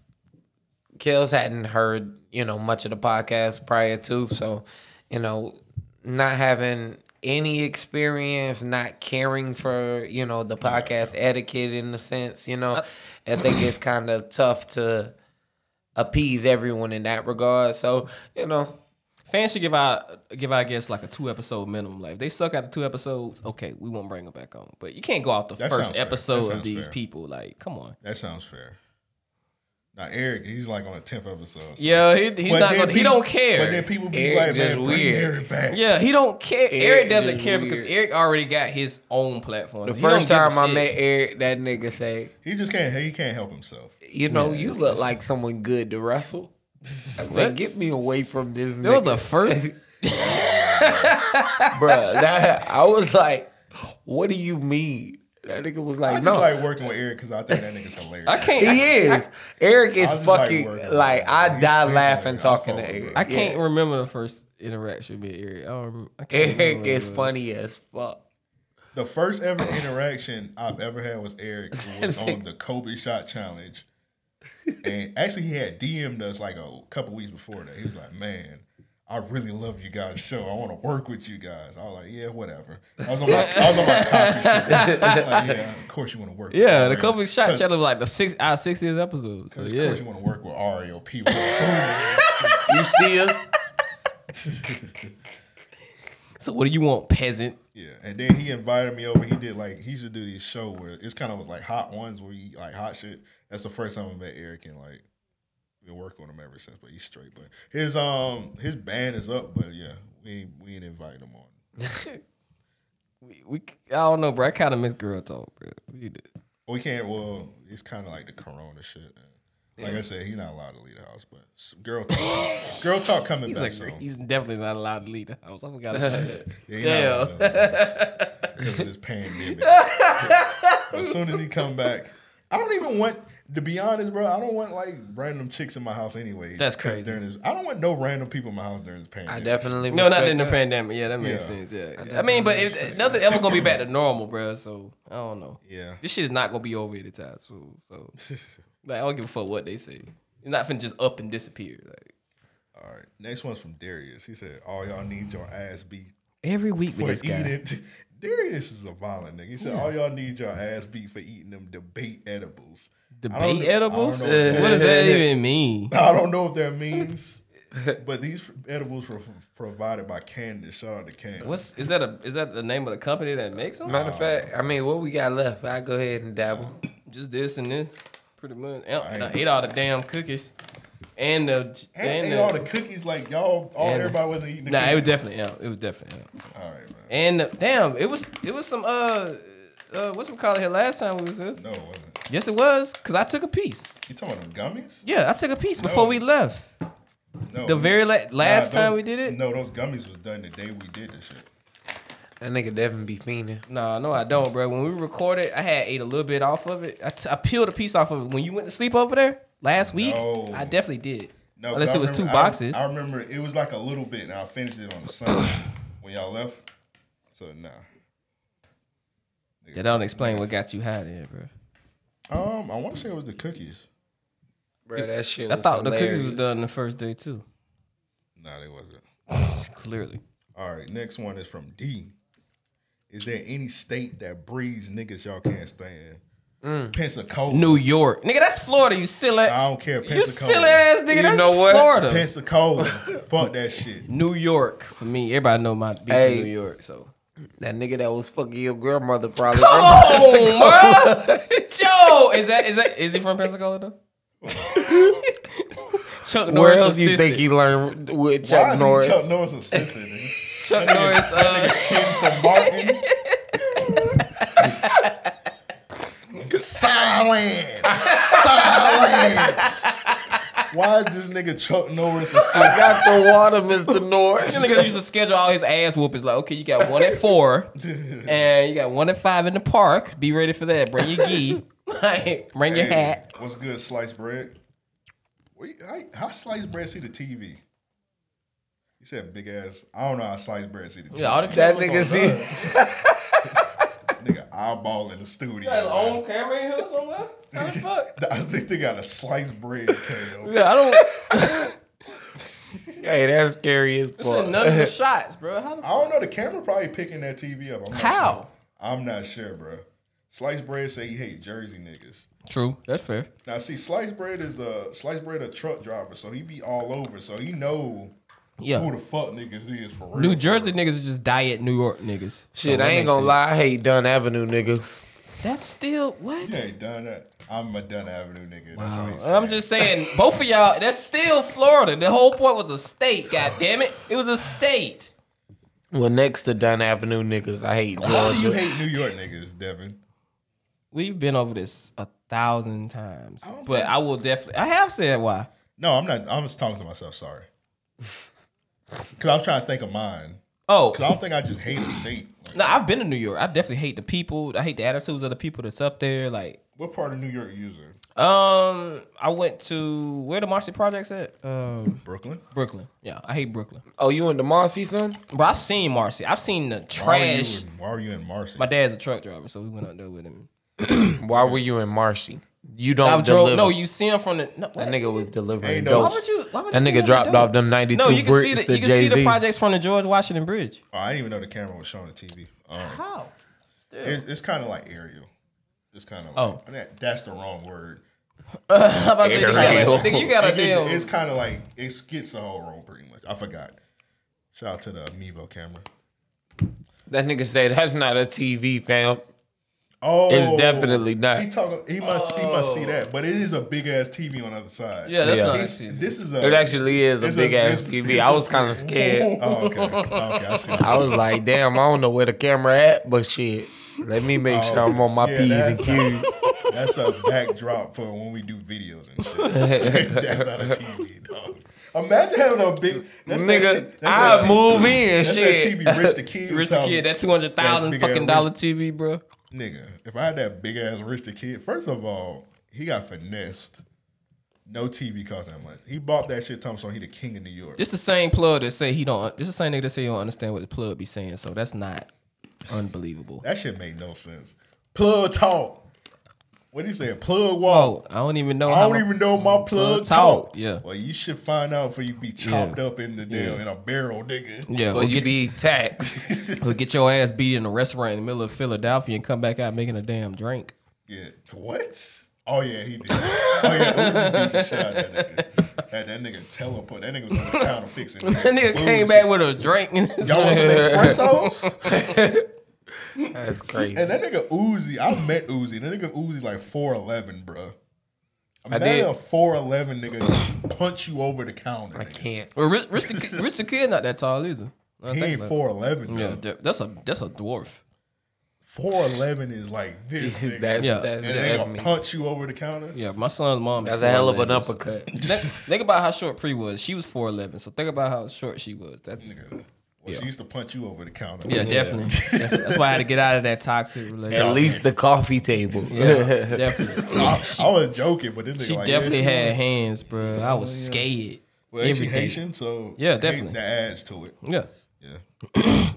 Kels hadn't heard, you know, much of the podcast prior to. So, you know, not having any experience, not caring for, you know, the podcast etiquette in a sense, you
Uh,
know, I think it's kind of tough to appease everyone in that regard. So, you know,
Fans should give our give our guests like a two episode minimum. Like if they suck after two episodes, okay, we won't bring them back on. But you can't go off the
That
first
sounds fair.
episode
That
of
sounds
these
fair.
people. Like, come on.
That sounds fair. Now Eric, he's like on a tenth episode. so-
Yeah, he, he's
But
not
then
gonna. he
people-
don't
But then
care.
people be
Eric
like,
just
man,
weird.
bring Eric back.
Yeah, he don't care. Eric
Eric
doesn't
just
care because
weird.
Eric already got his own platform.
the
He
first
don't give a
time I
shit.
met Eric, that nigga say,
He just can't. He can't help himself.
you know, you look like someone good to wrestle. I said, get me away from this
That was the
nigga,
first.
bruh. That, I was like, what do you mean? That nigga was
I
like,
just
no,
like working with Eric because I think that nigga's hilarious.
I can't.
he
I,
is. Eric is
I just like
fucking
working
like,
with him.
I
He's-
die
he's
laughing
hilarious. I
talking
fuck
to
with him.
Eric.
I can't
Yeah.
remember the first interaction with Eric. I don't remember. I can't remember
Eric
what it
is
was.
funny as fuck.
The first ever interaction I've ever had with Eric was on the Kobe Shot Challenge. And actually, he had DM'd us like a couple weeks before that. He was like, Man, I really love you guys' show. I want to work with you guys. I was like, Yeah, whatever. I was on my, I was on my coffee shit. Like, yeah, of course you want to work with
Yeah, the
Ari.
Kobe shot
Cause-
channel was like the six our sixtieth episode. So
Of
yeah,
course you want to work with Ario people. you
See us?
see?
So what do you want, peasant?
Yeah, and then he invited me over. He did like he used to do this show where it's kind of was like hot ones where you eat like hot shit. That's the first time I met Eric and like been working with him ever since. But he's straight. But his um his band is up. But yeah, we ain't, we ain't invited him on.
We, we I don't know, bro. I kind of miss girl talk, bro. We did.
We can't. Well, it's kind of like the Corona shit. Like I said, he's not allowed to leave the house, but s- girl talk, girl talk coming
He's,
back
a-
soon.
he's definitely not allowed to lead the house. I forgot to say that.
Yeah, he not
Damn.
allowed to because of this pandemic. as soon as he come back, I don't even want. To be honest, bro, I don't want like random chicks in my house anyway.
That's
'Cause
crazy.
During this, I don't want no random people in my house during this pandemic.
I definitely
No, not
respect
in the
that.
pandemic. Yeah, that makes
Yeah.
sense. Yeah, I, mean, but it, nothing ever gonna be back to normal, bruh. So I don't know.
Yeah.
this shit is not gonna be over anytime soon. So like, I don't give a fuck what they say. It's not finna just up and disappear. Like
All right. Next one's from Darius. He said, "All y'all need your ass beat
every week with
for
this guy.
eating." Darius is a violent nigga. He said, "All y'all need your ass beat for eating them debate edibles." I don't
Debate
know-
edibles?
I
What
don't know-
does that even mean?
I don't know what that means, but these edibles were provided by Candace. Shout out to Candace.
What's is that a is that the name of the company that makes them?
Oh.
Matter of fact, I mean, what we got left? I go ahead and dabble.
Just this and this, pretty much. And,
ain't-
and I ate all the damn cookies, and the
and,
and,
ate
the,
all the cookies like y'all, all
and the-
everybody wasn't eating. The
Nah, it was
cookies.
definitely yeah, it was definitely yeah.
All right, man.
And uh, damn, it was it was some uh uh what's we call it here last time we was here.
No, it wasn't.
Yes, it was because I took a piece.
You talking about them gummies?
Yeah, I took a piece before we left.
No.
The very la-
Oh. Nah,
last
those-
time we did it.
No, those gummies was done the day we did this shit.
That nigga Devin be fiending.
Nah, no, I don't, bro. When we recorded, I had ate a little bit off of it. I, t- I peeled a piece off of it. When you went to sleep over there last week,
No.
I definitely did.
No, 'cause
Unless
I
it was
remember-
two
I-
boxes.
I, remember it was like a little bit, and I finished it on the Sunday when y'all left. So nah.
that don't explain what got you high there, bro.
Um, I want to say it was the cookies.
Bro, that shit
I
was
thought the
hilarious.
cookies was done the first day too.
Nah, they wasn't.
Clearly.
All right, next one is from D. Is there any state that breeds niggas y'all can't stand? Pensacola.
Mm. New York, nigga, that's Florida. You silly,
I don't care.
you
Pensacola.
silly ass nigga.
You
that's
know what?
Florida.
Pensacola. Fuck that shit.
New York for me. Everybody know my beef
Hey.
in New York, so.
That nigga that was fucking your grandmother probably.
Oh, bro. Joe, is that is that is he from Pensacola though? Chuck
Where
Norris
else you think
assistant.
he learned with
Why
Chuck
is
Norris?
He Chuck Norris assistant. nigga?
Chuck Norris. Uh,
Kid from Martin. Silence. Silence. Why is this nigga Chuck Norris assistant?
Got your water, Mr. Norris.
this nigga used to schedule all his ass whoopings. Like, okay, you got one at four, and you got one at five in the park. Be ready for that. Bring your gi. Like, bring your
Hey,
hat.
What's good, sliced bread? Where you- I- how sliced bread see the TV? You said big ass. I don't know how sliced bread see the TV.
Yeah, all the
That
cameras
nigga
on
see.
Nigga eyeball in the studio.
that own camera in here somewhere. How the fuck?
I think they got a sliced bread KO.
Yeah, I don't.
Hey, that's scary as
Shit, none of the
fuck.
shots, bro. How the
I don't know. The camera probably picking that TV up. I'm not
How?
sure. I'm not sure, bro. Sliced bread say he hate Jersey niggas.
True, that's fair.
Now see, sliced bread is a sliced bread a truck driver, so he be all over. So he know who
Yeah,
the fuck niggas is for real.
New Jersey niggas is just diet New York niggas.
Shit,
So
I
that
ain't
makes
gonna
sense.
lie. I hate Dunn Avenue niggas.
That's still what? Oh,
You ain't done that. I'm a Dunn Avenue nigga. That's what he said.
I'm just saying, both of y'all. That's still Florida. The whole point was a state. God damn it, it was a state.
Well, next to Dunn Avenue niggas, I hate
Why do you
Georgia.
hate New York niggas, Devin?
We've been over this a thousand times,
don't
but
think-
I will definitely. I have said why.
No, I'm not. I'm just talking to myself. Sorry. Because I'm trying to think of mine.
Oh,
Because I don't think I just hate a state. Like,
no, I've been to New York. I definitely hate the people. I hate the attitudes of the people that's up there. Like,
what part of New York you using?
um, I went to where the Marcy Projects at? Um,
Brooklyn.
Brooklyn. Yeah, I hate Brooklyn.
Oh, you in Marcy, son?
Bro, I've seen Marcy. I've seen the
Why were you
trash.
in- Why are you in Marcy?
My dad's a truck driver, so we went out there with him.
Why were you in Marcy? You don't
I
deliver.
drove, no, you see him from the. No,
that nigga was delivering
Ain't no-
dope.
Why
Why would you? Why would
That
you
nigga
do to
dropped
Dope?
off them 92
No, you can see
bricks
the
to
you can see the
Jay-Z.
projects from the George Washington Bridge.
Oh, I didn't even know the camera was showing the TV. Um,
How?
it's it's kind of like aerial. It's kind of like,
Oh.
that, that's the wrong word.
I'm about to say, you
Ariel.
got a, nigga, you got a
It can-
deal.
it's kind of like it skips the whole room pretty much. I forgot. Shout out to the Mevo camera.
That nigga said that's not a TV, fam.
Oh,
It's definitely not.
He talk, He must. He must see that. But it is a big ass TV on the other side.
Oh. Yeah, that's
Yeah.
not.
This, this is a.
It actually is a
It's
big ass
it's-
TV.
it's
I
a-
was kind of scared.
Oh, okay. Okay, I see. what
I was like, damn, I don't know where the camera at, but shit, let me make sure I'm on my
Oh, yeah,
p's
that-
and q's.
you're- That's a backdrop for when we do videos and shit. that's not a TV, dog. Imagine having a big that's that
Nigga,
t- that's that
I
TV
move in,
That's
shit.
That TV, Rich the Kid. was
Rich the
talking-
kid, that two hundred thousand
big ass
fucking
Rich-
dollar TV, bro.
Nigga, if I had that big ass Rich the Kid, first of all, he got finessed. No TV cost that much. He bought that shit, Thompson. He the king of New York.
This the same plug that say he don't. This the same nigga that say he don't understand what the plug be saying. So that's not unbelievable.
That shit made no sense. Plug talk. What he said? Plug walk.
Oh, I don't even know.
I
how
don't
my-
even know my plug,
talk,
talk.
yeah.
Well, you should find out before you be chopped
Yeah.
up in the damn
Yeah.
in a barrel, nigga.
Yeah,
Or
we'll
you
get,
be taxed.
we'll get your ass beat in a restaurant in the middle of Philadelphia and come back out making a damn drink.
Yeah. What? Oh yeah, he did. Oh yeah, Uzi beat the shit out of that nigga. Had that nigga teleport. That nigga was on the counter fixing.
That nigga came back with a drink. And
Y'all want some espressos?
That's crazy.
And that nigga Uzi, I met Uzi. That nigga Uzi like four eleven, bro.
I
Imagine
did.
a four eleven nigga punch you over the counter.
I
nigga.
can't.
well, Rich, Rich, the, Kid- Rich the kid not that tall either. Now
He
think
ain't
about it.
four eleven.
Yeah, that- that's a that's a dwarf.
Four eleven is like this. Nigga.
That's,
Yeah.
that's,
and they
that's
gonna
me.
punch you over the counter.
Yeah, my son's mom. Is
That's a hell of an
4'11".
uppercut.
Think, think about how short Pre was. She was four eleven. So think about how short she was. That's
Nigga. Well, she used to punch you over the counter.
yeah, definitely. Definitely. That's why I had to get out of that toxic
At
relationship.
least Oh, the coffee table.
Yeah, definitely.
I, I was joking, but this nigga
She
like, yeah,
definitely
she- Oh,
had hands, bro. I was scared.
Well, ain't she
every day.
Haitian, so
Yeah,
hate-
definitely.
that adds to it.
Yeah.
Yeah,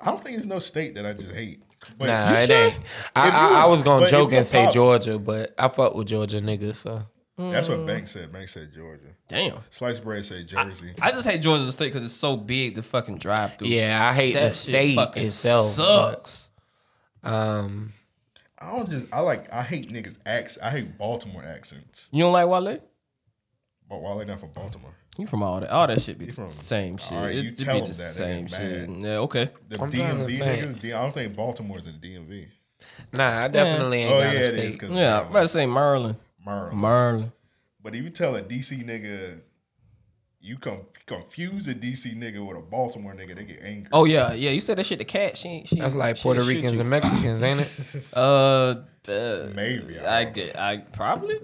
I don't think there's no state that I just hate. But
Nah,
you
it
sure?
ain't. I,
If you
I, I was
but
gonna
if
joke
you
and say
pops-
Georgia, but I fuck with Georgia niggas, so
That's what Banks said. Banks said Georgia.
Damn.
Sliced bread said Jersey.
I just hate Georgia State because it's so big to fucking drive through.
yeah, I hate
That
the
shit
state
fucking
itself. but,
sucks.
um,
I, don't just. I like. I hate niggas' acts. I hate Baltimore accents.
You don't like Wale?
But while they not from Baltimore,
You from all that? All that shit be
He
the
from-
same shit.
Alright,
it
you
it
tell
be
him
the
that, it
same
ain't
shit.
bad.
Yeah, okay.
the
I'm trying to
DMV
think.
niggas. I don't think Baltimore's in DMV.
nah, I definitely ain't
Oh yeah,
got a
it is.
state.
'cause
Yeah, I'm about to say Maryland.
Maryland.
Maryland.
But if you tell a DC nigga, you com- confuse a DC nigga with a Baltimore nigga, they get angry.
Oh yeah, yeah. You said that shit to Cat. She, ain't- she
That's
ain't-
like
she
Puerto
ain't shoot
Ricans
you.
and Mexicans, ain't it?
Uh, uh,
Maybe, I
I,
don't
get. I probably.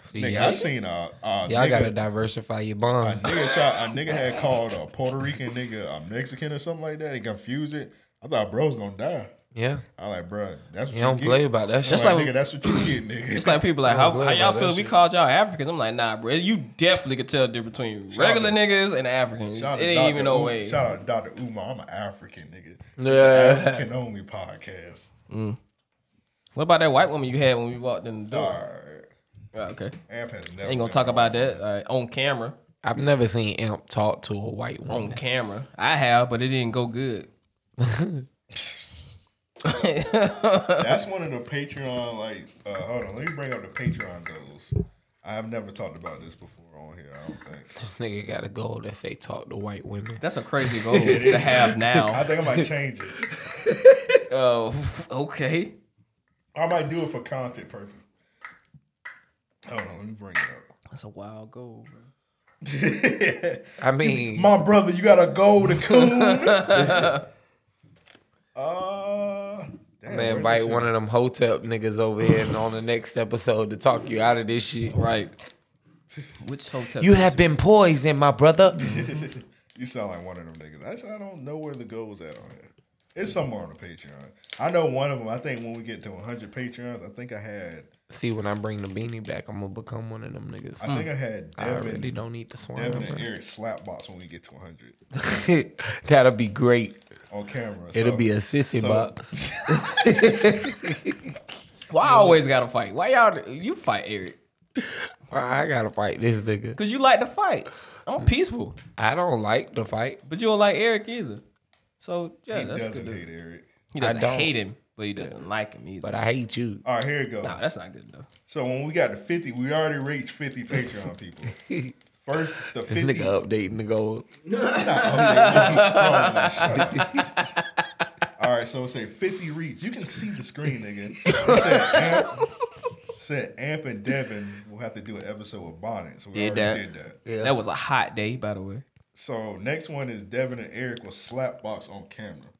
See,
nigga, I
y'all,
seen a, a
y'all
nigga,
gotta diversify your
a
bonds.
nigga try, a nigga had called a Puerto Rican nigga a Mexican or something like that. He confused it. I thought bro was gonna die.
Yeah,
I like bro, that's what
you
you,
don't
get.
play about that shit.
That's like,
like-
nigga, that's what you get, nigga.
It's like people like how,
glad
how y'all
about that
feel. We
shit.
called y'all Africans. I'm like nah, bro. You definitely could tell the difference between regular
out-
niggas and Africans. It
Shout out to
ain't even
Dr.
no
U-
way.
Shout out to Dr. Uma. I'm an African nigga.
Yeah.
African only podcast.
What about that white woman you had when we walked in the door?
Alright.
Ah, okay,
Amp has never
ain't
been
gonna talk
on.
about that all right, on camera.
I've never seen Amp talk to a white
On
woman.
camera, I have, but it didn't go good.
That's one of the Patreon like. Uh, hold on, let me bring up the Patreon goals. I have never talked about this before on here. I don't think.
This nigga got a goal that say talk to white women.
That's a crazy goal to have
I
now.
think I might change it.
Oh, okay.
I might do it for content purpose. Hold on, let me bring it
That's a wild goal, bro.
up.
I mean,
My brother, you got a goal to coon. uh, damn,
Man, invite one of them hotep niggas over here and on the next episode to talk you out of this shit.
Right. Which hotel?
You have been poisoned, my brother.
you sound like one of them niggas. Actually, I don't know where the goals at on here. It's somewhere on the Patreon. I know one of them. I think when we get to 100 Patreons, I think I had.
See, when I bring the beanie back, I'm gonna become one of them niggas.
I think I had
Hmm. I
Devin.
really don't need to
Devin
swarm.
and Eric slapbox when we get to 100
That'll be great.
on camera.
It'll
So,
be a sissy
so-
box.
Why I always gotta fight? Why y'all? You fight Eric
I gotta fight this nigga.
because you like to fight. I'm peaceful,
I don't like the fight.
but you don't like Eric either. So yeah,
he
that's
doesn't
good.
hate Eric.
He doesn't
I don't.
hate him, but he doesn't like him either.
But I hate you.
All right, here it goes.
nah, that's not good enough.
So when we got to 50, we already reached 50 Patreon people. First, the
This
50.
nigga updating the goal.
All right, so it say 50 reach. You can see the screen, nigga. It said Amp, said Amp and Devin will have to do an episode with Bonnet. So we
Did
already
that.
did that.
Yeah.
That was a hot day, by the way.
So next one is Devin and Eric will slapbox on camera.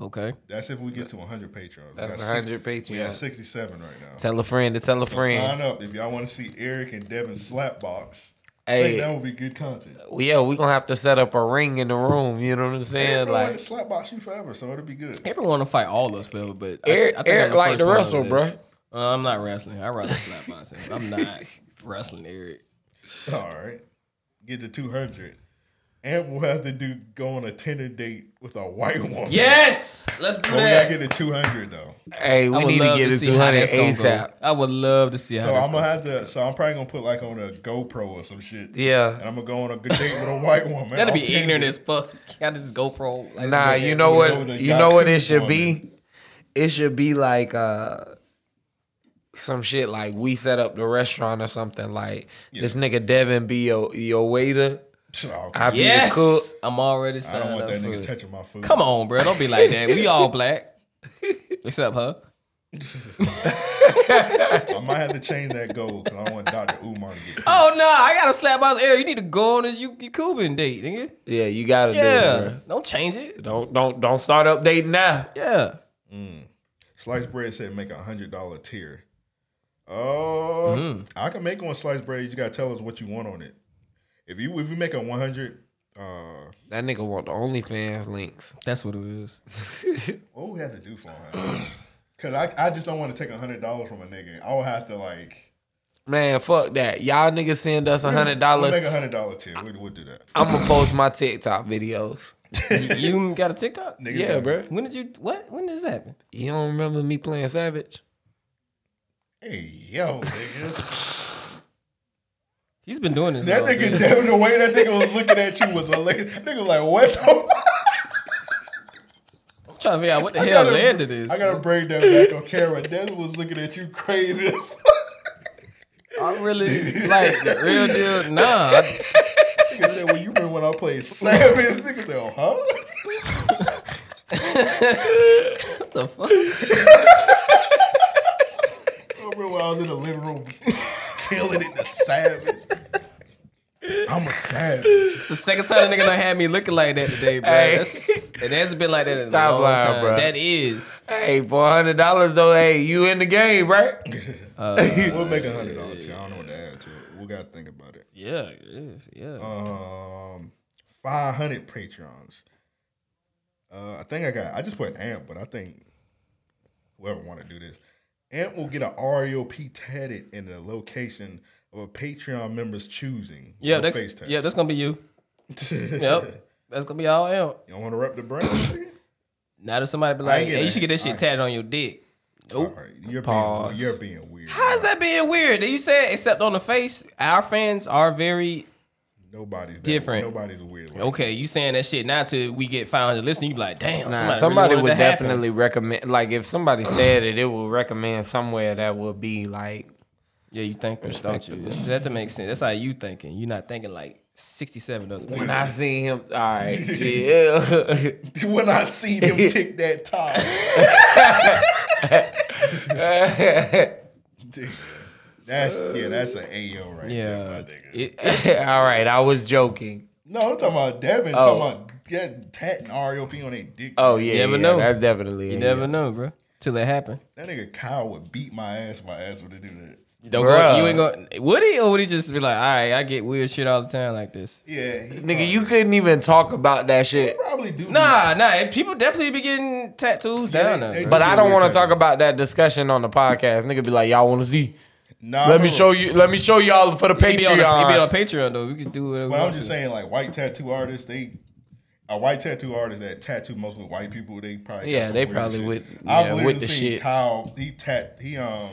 Okay.
That's if we get to 100 Patreons.
That's
We got
100
six- We
Patreons.
got 67 right now.
Tell a friend to tell a
So
friend.
Sign up if y'all want to see Eric and Devin slapbox. I
Hey.
think that would be good content.
Well, yeah, we gonna have to set up a ring in the room. You know what I'm saying?
Everyone
Like
wanted to slapbox you forever, so it'll be good.
Everyone want to fight all us forever, but I-
Eric-
I, think
Eric
I'm the
like to
first one on
wrestle,
this. Uh, I'm not wrestling. I rather slap myself. I'm not wrestling Eric.
All right. Get to 200. And we'll have to do go on a Tinder date with a white woman.
Yes, let's do
But we gotta
that.
get to 200 though.
Hey,
I
we
would
need to
love
get it
see how
200
that's gonna go.
ASAP.
I would love to see how.
So
that's
I'm
gonna
gonna have to. So I'm probably gonna put like on a GoPro or some shit. And
Yeah.
I'm gonna go on a good date with a white woman.
That'd
on
be
Tinder.
ignorant as fuck. Got this GoPro. Like,
Nah,
look
you
at
know
we
what?
know that
you
y'all
know what it
cooked
should
on
be? It should be like uh some shit like we set up the restaurant or something like this nigga Devin be your your waiter.
Oh,
I
I,
be
Yes,
the cook.
I'm already signed
don't want
up
that
for
nigga
it.
touching my food.
Come on, bro. Don't be like that. We all black. Except her.
I might have to change that goal because I want Dr. Umar to get.
Oh no, I gotta slap my air. You need to go on this you, you Cuban date, nigga.
Yeah, you gotta do it,
Yeah.
bro.
Don't change it.
Don't don't don't start updating now.
Yeah.
Sliced bread said make a hundred dollar tier. Oh, I can make one sliced bread. You gotta tell us what you want on it. If you if you make a one hundred, uh,
That nigga want the OnlyFans links.
That's what it is.
what we have to do for hundred? Because I I just don't want to take a hundred dollars from a nigga. I would have to like
Man, fuck that. Y'all niggas send us a hundred
we'll
dollars.
make a hundred dollar tier. We'll, we'll do that.
I'm gonna post my TikTok videos.
you got a TikTok?
Nigga,
Yeah,
that-
bro.
When did you what? When did this happen?
You don't remember me playing Savage?
Hey yo, nigga,
He's been doing this.
that
all
nigga
day.
damn the way that nigga was looking at you was hilarious. Nigga was like, what the fuck?
I'm trying to figure out what the hell
gotta-
led to this.
I gotta bring that back on camera. Devin was looking at you crazy. as fuck.
I really like the real deal. Nah. I,
nigga said, well, you remember when I played Savage? Nigga said, oh, huh?
what the fuck?
I remember when I was in the living room killing it to Savage. I'm a savage.
It's the second time the nigga done had me looking like that today, bro.
Hey.
That's, it hasn't been like that in
Stop
a long
lying,
time.
bro.
That is.
Hey, four hundred dollars though. Hey, you in the game, right?
We'll make a hundred dollar tier. I don't know what to add to it. We gotta think about it.
Yeah, it is. Yeah.
Uh, Um, five hundred Patreons. Uh, I think I got. I just put an amp, but I think whoever want to do this, amp will get an REOP tatted in the location of a Patreon member's choosing.
yeah,
No
that's
face tat.
yeah, that's gonna be you. Yep. that's gonna be all out.
you want to rep the brand? nigga?
Now that somebody be
I
like,
ain't
hey, you should get that
getting
shit tatted on your dick.
All right, you're
Pause.
being you're being weird.
How's that being weird? You said except on the face. Our fans are very
Nobody's that-
Different.
Nobody's weird. Like
okay. You saying that shit now till we get 500 listeners. You be like, damn,
Nah,
somebody,
somebody,
really
would
wanted that happen.
definitely recommend. Like, if somebody said it, it would recommend somewhere that would be like.
Yeah, you think this, don't you? That's- That to make sense. That's how you thinking. You're not thinking like 67 other
When
people.
I see him, all right, chill.
that. when I see them tick that top. Nigga, That's yeah, that's an AO right there, my
Yeah, uh,
nigga.
it,
all right, I was joking.
No, I'm talking about Devin.
Oh.
Talking about getting tat and RLP on their dick.
Oh yeah,
You never
yeah,
know.
That's definitely
You
it,
never
yeah.
know, bro. Till it happen.
That nigga Kyle would beat my ass if my ass would have do that.
You Don't
Bruh.
go, you ain't going would he or would he just be like, all right, I get weird shit all the time like this?
Yeah, he
Nigga, you couldn't even talk about that shit.
probably do.
Nah, nah. and People definitely be getting tattoos
Yeah,
down
they-
there.
they
bro.
But I don't want to
Weird
talk
type.
about that discussion on the podcast. Nigga, be like, y'all want to see?
nah,
Let me
no.
show you. Let me show y'all for the
He be, on, the- he be on
Patreon.
Patreon though. We can do whatever.
But
we
I'm
want
just
to.
saying, like white tattoo artists, they a white tattoo artist that tattoo most with white people. They probably got
Yeah,
some
they
weird
probably
shit.
with-
I've
yeah, with
literally
the
seen
shits.
Kyle. He tat. He um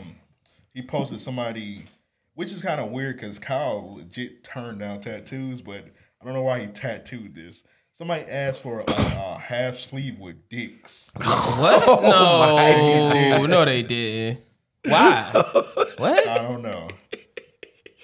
he posted somebody, which is kind of weird because Kyle legit turned down tattoos, but I don't know why he tattooed this. Somebody asked for a, a half sleeve with dicks. Oh
What? No, no, they didn't. Why? what?
I don't know.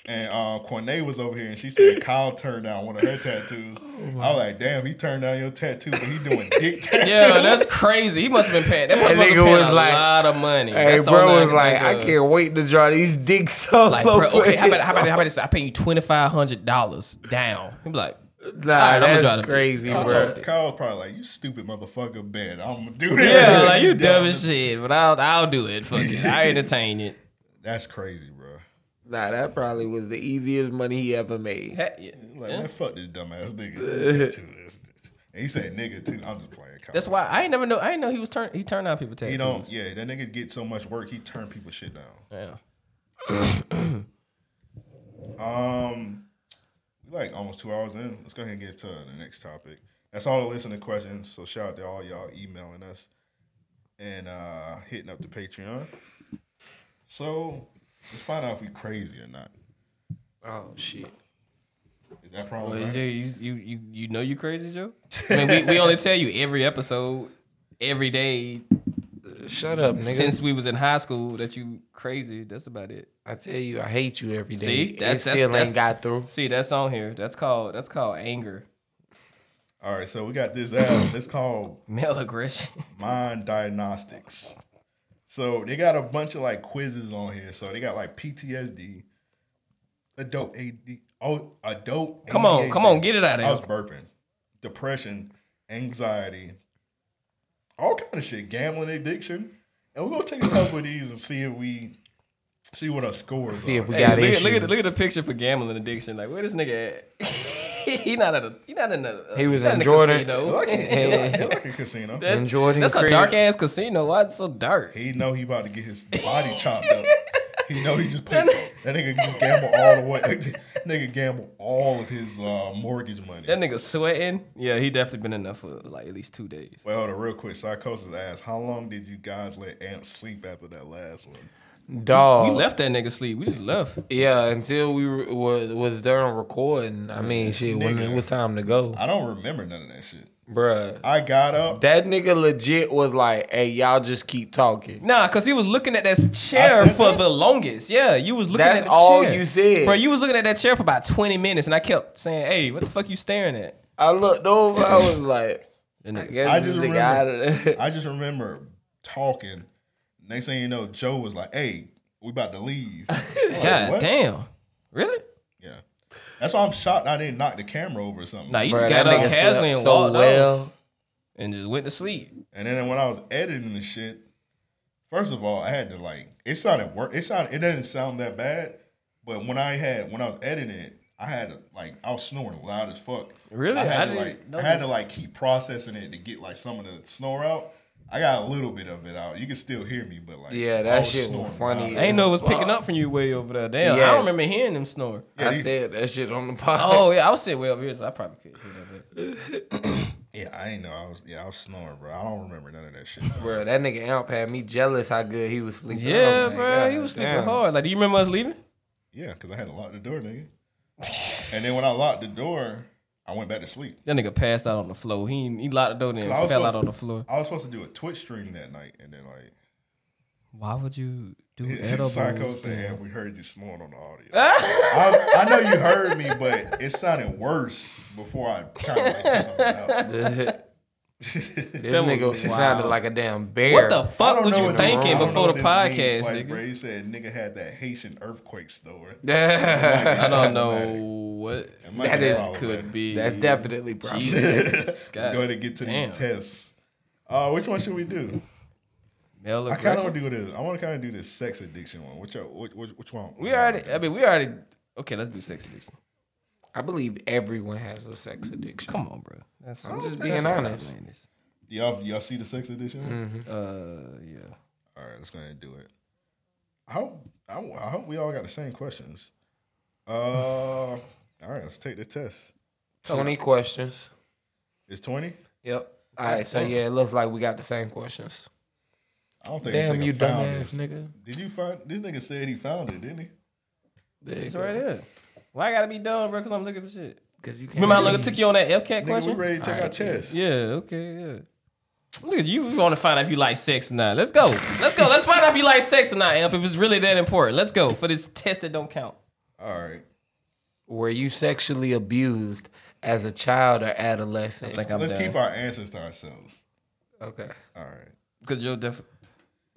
And uh, Cornet was over here, and she said Kyle turned down one of her tattoos. I was like, "Damn, he turned down your tattoo, but he doing dick tattoos."
Yeah, that's crazy. He must have been paying. That must have
That
been
nigga
paying
was
a
like-
lot of money.
Hey,
That's the only
bro
thing
was
can
like,
think
I
of.
can't wait to draw these dicks solo.
Like, bro, okay, how about
fits."
how about how about this? I pay you twenty five hundred dollars down. He'd be like,
Nah, that's crazy, bro.
Kyle's probably like, you stupid motherfucker, Ben. I'm gonna do that.
Yeah, like you dumb as shit, but I'll I'll do it. Fuck it, I entertain it.
That's crazy, bro.
Nah, that probably was the easiest money he ever made.
Heck yeah.
Like, man, fuck this dumbass nigga. This shit too, this- and he said nigga too. I'm just playing. Kyle.
That's why I ain't never know. I ain't know he was turn. He turned out people tattoos.
He don't. Yeah, that nigga get so much work. He turn people shit down.
Yeah.
Um, we like almost two hours in. Let's go ahead and get to the next topic. That's all the listening questions. So shout out to all y'all emailing us and uh hitting up the Patreon. So let's find out if we crazy or not.
Oh shit.
Is that
Well,
probably right?
Jay, you, you you you know you crazy, Joe? I mean, we, we only tell you every episode, every day
Shut up, nigga.
since we was in high school that you crazy. That's about it.
I tell you, I hate you every day.
See, that's
it
that's,
still
that's
ain't got through.
See, that's on here. That's called that's called anger,
All right, so we got this app. It's called
male aggression.
Mind Diagnostics. So they got a bunch of like quizzes on here. So they got like PTSD, adult AD, oh, adult.
Come on,
ADHD.
come on, get it out of
I was
here.
burping, depression, anxiety, all kind of shit, gambling addiction, and we're gonna take a couple of these and see if we see what our scores.
See if
are.
we
Hey,
got
look, at,
issues.
look at the- look at the picture for gambling addiction. Like where this nigga at? he not at a he not in a uh,
He was
not
in
a
Jordan.
casino.
Like, it like a casino.
That-
In Jordan
That's a
crib.
dark ass casino. Why it's so dark?
He know he about to get his body chopped up. He know he just put that nigga just gamble all the way. nigga gamble all of his uh, mortgage money.
That nigga sweating. Yeah, he definitely been enough for like at least two days.
well, hold on, real quick, psychosis asked, how long did you guys let Amp sleep after that last one?
Dog.
We left that nigga sleep. We just left.
Yeah, until we were, was, was done recording. I mean, shit, when
Nigga.
it was time to go,
I don't remember none of that shit.
bruh.
I got up.
That nigga legit was like, "Hey, y'all just keep talking."
Nah, cause he was looking at that chair
I said
for
that?
the longest. Yeah, you was looking
That's
at the
all
chair.
you said.
Bro, you was looking at that chair for about 20 minutes and I kept saying, Hey, what the fuck you staring at?
I looked over. I was like,
That
"I
nigga-
guess
I
this
just
nigga
remember-
out of there."
I just remember talking. Next thing you know, Joe was like, hey, we about to leave. I'm like,
God
"What?"
damn. Really?
Yeah. That's why I'm shocked I didn't knock the camera over or something.
Nah, you
Bruh,
just got
that
up
nigga
casually
slept
and
so
walked
well.
off and just went to sleep.
And then when I was editing the shit, first of all, I had to like it sounded work. It sounded it doesn't sound that bad, but when I had when I was editing it, I had to like I was snoring loud as fuck.
Really?
I
I
had to
didn't
like I
notice.
had to like keep processing it to get like some of the snore out. I got a little bit of it out. You can still hear me, but like
Yeah,
I
that
was
shit was
snoring
funny.
loud.
I ain't know it was picking up from you way over there. Damn, I
Yes.
don't remember hearing him snore.
I said that shit on the pod.
Oh yeah, I was sitting way over here, so I probably could hear that. But
Yeah, I ain't know. I was yeah, I was snoring, bro. I don't remember none of that shit.
Bruh, that nigga Amp had me jealous how good he was sleeping.
yeah,
Oh
I'm like,
bro, he
"God
was sleeping
damn."
hard. Like, do you remember us leaving?
yeah, because I had to lock the door, nigga. and then when I locked the door, I went back to sleep.
That nigga passed out on the floor. He he locked the door then
I was
fell out
supposed-
on the floor.
I was supposed to do a Twitch stream that night, and then like
Why would you do
Psycho
edibles?
said, "Have we heard you snoring on the audio?" I, I know you heard me, but it sounded worse before I kind of like took something out.
This
That was
nigga
wild.
sounded like a damn bear.
What the
I
fuck
don't
was
know
you
what
thinking
I don't
before
know
the
what this
podcast,
means. Like,
nigga?
Bray said, "Nigga had that Haitian earthquake story."
That's
I don't know what
might
that
be
is-
problematic.
could be.
definitely probably.
Jesus.
Go ahead
God.
and get to
damn.
these tests. Uh, which one should we do?
Male
I kind
aggression.
of want to do this. I want to kind of do this sex addiction one. Which, which, which, which one?
We already. I mean, we already. Okay, let's do sex addiction.
I believe everyone has a sex addiction.
Come on, bro. That's,
I'm just being honest.
y'all y'all see the sex edition?
Uh, yeah.
All right, let's go ahead and do it. I hope, I, hope- I hope we all got the same questions. Uh, all right, let's take the test.
Twenty questions.
It's 20?
Yep. All right, so yeah, it looks like we got the same questions.
I don't think
Damn
this nigga
you,
found
dumbass
this.
nigga.
Did you find this nigga said he found it, didn't he?
It's right there. Why I gotta be dumb, bro? Cause I'm looking for shit.
Because you can't.
Remember how I
read.
look- took you on that FCAT
Nigga, we
question?
ready to take our test.
Yeah. Okay. Yeah. Look at you. You want to find out if you like sex or not? Let's go. Let's go. Let's find out if you like sex or not, Amp. If it's really that important, let's go for this test that don't count.
All right.
Were you sexually abused as a child or adolescent?
Like I'm
Let's
done.
keep our answers to ourselves.
okay.
All right.
Cause you're def-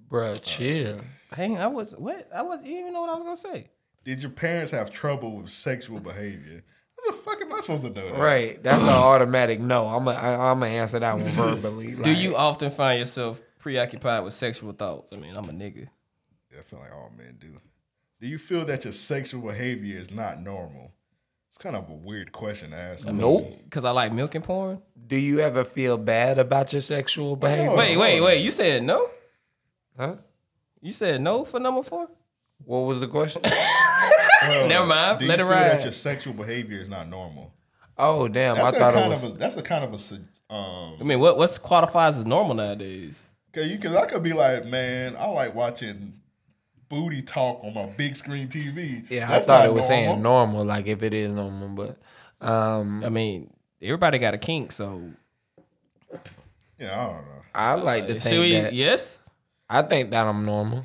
Bruh, chill.
Hang. I was what? I was. You didn't even know what I was gonna say.
Did your parents have trouble with sexual behavior? the fuck am I supposed to know that?
Right. That's an automatic no. I'm a, I, I'm gonna answer that one verbally.
Do
like-
you often find yourself preoccupied with sexual thoughts? I mean, I'm a nigga.
I feel like all men do. Do you feel that your sexual behavior is not normal? It's kind of a weird question to ask.
Nope.
Cause I like milk and porn.
Do you ever feel bad about your sexual behavior?
Wait, wait, wait. You said no?
Huh?
You said no for number four?
What was the question?
Uh,
Never mind.
Do you
Let it
feel
ride.
that your sexual behavior is not normal?
Oh damn!
That's
I
a
thought it
kind
was.
of a, that's a kind of a su- um.
I mean, what what's qualifies as normal nowadays?
Cause you cause I could be like, man, I like watching booty talk on my big screen TV.
yeah, I
That's
thought
not
it was saying
normal.
normal, like if it is normal, but um,
I mean, everybody got a kink, so
Yeah, I don't know.
I like to
Should
think
we-
that.
yes.
I think that I'm normal.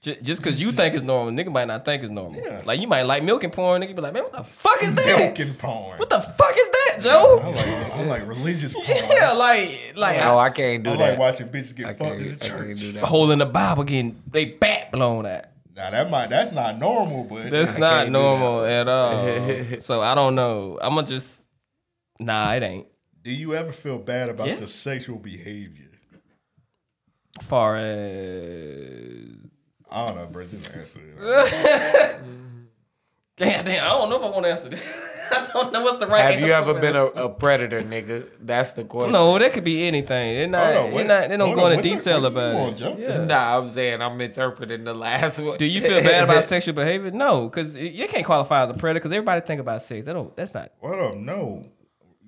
J- just because you think it's normal, nigga might not think it's normal. Like you might like milk and porn, nigga be like, man, what the fuck is that?
Milking porn.
What the fuck is that, Joe?
I like I like religious porn.
Yeah, like like
No, Oh, I can't
I
do
like
that.
watching bitches get
I
fucked in
can't,
the
I can't
church.
do
a
that.
hole in the Bible getting they back blown at.
Now that might that's not normal, but
That's
I
not
can't do that.
normal at all. so I don't know. I'ma just nah, it ain't.
do you ever feel bad about
Yes.
your sexual behavior?
Far as
I don't know, bro. Just answer it.
damn, damn, I don't know if I want to answer this. I don't know what's the right.
Have you
answer
ever
for
been a,
this.
a predator, nigga? That's the question.
No, that could be anything. They're not.
Hold on,
they're
what-
not. They don't
hold
go
on,
into
what the-
detail
what you want,
about it.
Joe?
Yeah.
Nah, I'm saying I'm interpreting the last one.
Do you feel bad about sexual behavior? No, because you can't qualify as a predator. Because everybody think about sex. They don't. That's not.
What up? No,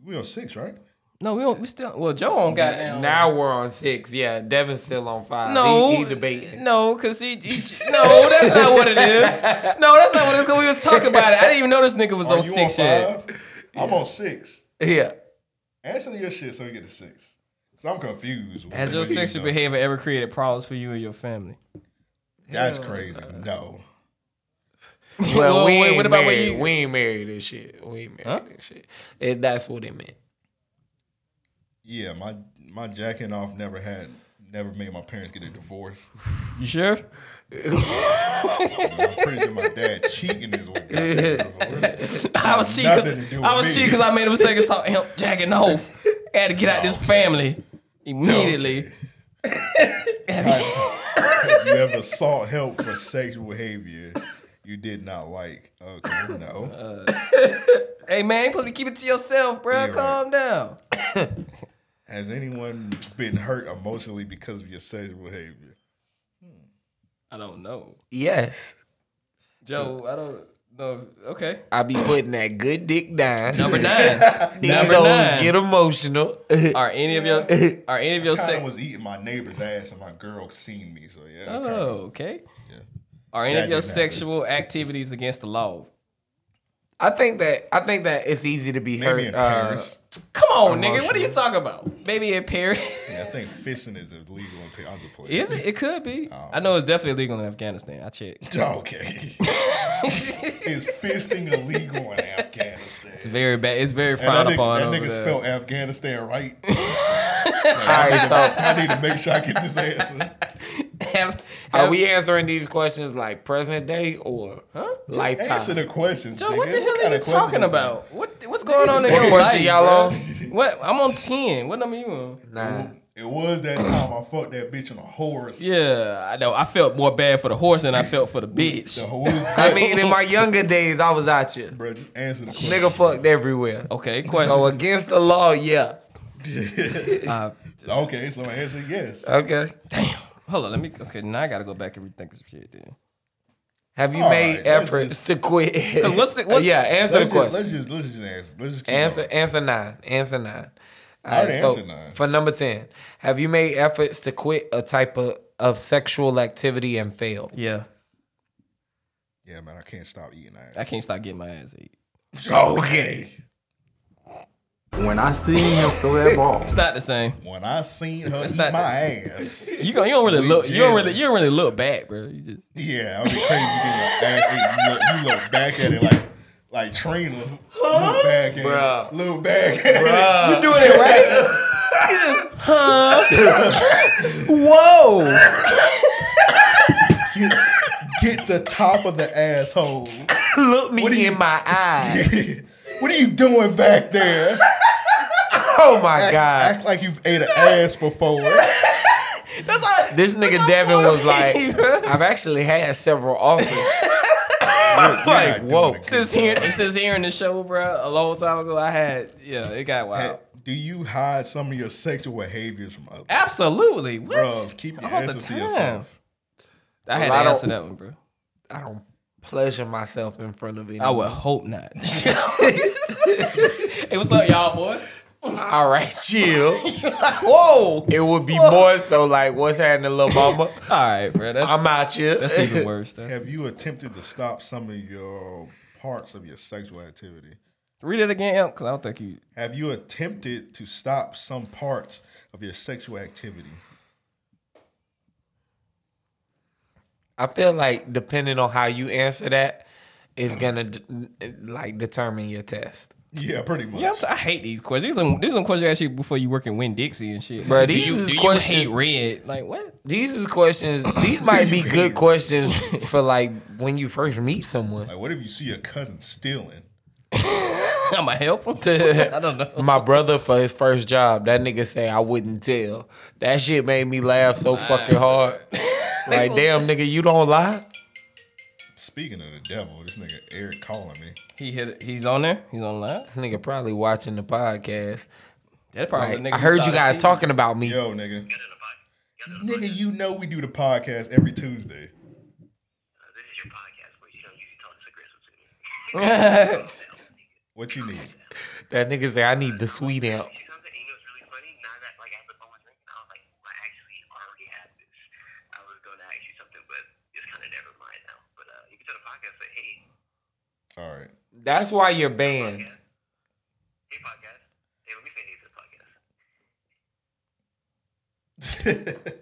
we on six, right?
No, we don't. We still. Well, Joe on goddamn.
Now we're on six. Yeah, Devin's still on five.
No,
he, he debating.
no, because he, he- no, that's not what it is. No, that's not what it is. Because we was talking about it. I didn't even know this nigga was
Are
on
you
six
on
yet.
five? I'm on six.
Yeah.
Answer your shit so we get to six. Cause I'm confused. with
Has your
what you
sexual
know.
behavior ever created problems for you and your family?
That's crazy. No.
Well,
Well,
we
wait,
ain't
what about when
married.
you-
We ain't married this shit. We ain't married
Huh?
this shit. It, that's what it meant.
Yeah, my my jacking off never had never made my parents get a divorce.
You sure?
I'm pretty sure my dad cheating is what got me a divorce.
I was cheating.
Nothing to do
Cause, I
with
was
me.
cheating because I made a mistake and saw him jacking off. I had to get out this family immediately.
Have you ever sought help for sexual behavior you did not like? Okay, no.
Hey man, you supposed to be keeping it to yourself, bro.
right.
Calm down.
Has anyone been hurt emotionally because of your sexual behavior?
I don't know,
Yes.
Joe. I don't know. Okay,
I be putting that good dick down.
number nine.
These
number
hoes
nine.
get emotional.
Are any of your are any of your
Kind
sex?
of was eating my neighbor's ass, and my girl seen me. So yeah. it's kinda-
Oh, okay. Are any
That
of your
didn't
sexual activities against the law?
I think that I think that it's easy to be hurt.
Maybe in
Uh,
Paris.
Come on, nigga. What are you talking about? Maybe in Paris.
Yeah, I think fisting is illegal in Paris. I'm just playing.
Is it? It could be.
Oh.
I know it's definitely illegal in Afghanistan. I checked.
Okay. is fisting illegal in Afghanistan?
It's very bad. It's very
And that
frowned upon.
nigga, that
over
nigga
there.
spelled Afghanistan right.
uh, all right, so
I need to make sure I get this answer.
Have-
are
have-
we answering these questions like present day or
Huh?
Answer
lifetime?
the questions.
Joe,
nigga.
what the hell are
kinda
you talking
question is that?
about? What what's going on in
What
your
question
life?
y'all on?
bruh? What I'm on ten. What number you on?
Nah.
It was that time I fucked that bitch on a horse.
Yeah, I know. I felt more bad for the horse than I felt for the bitch.
The horse.
I mean, in my younger days, I was out here.
Bro, just answer the question.
Nigga fucked everywhere.
Okay, question.
So against the law, yeah.
Okay, so answer yes.
Okay.
Damn. Hold on. Let me. Okay, now I gotta go back and rethink some shit. Then.
Have you
All
made
right, let's
efforts
just-
to quit?
what's the- what-
yeah, answer
Let's
the
just,
question.
let's just let's just answer. Let's just keep
Answer
going.
answer nine. Answer nine. All
already
right, so
answered nine.
for number ten, have you made efforts to quit a type of, of sexual activity and failed?
Yeah,
Yeah, man, I can't stop eating that.
I can't stop getting my ass ate.
Okay.
When I seen him throw that ball,
It's not the same.
When I seen her
It's
eat my
not
ass,
You don't, you don't really
We
look. You don't really.
jamming.
You don't really look back, bro. You just.
yeah, I was crazy. You ass. ate. You look, you look back at it like like Trina. Look back at
Bruh.
it. Look back at it.
you doing
it right. Whoa!
Get, get the top of the asshole.
Look me
What do you-
in my eye.
get What are you doing back there?
oh my god!
Act like you've ate an ass before.
This nigga Devin was like, I've actually had several offers.
like, whoa. Since hearing, since hearing the show, bro, a long time ago, I had, yeah, it got wild.
Do you hide some of your sexual behaviors from others?
Absolutely. What?
Bruh, keep your
All the
answers to
time.
yourself.
I had
Well, I
to answer
don't-
that one, bro.
I don't pleasure myself in front of anyone.
I would hope not. hey, what's up, y'all, boy?
All right, chill. Whoa! It would be more so like, what's happening, little mama? All
right, bro.
I'm out here.
Have you attempted to stop some of your parts of your sexual activity?
Read it again, Elk, because I don't think you.
Have you attempted to stop some parts of your sexual activity?
I feel like depending on how you answer that is gonna d- like determine your test.
Yeah, pretty much.
Yeah, I'm t- I hate these questions. These are, these are questions I ask you before you work in Win Dixie and shit.
Bro,
do
these
you,
is
do you
questions-
hate red? Like what?
These is questions. These might be good questions for like when you first meet someone.
Like, what if you see your cousin stealing?
I'ma help him. I don't know.
My brother for his first job, that nigga say I wouldn't tell. That shit made me laugh so fucking hard. Like damn, nigga, you don't lie.
Speaking of the devil, this nigga Eric calling me.
He hit. He's on there. He's on live.
This nigga probably watching the podcast.
That probably
Like,
the nigga
I
who
heard
saw
you
the
guys
TV.
talking about me.
Yo, nigga. Nigga, you know we do the podcast every Tuesday. What you need?
That nigga say I need the sweet amp.
All right.
That's why you're banned.
Nigga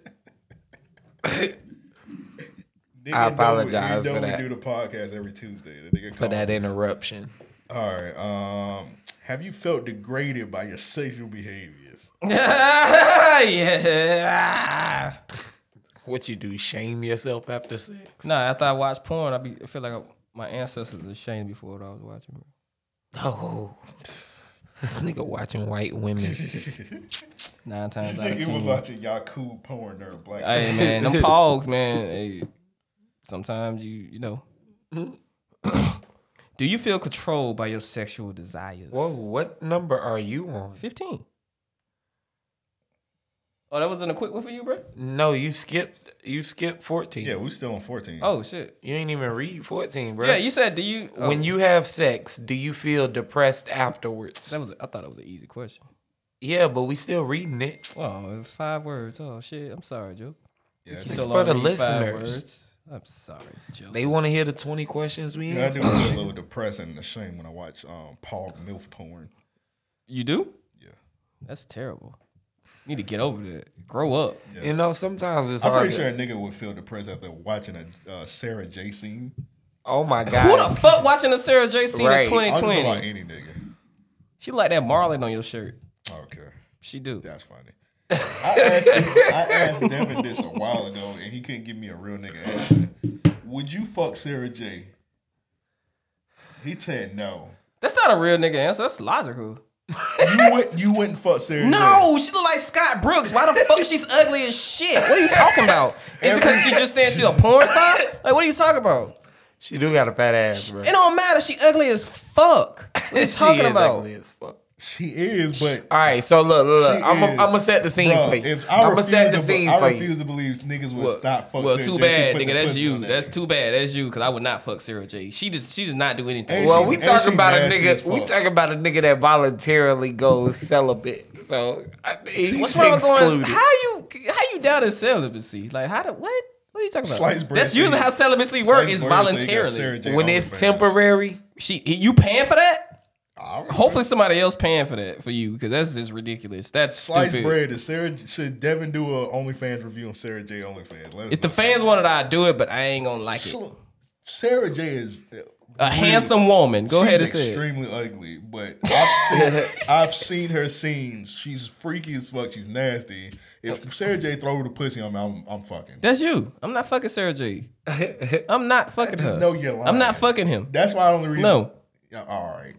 I
know we-
apologize
you know
for
we
that.
do the podcast every Tuesday. The nigga
for
called.
that interruption.
All right. Um, have you felt degraded by your sexual behaviors?
Oh, yeah.
What you do? Shame yourself after sex?
Nah, after I watch porn, I be I feel like I, my ancestors were ashamed before what I was watching.
Oh, this nigga watching white women.
Nine times out of
Nigga was
ten.
watching Yaku porn during black.
Hey man, them pogs, man. Hey, sometimes you you know. Do you feel controlled by your sexual desires?
Whoa, what number are you on?
Fifteen. Oh, that wasn't a quick one for you, bro.
No, you skipped. You skipped fourteen.
Yeah, we still on fourteen.
Oh shit.
You ain't even read fourteen, bro.
Yeah, you said. Do you oh,
When you have sex, do you feel depressed afterwards?
That was. I thought that was an easy question.
Yeah, but we still reading it.
Oh, five words. Oh shit. I'm sorry, Joe.
Yeah,
Took you
It's
so
for
long
the
to read five
listeners.
words. I'm sorry, Joe.
They want to hear the twenty questions we
Yeah, I
answered.
do feel a little depressing and ashamed when I watch um Paul Milf porn.
You do?
Yeah.
That's terrible. You need to get over that. Grow up.
You know, sometimes it's
I'm
hard.
pretty
to-
sure a nigga would feel depressed after watching a uh, Sarah J scene.
Oh my
Who
god.
the fuck watching the Sarah J scene in
Right.
I don't know about
2020?
any nigga.
She like that Marlin on your shirt.
Okay,
She do.
that's funny. I asked, I asked Devin this a while ago, and he couldn't give me a real nigga answer. Would you fuck Sarah J? He said no.
That's not a real nigga answer. That's logical.
You wouldn't. You wouldn't fuck Sarah J.
No, she look like Scott Brooks. Why the fuck she's ugly as shit? What are you talking about? Is it because she just saying she a porn star? Like, what are you talking about?
She do got a fat ass, bro.
It don't matter. She ugly as fuck. What are you talking
she is
about?
ugly as fuck.
She is, but
All right, so look, look, look.
She
I'm
is.
gonna set the scene
Bruh,
for you.
If I
I'm gonna
refuse
set the
to, be-
scene
I
for you.
refuse to believe niggas would
Well,
stop fucking.
well, too bad, nigga. That's you. That's too bad. That's you. Cause I would not fuck Sarah J. She just, she does not do anything.
And
Well,
she-
we
and
talking
she
about a
nasty
nigga.
as
We
fuck.
talking about a nigga that voluntarily goes celibate. So I, he's
What's wrong with going?
excluded.
How you, how you down in celibacy? Like, how the what? What are you talking about?
Sliced bread
That's usually
thing.
how celibacy work is voluntarily.
when it's temporary,
She, you paying for that?
Hopefully,
Hopefully, somebody else paying for that for you because that's just ridiculous. That's
sliced
stupid.
bread is Sarah. Should Devin do a OnlyFans review on Sarah J. OnlyFans? Let us
If the
know.
fans wanted, I'd do it, but I ain't gonna like it.
So, Sarah J. is uh,
A handsome woman. Go
she's
ahead and say it.
extremely ugly, but I've seen, I've seen her scenes. She's freaky as fuck. She's nasty. If Sarah J. throw the pussy on me, I'm, I'm fucking.
That's you. I'm not fucking Sarah J. I'm not fucking
just
her.
know you're
I'm
lying.
not fucking him.
That's why I only read.
No.
Yeah, all right.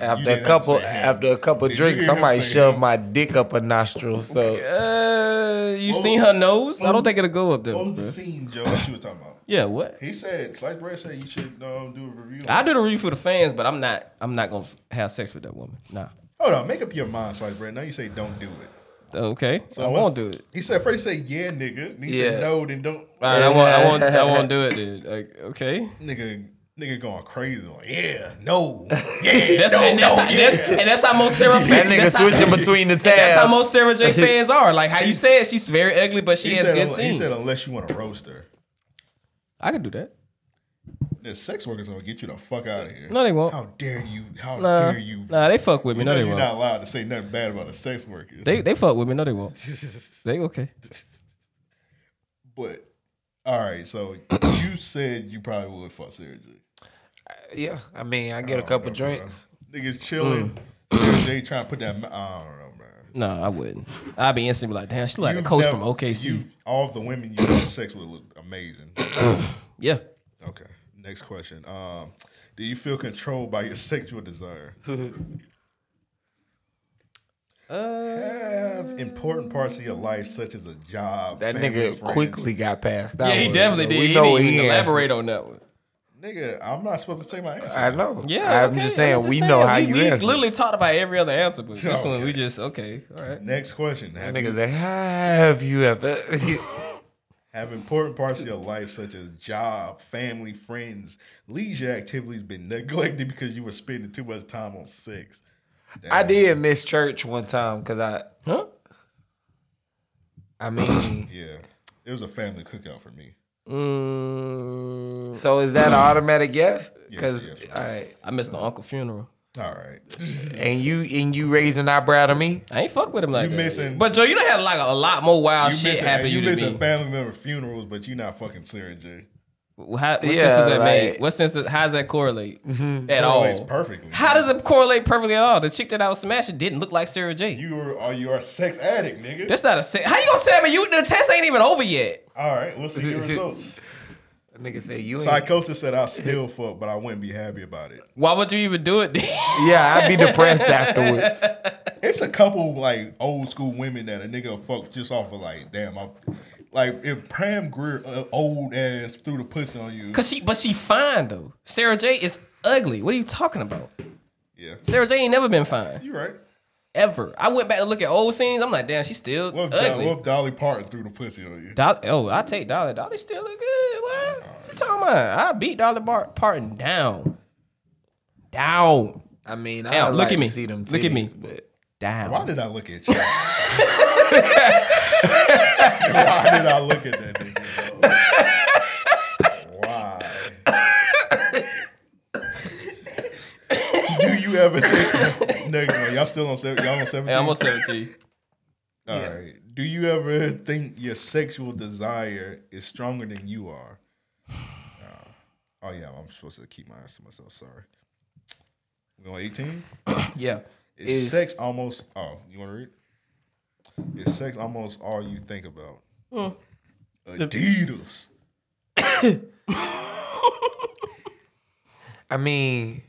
after a
didn't have to
couple
say him.
after a couple
Did you
drinks,
hear him
somebody
say
shoved
him?
my dick up her nostril. So
Uh, you seen her nose? I don't think it'll go up there.
What was the
bruh.
scene, Joe, that you were talking about?
Yeah, what?
He said, like Brad said, you should um, do a review.
I did a review for the fans, but I'm not. I'm not gonna have sex with that woman. Nah.
Hold on, make up your mind, Slice Brad. Now you say don't do it.
Okay.
So
I
once-
won't do it.
He said first he said yeah, nigga. And he
Yeah.
said no, then don't.
All right, I won't. I won't. I won't do it, dude. Like, okay.
Nigga, nigga going crazy. Like, yeah, no, yeah,
that's,
no,
and that's,
no,
how,
yeah.
that's and that's how most Sarah
That
fan-
nigga
that's
switching
how,
between the
and That's how
tabs.
most Sarah J fans are. Like how you said, she's very ugly, but she
he
has
said,
good
un-
scenes.
He said unless you want to roast her.
I can do that.
The sex workers gonna get you the fuck out of here.
No, they won't.
How dare you? How
nah,
dare you?
nah, they fuck with me.
You
No,
know
they
you're
won't.
not allowed to say nothing bad about a sex worker.
They they fuck with me. No, they won't. they okay.
But all right, so you said you probably would fuck Sarah J.
yeah, I mean, I
Oh,
get a couple drinks. Mm.
Niggas chilling. Sarah J trying to put that. ma- I don't know, man.
No, I wouldn't. I'd be instantly like, damn, she like a
You've
coach
never-
from OKC.
you- all of the women you had sex with look amazing.
yeah.
Okay. Next question. Um, do you feel controlled by your sexual desire?
Uh,
Have important parts of your life, such as a job.
That
family,
nigga
friends.
quickly got past. That
yeah, he
one,
definitely
so
did.
We
he
know
didn't
he
even
ain't-
elaborate on that one.
Nigga, I'm not supposed to take my answer.
I know.
Yeah,
I'm
okay,
just saying we
saying.
know how
we,
you
we
answer.
literally talked about every other answer, but this one we
Okay.
just okay. All right.
Next question. Have,
That nigga
you-
say, have you ever?
have important parts of your life, such as job, family, friends, leisure activities, been neglected because you were spending too much time on sex?
I did miss church one time because I.
Huh?
I mean,
Yeah, it was a family cookout for me.
Mm,
so is that an automatic yes? Because
Yes, yes.
all right,
I missed the uncle funeral.
All right.
and you and you raising eyebrow to me.
I ain't fuck with him like
You
that.
missing-
But Joe, you done had like a lot more wild
you
shit
missing,
happen
you
you to
missing
me.
family member funerals, but you not fucking Sarah J.
Wh- How, what sense
Yeah,
does that make?
like-
What sense? Does, how does that correlate at
Correlates
all?
perfectly.
Oh. How does it correlate perfectly at all? The chick that I was smashing didn't look like Sarah J.
You are, are you are a sex addict, nigga.
That's not a se- How you gonna tell me you the test ain't even over yet?
All right, we'll see your results.
That nigga say you. Ain't,
Psychosis said I still fuck, but I wouldn't be happy about it.
Why would you even do it? then?
yeah, I'd be depressed afterwards.
It's a couple like old school women that a nigga fuck just off of like, damn, I'm like if Pam Greer uh, old ass threw the pussy on you.
Cause she, but she fine though. Sarah J is ugly. What are you talking about?
Yeah,
Sarah J ain't never been fine
you right.
ever. I went back to look at old scenes. I'm like, damn, she's still
What if, Dolly,
ugly.
what if Dolly Parton threw the pussy on you?
Dolly, oh, I take Dolly. Dolly still look good. What you talking about? I beat Dolly Bar- Parton down, down,
I mean,
Hell,
I
look
like
at me.
To see them.
Look at me.
titties, But
down.
Why did I look at you? Why did I look at that nigga? Why? Do you ever think nigga? Y'all still on seven? Y'all on seventeen?
Hey, I'm on 17.
All right. Do you ever think your sexual desire is stronger than you are? Uh, oh yeah, I'm supposed to keep my eyes to myself. Sorry. We on eighteen?
yeah.
Is,
Is-
sex almost? Oh, you want to read? Is sex almost all you think about? Adidas.
I mean,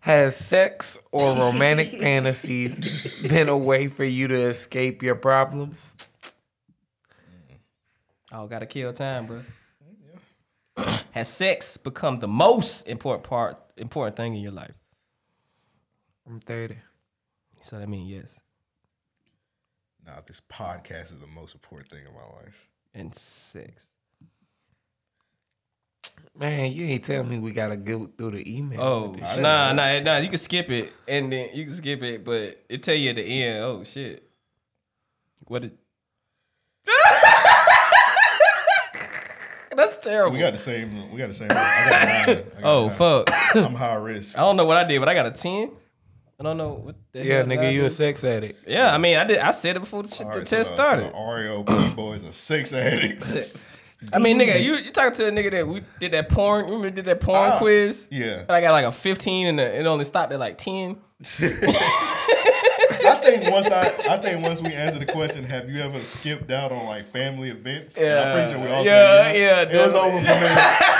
has sex or romantic fantasies been a way for you to escape your problems?
Oh, gotta kill time, bro.
Mm,
Has sex become the most important part, important thing in your life?
I'm thirty.
So that means yes.
Nah, this podcast is the most important thing in my life.
And sex.
Man, you ain't tell me we gotta go through the email.
Oh
with this shit.
nah, nah, nah. You can skip it, and then you can skip it, but it tell you at the end. Oh shit, what did? That's terrible.
We got the same. We got the same. I got nine. I got
oh
nine.
fuck, I
I'm high risk.
don't know what I did, but I got a ten. I don't know what. The
yeah,
hell I
nigga, you
did.
a sex addict.
Yeah, I mean, I did. I said it before the, shit,
All
the
right, so
test
the- so
started.
the uh, Oreo P boys are sex addicts.
I mean, nigga, you you talking to a nigga that we did that porn? Remember did that porn
Ah,
quiz?
yeah.
and I got like a fifteen, and it only stopped at like ten.
I think once I, I think once we answer the question, have you ever skipped out on like family events? And I'm pretty sure we all said
Yeah,
yes.
yeah,
It was
definitely.
over for me.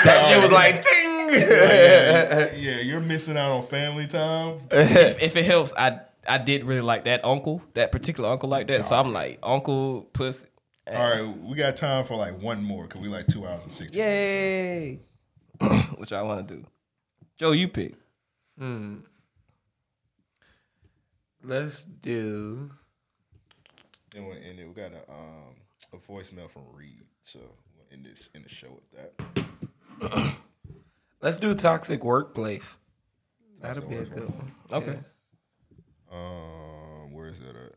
That shit was like, ding.
yeah, yeah, you're missing out on family time.
if, if it helps, I I did really like that uncle, that particular uncle like that. So I'm like, uncle pussy.
All right, we got time for like one more because we like two hours and sixty.
Yay! Which I want to do. Joe, you pick.
Hmm. Let's do.
Then we'll end it. We got a um a voicemail from Reed, so we'll end this in the show with that.
Let's do toxic workplace. That'll be a good one. Yeah.
Um, where is that at?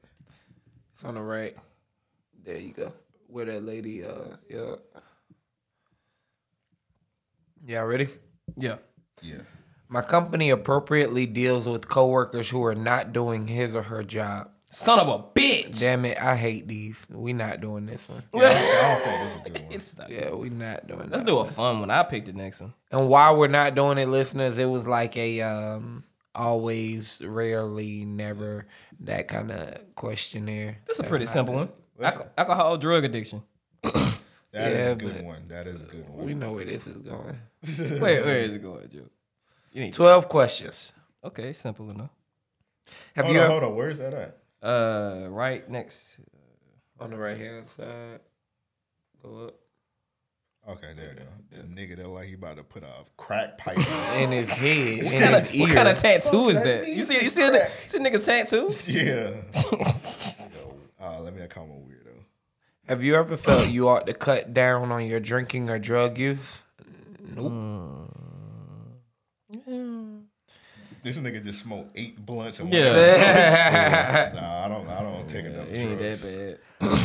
It's on the right. There you go. Where that lady, uh, yeah. Y'all ready?
Yeah.
Yeah.
My company appropriately deals with coworkers who are not doing his or her job.
Son of a bitch.
Damn it, I hate these. We not doing this one.
Yeah, I don't think it's a good one.
It's not.
Yeah, we not doing
Let's
that
do a
one.
fun one. I pick the next one.
And while we're not doing it, listeners, it was like a um always, rarely, never, that kind of questionnaire.
This is a
That's
pretty
not
simple
it.
one. Alco- alcohol, drug addiction.
That is
Yeah,
a good
but-
one. That is a good one.
We know where this is going.
Wait, where is it going, Joe? You need
12 questions.
Okay, simple enough.
Have
hold
you
on,
ever,
hold on. Where is that at?
Uh, right next.
on the right hand side? Go up.
Okay, there you go. The nigga that like he about to put a crack pipe. in his-
In his head, in
What
his
kind, of,
ear.
what kind of tattoo
Fuck,
is
that
that?
means
You see, you
it's
see, a,
crack.
see a nigga tattoo?
yeah. Yo, uh, let me not call him a weirdo.
Have you ever felt you ought to cut down on your drinking or drug use? Nope.
This nigga just smoked eight blunts and
Yeah.
Nah, I don't. I don't take enough
It ain't
drugs.
that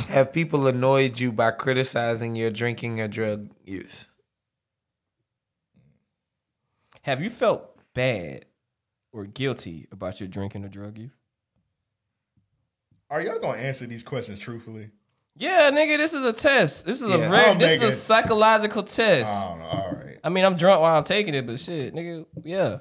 Have people annoyed you by criticizing your drinking or drug use?
bad. Have you felt bad or guilty about your drinking or drug use?
Are y'all gonna answer these questions truthfully?
Yeah, nigga, this is a test. This is
Yeah.
a very,
Oh,
this is a
nigga. Um.
psychological
I
test.
don't know. All right.
I mean, I'm drunk while I'm taking it, but shit, nigga, yeah.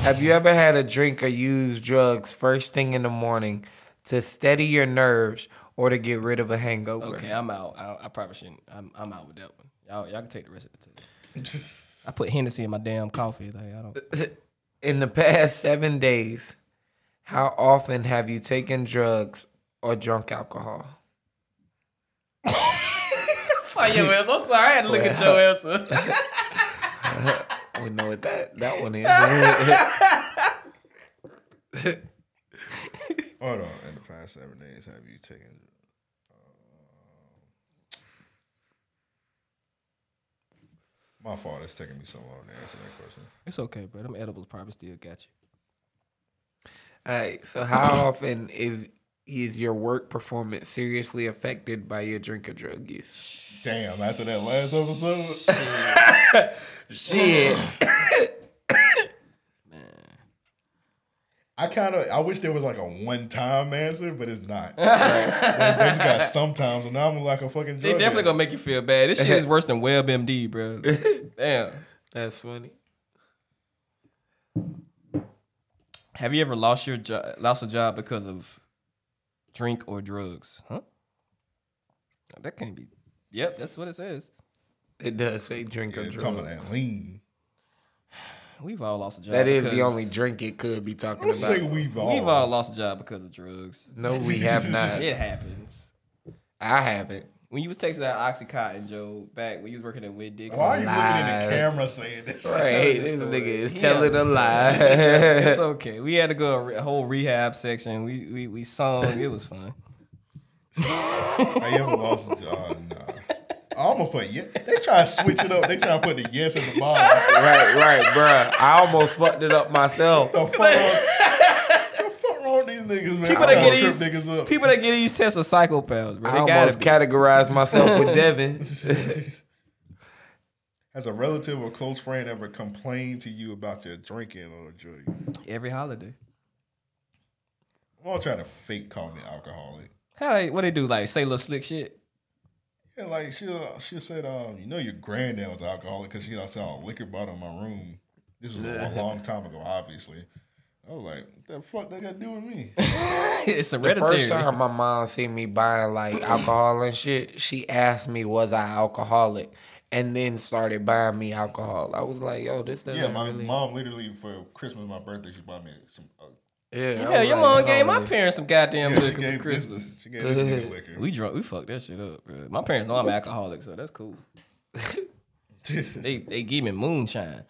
Have you ever had a drink or used drugs first thing in the morning to steady your nerves or to get rid of a hangover?
Okay, I'm out. I, I probably shouldn't. I'm, I'm out with that one. Y'all, y'all can take the rest of the test. I put Hennessy in my damn coffee. Like I don't.
In the past seven days, how often have you taken drugs or drunk alcohol?
saw your answer. I'm sorry. I had to look at your answer.
We know what that, that one is.
Hold on. In the past seven days, have you taken? um, My fault. It's taking me so long to answer that question.
it's okay, bro. Them edibles probably still got you.
All right. So, how often is is your work performance seriously affected by your drink or drug use?
Damn. After that last episode,
Shit.
I kind of. I wish there was like a one-time answer, but it's not. they just got sometimes, and now I'm like a fucking.
They
drug
definitely
addict.
gonna make you feel bad. This shit is worse than WebMD, bro. Damn.
That's funny.
Have you ever lost your job? Lost a job because of drink or drugs? Huh? That can't be. Yep, that's what it says.
It does say drink or
Yeah, talking about
drug.
that lean.
We've all lost a job.
That is the
because-
only oh. drink it could be talking
I'm
about.
saying we've all.
We've all lost a job because of drugs.
No, we have not.
It happens.
I haven't.
When you was taking that OxyContin, Joe, back when you was working at Winn Dixie.
Why are you looking in
Lies.
the camera saying this?
Right, this nigga is
He
telling a lie.
It's okay. We had to go a re- a whole rehab section. We we we sung. It was fun.
Have you ever lost a job? Nah. I almost put yeah. They try to switch it up. They try to put the yes at the bottom.
right, right, bruh. I almost fucked it up myself.
What the fuck? What the fuck wrong with these niggas, man?
People that
I'm
get
trying to
these
trip niggas up.
people that get these tests are psychopaths, bro.
I
They gotta
almost
be.
categorized myself with Devin.
Has a relative or close friend ever complained to you about your drinking or drug? use?
every holiday.
I'm gonna try to fake call me alcoholic.
How they what they do? Like say little slick shit.
Yeah, like she she said, um, you know your granddad was an alcoholic because she I saw a liquor bottle in my room. This was a long time ago, obviously. I was like, what the fuck that got to do with me?
it's
The
hereditary.
first time my mom seen me buying like alcohol and shit, she asked me, "Was I alcoholic?" and then started buying me alcohol. I was like, yo, this doesn't
Yeah, my
really.
mom literally for Christmas, my birthday, she bought me some. Uh,
Yeah,
Yeah,
I'm
your
like,
mom gave my
holy-
parents some goddamn
Yeah, she
liquor
gave
for
this-
Christmas.
she gave this nigga liquor.
We drunk. We fucked that shit up, bro. My parents know I'm alcoholic, so that's cool. they they give me moonshine.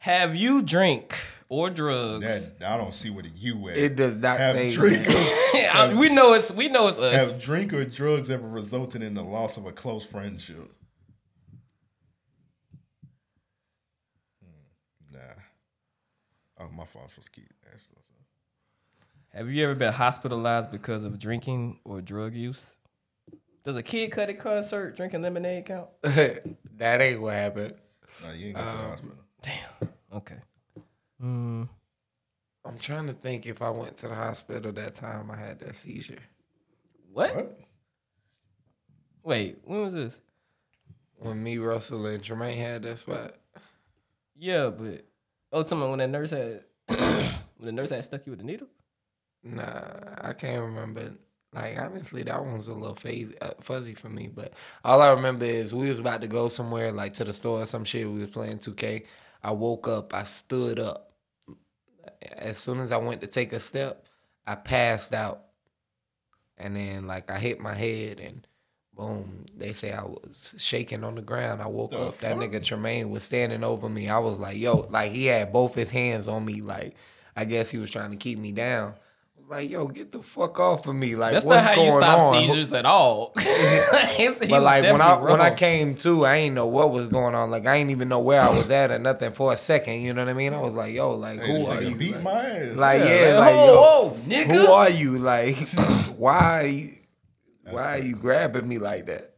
Have you drink or drugs?
that, I don't see what the you at.
It does not
have
say
drink.
that. I- we know it's- we know it's us.
Have drink or drugs ever resulted in the loss of a close friendship? Hmm, Nah. Oh, my fault. I'm supposed to keep asking.
Have you ever been hospitalized because of drinking or drug use? Does a kid cut a concert drinking lemonade count?
that ain't what happened.
No, you ain't get
Um,
to the hospital.
Damn.
Okay.
I'm trying to think if I went to the hospital that time I had that seizure.
What? Wait, when was this?
When me, Russell, and Jermaine had that spot.
Yeah, but oh, tell me when that nurse had when the nurse had stuck you with the needle.
Nah, I can't remember. Like honestly, that one's a little phase, uh, fuzzy for me. But all I remember is we was about to go somewhere, like to the store or some shit. We was playing 2K. I woke up. I stood up. As soon as I went to take a step, I passed out, and then like I hit my head and. Boom! They say I was shaking on the ground. I woke up. That nigga Tremaine was standing over me. I was like, "Yo!" Like he had both his hands on me. Like I guess he was trying to keep me down. I was like, "Yo, get the fuck off of me!" Like
That's
what's
not how
going
you stop
on?
seizures at all.
but like when I when I came to, I ain't know what was going on. Like I ain't even know where I was at or nothing for a second. You know what I mean? I was like, yo, like
Hey,
who
this
are
nigga
you?
beat
like,
my ass.
like,
Yeah,
yeah,
man.
like
Whoa,
yo,
whoa,
who
nigga.
are you? Like why? Are you, why are you grabbing me like that?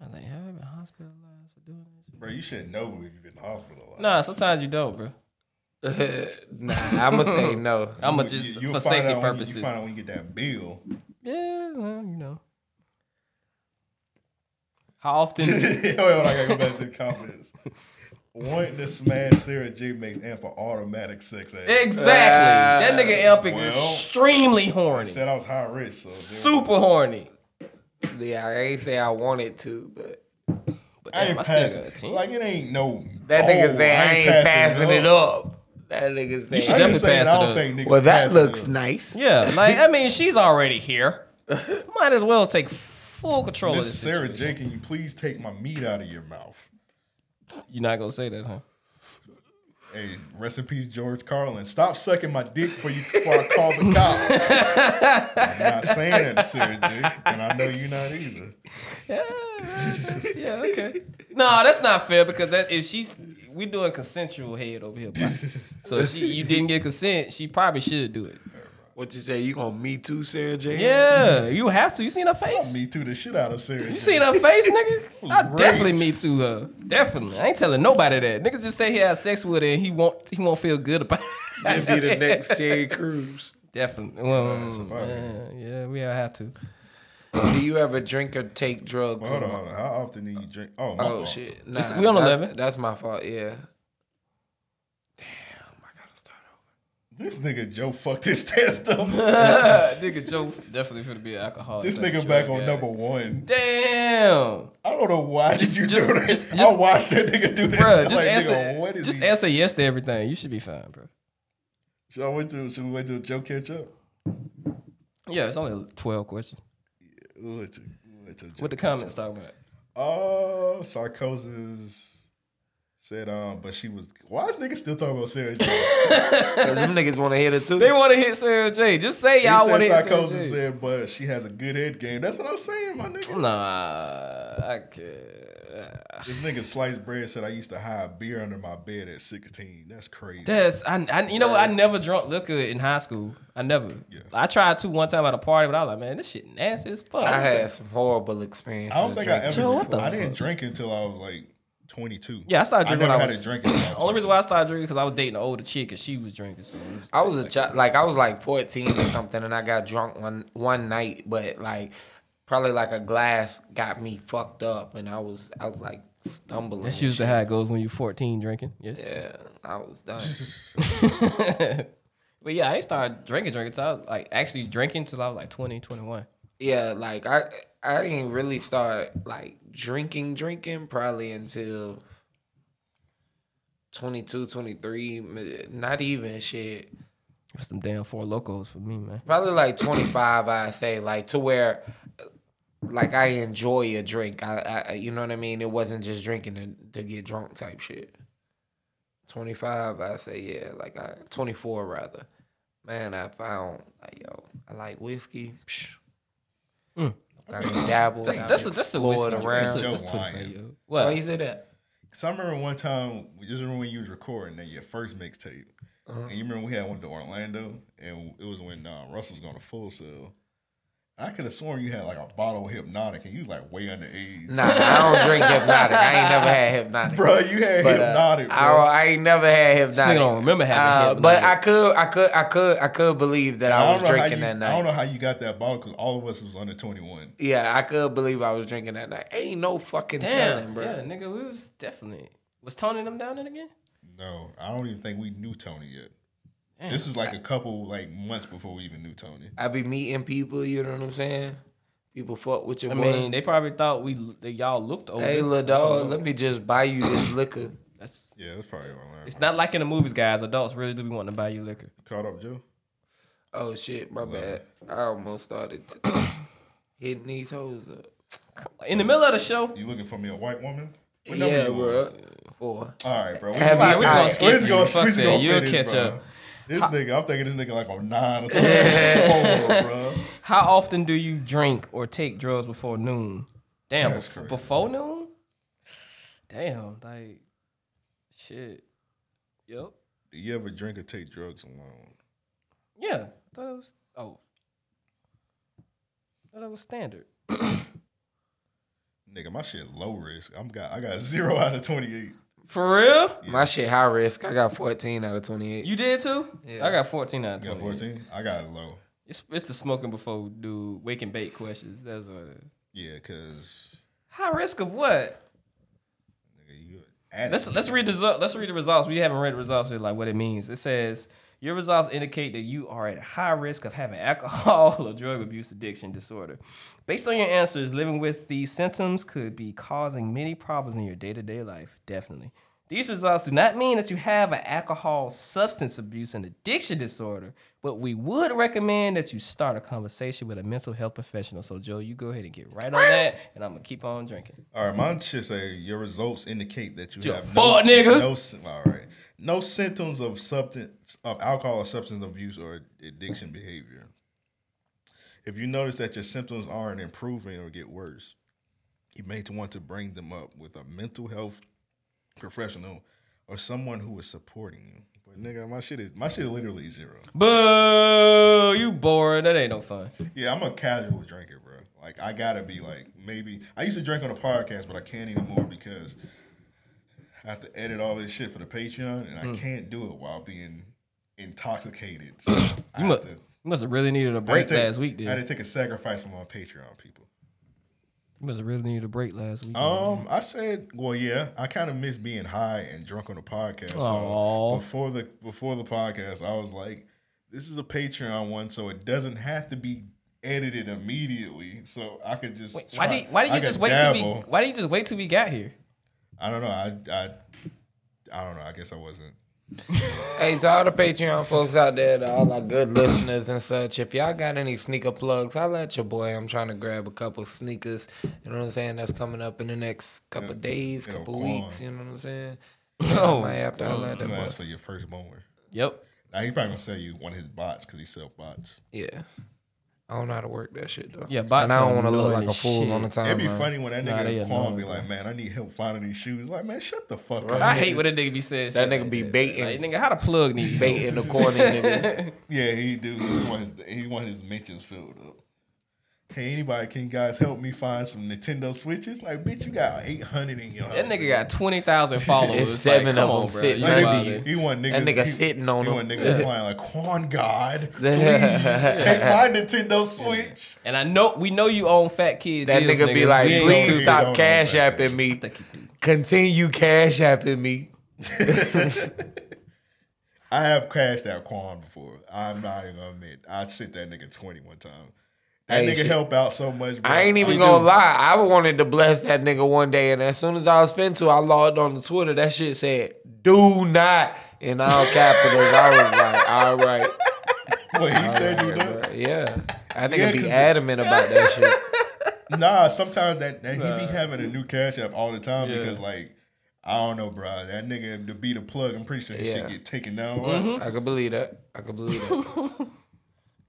I think, have I been hospitalized for doing
this? Bro, you should know if you've been hospitalized.
Nah, sometimes you don't, bro.
nah, I'ma say no.
I'ma
You-
just
you'll
for
find
safety
out when you-
purposes.
You find out when you get that bill.
yeah, well, you know. How often?
Wait, hold on, I gotta go back to the comments. Wanting to smash Sarah J makes Ampa automatic sex ass.
Uh,
Exactly. that nigga Elpic is extremely
I
horny.
said I was high risk, so
Super horny.
Yeah, I ain't say I wanted to, but.
I ain't
damn, I still
passing.
got a team.
Like it ain't no.
That nigga
oh,
say I ain't passing it up. That nigga
You
say
should definitely pass it up.
Well, that looks nice.
Yeah, like I mean, she's already here. Might as well take full control of
Miss
this.
Sarah
situation.
J, can you please take my meat out of your mouth?
You're not gonna say that, huh?
Hey, rest in peace, George Carlin. Stop sucking my dick before you before I call the cops. I'm not saying that, to Sarah J, and I know you're not either.
yeah, okay. No, that's not fair because that if she's we doing consensual head over here, bro. so if she, you didn't get consent, she probably should do it.
What you say? You gonna me too, Sarah J?
Yeah, you have to. You seen her face?
Me too, the shit out of Sarah.
You
J.
seen her face, nigga? I
Rage.
definitely me too her. Definitely. I ain't telling nobody that. Niggas just say he had sex with her and he won't he won't feel good about it.
That'd be the next Terry Crews.
Definitely. Well, mm, yeah,
survivor.
yeah, we all have to.
Do you ever drink or take drugs?
Hold on, hold on. How often do you drink? Oh, my
oh
fault.
shit!
It's- we on
that-
11.
That's my fault. Yeah.
This nigga Joe fucked his test up.
nigga Joe definitely finna be an alcoholic.
this
and a
nigga back
drug
on
addict.
number one.
Damn.
I don't know why did you do that.
just-
I watched that nigga do that.
Bruh, just
Like, nigga, what
answer.
is
Just
he-
answer yes to everything. You should be fine, bro.
Should I wait till should we wait till Joe catch up?
Yeah, it's only twelve questions.
We'll wait till, we'll wait till Joe
What the
catch
comments talking about?
Oh, psychosis said, um, but she was. Why is nigga still talking about Sarah? J?
Cause them niggas want to hit it too.
They want to hit Sarah J. Just say
He
y'all
said
want to hit Sarah
psychosis
J.
said, but she has a good head game. That's what I'm saying, my nigga.
Nah, I can't.
This nigga sliced bread said I used to hide beer under my bed at 16. That's crazy.
That's I, I you know what I never drunk liquor in high school. I never. I tried to one time at a party, but I was like, man, this shit nasty as fuck.
I had some horrible experiences.
I don't think I ever.
Joe, what the
I didn't
fuck?
drink until I was like 22.
Yeah, I started drinking.
I never
when I
had
was,
a drink until I was
Only reason why I started drinking because I was dating an older chick and she was drinking. So it was
I was a child, like I was like fourteen or something, and I got drunk one one night, but like probably like a glass got me fucked up, and I was I was like stumbling.
That's
and
usually how it goes when you're 14 drinking. Yes.
Yeah, I was done.
but yeah, I ain't started drinking, drinking. So I was like actually drinking till I was like 20, 21.
Yeah, like I I didn't really start like drinking, drinking probably until 22, 23, m- not even shit.
It's them damn four locos for me, man.
Probably like 25, I say, like to where like I enjoy a drink. I, I I- you know what I mean? It wasn't just drinking to, to get drunk type shit. 25, I say, yeah, like I 24 rather. Man, I found like yo, I like whiskey. Psh. Hmm.
Mm.
I done dabbled.
That's-
I
that's
done
a- that's a
explored
whiskey drink.
around.
That's a- that's 25, yo. What?
Why you say that?
Cause I remember one time, just remember when you was recording that your first mixtape, and you remember we had went to Orlando, and it was when uh, Russell was going to Full Sail. I could have sworn you had like a bottle of hypnotic, and you like way underage.
Nah, I don't drink hypnotic. I ain't never had hypnotic,
bro. You had
But, uh,
hypnotic, bro.
I, I ain't never had hypnotic.
She don't remember having
Uh, But I could, I could, I could, I could believe that
And
I
don't
was
know how
drinking
you-
that
I don't
night.
know how you got that bottle because all of us was under twenty one.
Yeah, I could believe I was drinking that night. Ain't no fucking
Damn,
telling, bro.
yeah, nigga, we was definitely was toning them down then again.
No, I don't even think we knew Tony yet.
Damn.
This is like a couple like months before we even knew Tony.
I be meeting people, you know what I'm saying? People fuck with your
I
boy.
mean, they probably thought we that y'all looked older.
hey, little
I
dog,
don't know.
let me just buy you this liquor.
That's
Yeah, that's probably online.
it's not like in the movies, guys. Adults really do be wanting to buy you liquor.
Caught up, Joe.
Oh shit, my bad. I almost started t- hitting these hoes up.
In the middle of the show,
You looking for me a white woman? What number
Yeah,
you on?
bro. Four.
All right, bro. We
Have
just,
you- all
we just gonna
right.
skip. We just
you.
gonna, we
Fuck
just
that.
gonna
You'll
finish,
catch
bro.
up.
This nigga, I'm thinking this nigga like on nine or something. Come on, bro.
How often do you drink or take drugs before noon? Damn,
That's
bef-
crazy.
before noon? Damn, like shit. Yep.
Do you ever drink or take drugs alone?
Yeah. Thought it was oh. Thought it was standard.
Nigga, my shit low risk. I'm got I got zero out of twenty eight.
For real?
My shit high risk. I got 14 out of 28.
You did too?
Yeah.
I got 14 out of
You got
20.
fourteen? I got low.
It's, it's the smoking before we do wake and bake questions. That's what it is.
Yeah, cause
High risk of what?
nigga, you addict.
Let's let's read the result- let's read the results. We haven't read the results yet, like what it means. It says your results indicate that you are at high risk of having alcohol or drug abuse addiction disorder. Based on your answers, living with these symptoms could be causing many problems in your day-to-day life. Definitely. These results do not mean that you have an alcohol substance abuse and addiction disorder, but we would recommend that you start a conversation with a mental health professional. So, Joe, you go ahead and get right on that, and I'm gonna keep on drinking.
All right, mine should say your results indicate that you
Your
have
fault,
no,
nigga.
no sy- all right, no symptoms of substance of alcohol or substance abuse or addiction behavior. If you notice that your symptoms aren't improving or get worse, you may want to bring them up with a mental health professional or someone who is supporting you. But nigga, my shit is my shit is literally zero.
Boo! You boring. That ain't no fun.
Yeah, I'm a casual drinker, bro. Like I gotta be like maybe I used to drink on a podcast, but I can't anymore because I have to edit all this shit for the Patreon,
Hmm.
and I can't do it while being intoxicated. So I
You
have
must,
to.
you must have really needed a
I had
break
to take-
last week, dude.
I had to take a sacrifice for my Patreon people.
you must have really needed a break last week.
Um, I said, well, yeah, I kind of miss being high and drunk on the podcast.
Aw.
So before the before the podcast, I was like, this is a Patreon one, so it doesn't have to be edited immediately. So I could just
Wait, why
try-
did Why did
I
you just
could
wait till we
dabble.
Why did you just wait till we got here?
I don't know. I I I don't know. I guess I wasn't.
Hey, to all the Patreon folks out there, to all our good listeners and such, if y'all got any sneaker plugs, holla at your boy. I'm trying to grab a couple sneakers. You know what I'm saying? That's coming up in the next couple days,
yeah,
couple
go
weeks.
on.
You know what I'm saying?
Oh.
I might have to holla at
You
that
know,
boy.
that's for your firstborn.
Yep.
Now he probably gonna sell you one of his bots because he sell bots.
Yeah. I don't know how to work that shit, though.
Yeah,
And
bots
I
are
don't want to look
annoying
like a
as
fool
shit.
on the time.
It'd be funny when that
Uh-huh. Nah, they
nigga Quan
annoying,
be
bro.
like, "Man, I need help finding these shoes." Like, man, shut the fuck
Right.
up.
I hate what a nigga be saying.
That
shit
nigga
like
be
bro.
baiting.
Like, nigga, how to plug these?
Baiting the corny niggas.
Yeah, he do. He want his, he want his mentions filled up. Hey, anybody, can you guys help me find some Nintendo Switches? Like, bitch, you got 800 in your house.
That nigga got twenty thousand followers.
It's seven
like, come
of
on,
them
bro.
sitting
You
right
wild.
there.
He want
That
niggas.
nigga
he-
sitting on
He
him.
want niggas flying like, Quan God, please take my Nintendo Switch.
And I know we know you own fat kids.
That
Deals,
nigga be like,
We ain't
gonna
please
do
stupid."
that.
stop cash
Don't do
apping me. Continue cash apping me.
I have crashed out Quan before. I'm not even gonna admit. I sent that nigga 20 one time. That
Hey,
nigga
shit.
help out so much. Bro.
I ain't even
He
gonna
do.
lie. I wanted to bless that nigga one day, and as soon as I was finished, I logged on to Twitter. That shit said, "Do not" in all capitals. I was like, "All right."
Wait, he said you do?
Yeah, I think
Yeah,
I'd be
'cause-
adamant about that shit.
Nah, sometimes that, that he
Nah.
be having a new cash app all the time
Yeah.
because like I don't know, bro. That nigga to be the plug, I'm pretty sure that
Yeah.
shit get taken down.
Mm-hmm.
Mhm. I could believe that. I could believe that.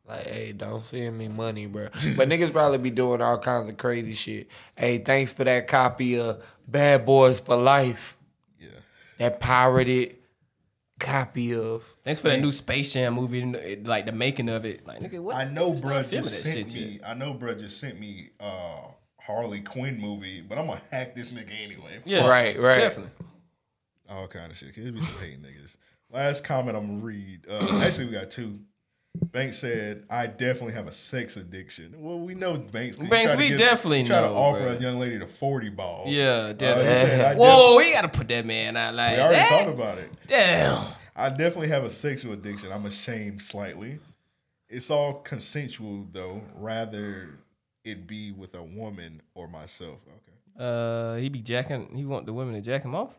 like, hey, don't send me money, bro. But niggas probably be doing all kinds of crazy shit. Hey, thanks for that copy of Bad Boys for Life. Yeah. That pirated copy of.
Thanks for that new Space Jam movie, and, uh, like the making of it. Like nigga, what?
I know,
Stop
bro.
filming
Just
that
sent
shit
me. I know, bro. Just sent me uh, Harley Quinn movie, but I'm gonna hack this nigga anyway.
Yeah,
Fuck.
Right, right. definitely.
All kind of shit. Kids be some hating niggas. Last comment I'm gonna read. Uh, actually, we got two. Banks said, "I definitely have a sex addiction." Well, we know Banks. 'cause he
Banks,
tried to
we
give-
definitely
try to
know,
offer
bruh.
a young lady the forty ball.
Yeah,
Uh, he
definitely.
said, "I
Whoa, we gotta put that man out like
we already
that.
talked about it.
Damn.
I definitely have a sexual addiction. I'm ashamed slightly. It's all consensual though, rather it be with a woman or myself. Okay.
Uh, he be jacking. He want the women to jack him off.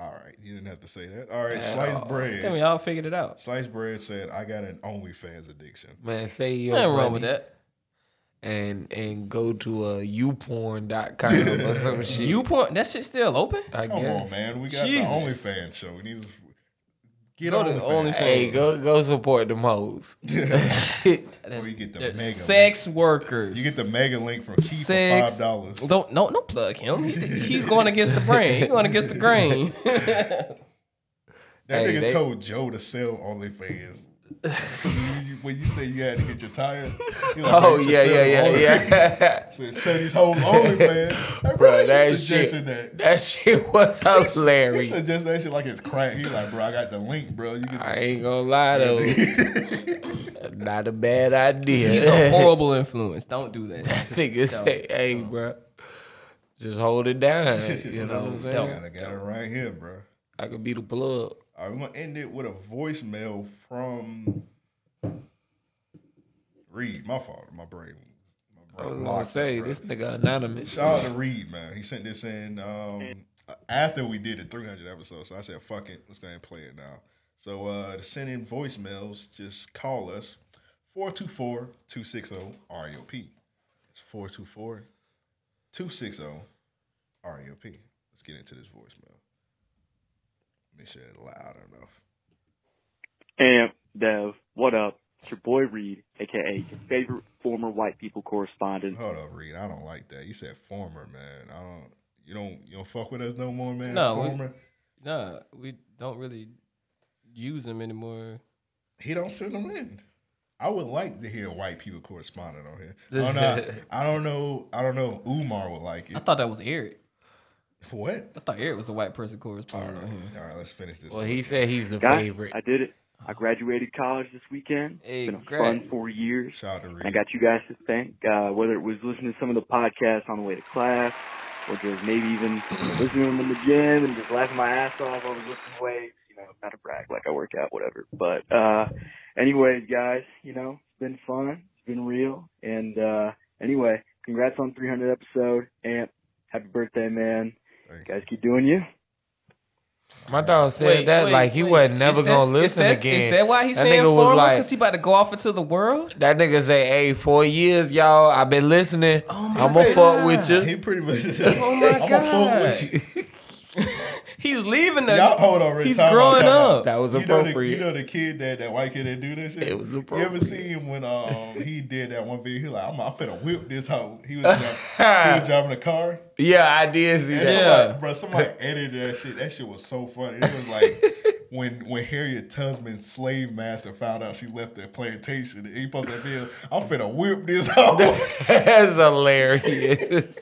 All right. You didn't have to say that. All right.
At
Sliced
all.
bread.
Then we all figured it out.
Sliced bread said, "I got an OnlyFans addiction."
Man, say you
Nothing wrong with that.
And and go to uh, youporn.com or some shit.
You point that shit still open?
I
Come
guess.
on, man. We got
Jesus.
the OnlyFans show. We need to get
Go
on
to
the
OnlyFans.
Hey, go go support them hoes.
Or you get the
That's
mega
sex workers.
You get the mega link from Keith
Sex-
for five dollars.
Don't no no plug him. He, he's going against the brain. He's going against the grain.
That
Hey,
nigga
they-
told Joe to sell OnlyFans. You- when you say you had to get your tire, you like,
Oh,
"Man, you should
yeah,
sell
yeah,
the
yeah,
OnlyFans."
yeah.
Said, sell these whole OnlyFans. Hey,
Bro,
he
that
suggested
shit,
that.
that. shit was
He
hilarious.
suggested that shit like it's crack. He like, bro, I got the link, bro. You get
I
the
ain't gonna lie though, not a bad idea.
He's a horrible influence. Don't do that.
Nigga
Don't.
say, "Hey, bro, just hold it down." You know what I'm saying?
I got it right here, bro.
I could be the plug.
All right, we're gonna end it with a voicemail from Reed. My fault. My brain. My
I was
brain
gonna
locked up,
say
bro.
this nigga anonymous.
Shout out to Reed, man. He sent this in um, after we did the 300 episode. So I said, fuck it. Let's go ahead and play it now. So uh, to send in voicemails, just call us 424 260 REOP. E It's 424 260 REOP. E Let's get into this voicemail. Make sure it's loud enough.
And Dev, what up? It's your boy Reed, aka your favorite former white people correspondent.
Hold up, Reed. I don't like that. You said former, man. I don't. You don't. You don't fuck with us no more, man.
No, we-
former.
No, we don't really use him anymore.
He don't send them in. I would like to hear white people corresponding on here. I don't know. I don't know. I don't know. If Umar would like it.
I thought that was Eric.
What?
I thought Eric was a white person correspondent. on here.
All right, let's finish this.
Well, he said he's the
Guys,
favorite.
I did it. I graduated college this weekend.
Oh. Hey,
it's been a
congrats.
fun four years.
Shout out to
And I got you guys to thank, uh, whether it was listening to some of the podcasts on the way to class, or just maybe even listening to them in the gym and just laughing my ass off while I was lifting weights. You know, not a brag, like I work out, whatever. But uh, anyways, guys, you know, it's been fun. It's been real. And uh, anyway, congrats on 300 episode. And happy birthday, man. guys keep doing you.
My dog said
Wait,
that
wait,
like he
wait.
wasn't
Is
never
that-
gonna
is
listen
that-
again.
Is that why he's
That
saying
nigga was
former?
like-
Because he about to go off into the world?
That nigga say, "Hey, four years, y'all. I've been listening. I'ma fuck with you."
He pretty much.
Oh my
I'ma fuck with
God. He's leaving the.
Y'all hold on. Rick.
He's
Time out,
growing
time out.
up.
You know the- You know the, kid that that white kid that do that shit. It was appropriate. You ever seen when um he did that one video? He like I'm, I'm finna whip this hoe. He was dri- he was driving a car.
Yeah, I did see
And
that.
somebody,
Yeah.
bro, somebody edited that shit. That shit was so funny. It was like when when Harriet Tubman's slave master found out she left the plantation. He posted that video. I'm finna whip this hoe.
That's hilarious.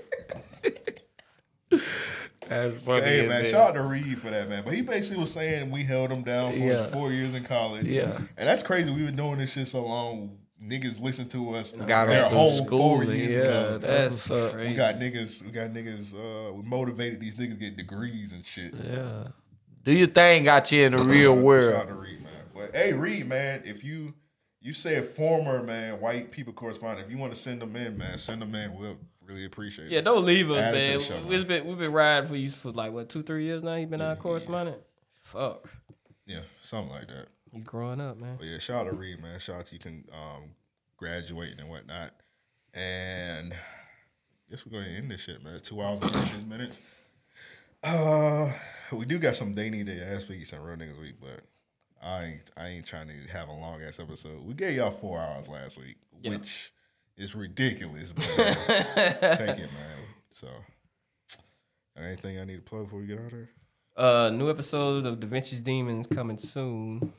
That's funny.
Hey
as
man,
hell.
shout out to Reed for that man. But he basically was saying we held him down for
Yeah.
four years in college.
Yeah.
and that's crazy. We've been doing this shit so long. Niggas listen to us.
Got
their
them through
whole
school,
four years.
yeah,
ago.
that's That's what's up.
We got niggas. We got niggas. Uh, we motivated these niggas get degrees and shit.
Yeah. Do your thing, got you in the real
Shout out
world.
to Reed, man. But hey, Reed, man, if you You said former man, white people correspondent. If you want to send them in, man, send them in. We'll really appreciate it.
Yeah, don't leave us,
Add it to
man.
the show,
We- It's been we've been riding for you for like what two three years now. You've been our correspondent. Fuck.
Yeah, something like that.
He's growing up, man.
But yeah, shout out to Reed, man. Shout out to you can um, graduating and whatnot. And guess we're going to end this shit, man. Two hours and 36 minutes. Uh, we do got some they need to ass weeks and real niggas week, but I ain't I ain't trying to have a long ass episode. We gave y'all four hours last week,
Yeah.
which is ridiculous. But uh, take it, man. So, anything I need to plug before we get out of here?
Uh, new episode of Da Vinci's Demons coming soon.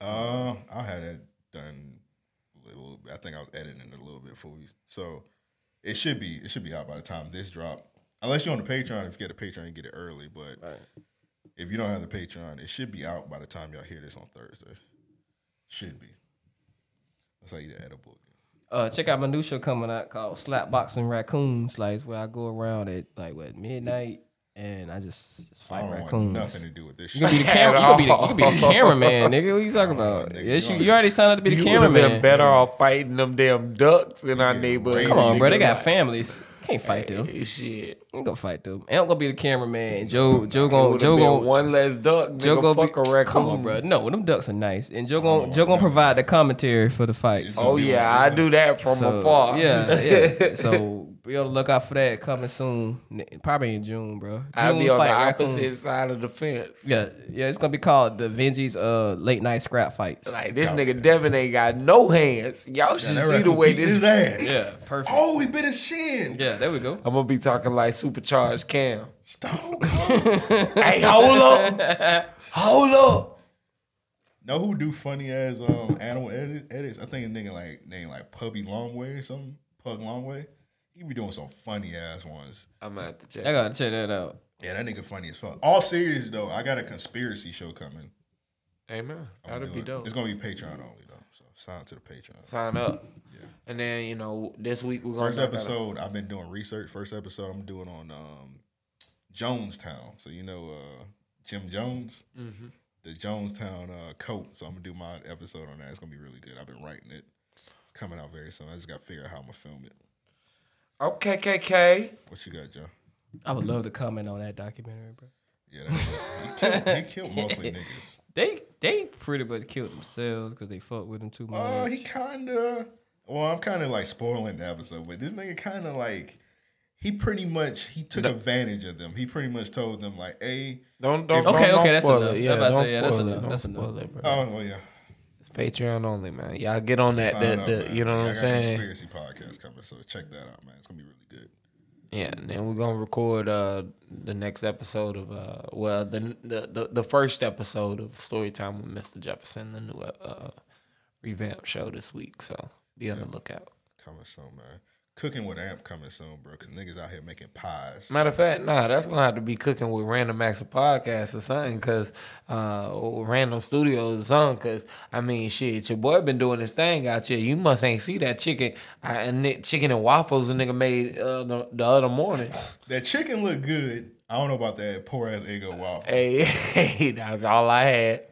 Uh, I had that done a little. I think I was editing it a little bit for you, so it should be it should be out by the time this drop. Unless you're on the Patreon, if you get a Patreon, you get it early. But if you don't have the Patreon, it should be out by the time y'all hear this on Thursday. Should be. That's how you the edible.
Uh, check out my new show coming out called Slapbox and Raccoons. Like, it's where I go around at like what midnight, and I just, just
I
fight
don't want
raccoons.
nothing to do with this
You gonna be the
shit.
camera? You
At
gonna be the, you gonna be the
all.
cameraman, nigga? What you talking
Oh,
about? Yes, you, you already signed up to be the
You would've
cameraman.
Been better off fighting them damn ducks in our neighborhood.
Come on, bro. They got families. Can't fight them.
Shit,
I'm gonna fight them. And I'm gonna be the cameraman. Joe, Joe
It
gonna,
would've
Joe
been
gonna
one less duck.
Joe
nigga,
gonna be,
fuck a raccoon.
Come on, bro. No, them ducks are nice, and Joe gonna, Joe gonna provide the commentary for the fights.
Oh yeah, I do that from
So,
afar.
Yeah, yeah. so be on the lookout for that coming soon. N- Probably in June, bro. June
I'll be on the
fight
opposite
raccoon.
side of the fence.
Yeah, yeah. It's gonna be called the Venge's uh late night scrap fights.
Like this nigga Devin ain't got no hands. Y'all should
that
see the
raccoon
way
beat
this
his ass. Yeah, perfect.
Oh, he bit his shin.
Yeah, there we go.
I'm gonna be talking like supercharged Cam.
Stop.
hey, hold up, hold up.
Know who do funny as um animal edit- edits? I think a nigga like named like Pubby Longway or something. Pug Longway. He be doing some funny ass ones.
I'm gonna have to check.
I gotta check that out.
Yeah, that nigga funny as fuck. All serious though, I got a conspiracy show coming.
Amen.
I'm gonna
That'd
do
be
it.
dope.
It's gonna be Patreon only though. So sign up to the Patreon.
Sign up. And then you know this week we're gonna
First
knock out a-
episode, I've been doing research. First episode I'm doing on um Jonestown. So you know uh Jim Jones.
Mhm.
The Jonestown uh, coat. So I'm gonna do my episode on that. It's gonna be really good. I've been writing it. It's coming out very soon. I just gotta figure out how I'm gonna film it.
Okay, KK.
What you got, Joe?
I would love to comment on that documentary, bro.
Yeah, that- they killed- they killed mostly niggas.
They they pretty much killed themselves because they fucked with them too much.
Oh, he kinda. Well, I'm kind of like spoiling the episode, but this nigga kind of like he pretty much he took advantage of them. He pretty much told them like, "Hey,
Don't don't.
Okay,
don't,
okay,
don't
that's
spoil
enough.
It.
I'm
Yeah,
about to
don't
say, yeah, that's
spoil it.
enough,
Don't
that's
spoil
enough.
it, bro.
Oh well, yeah.
It's Patreon only, man. Y'all get on that.
Sign
that,
up,
that
man.
you know what
Yeah,
I'm
I got
saying?
Conspiracy podcast coming, so check that out, man. It's gonna be really good.
Yeah, and then we're gonna record uh, the next episode of uh, well, the, the the the first episode of Storytime with Mr. Jefferson, the new uh, revamp show this week. So be on the lookout.
Coming soon, man. Cooking with Amp coming soon, bro. Cause niggas out here making pies.
Matter of fact, nah, that's gonna have to be cooking with Random Acts of Podcast or something, cause uh, or Random Studios or something, cause I mean, shit, your boy been doing his thing out here. You must ain't see that chicken, I, and that chicken and waffles the nigga made uh, the, the other morning.
That chicken look good. I don't know about that poor ass ego waffle.
Hey, hey, that's all I had.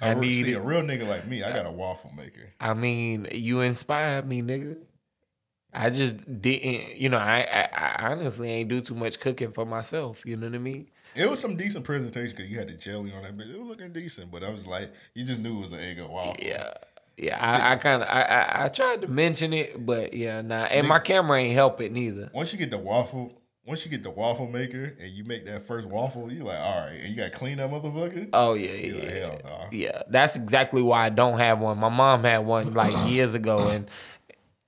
I,
I
need
see
it.
a real nigga like me. I got a waffle maker.
I mean, you inspired me, nigga. I just didn't, you know. I, I, I honestly ain't do too much cooking for myself. You know what I mean?
It was some decent presentation because you had the jelly on that. But it was looking decent. But I was like, you just knew it was an egg waffle.
Yeah. Yeah, I, I kind of I, I I tried to mention it, but yeah, nah. And my camera ain't help it neither.
Once you get the waffle, once you get the waffle maker and you make that first waffle, you like, all right, and you got to clean that motherfucker.
Oh yeah, yeah,
You like, hell nah.
yeah. That's exactly why I don't have one. My mom had one like years ago, and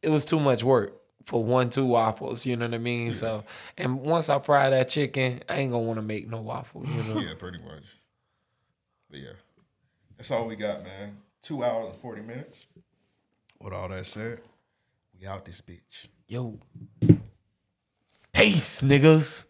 it was too much work for one two waffles. You know what I mean? So, and once I fry that chicken, I ain't gonna want to make no waffles. You know?
yeah, pretty much. But yeah, that's all we got, man. Two hours and forty minutes. With all that said, we out this bitch.
Yo. Peace, niggas.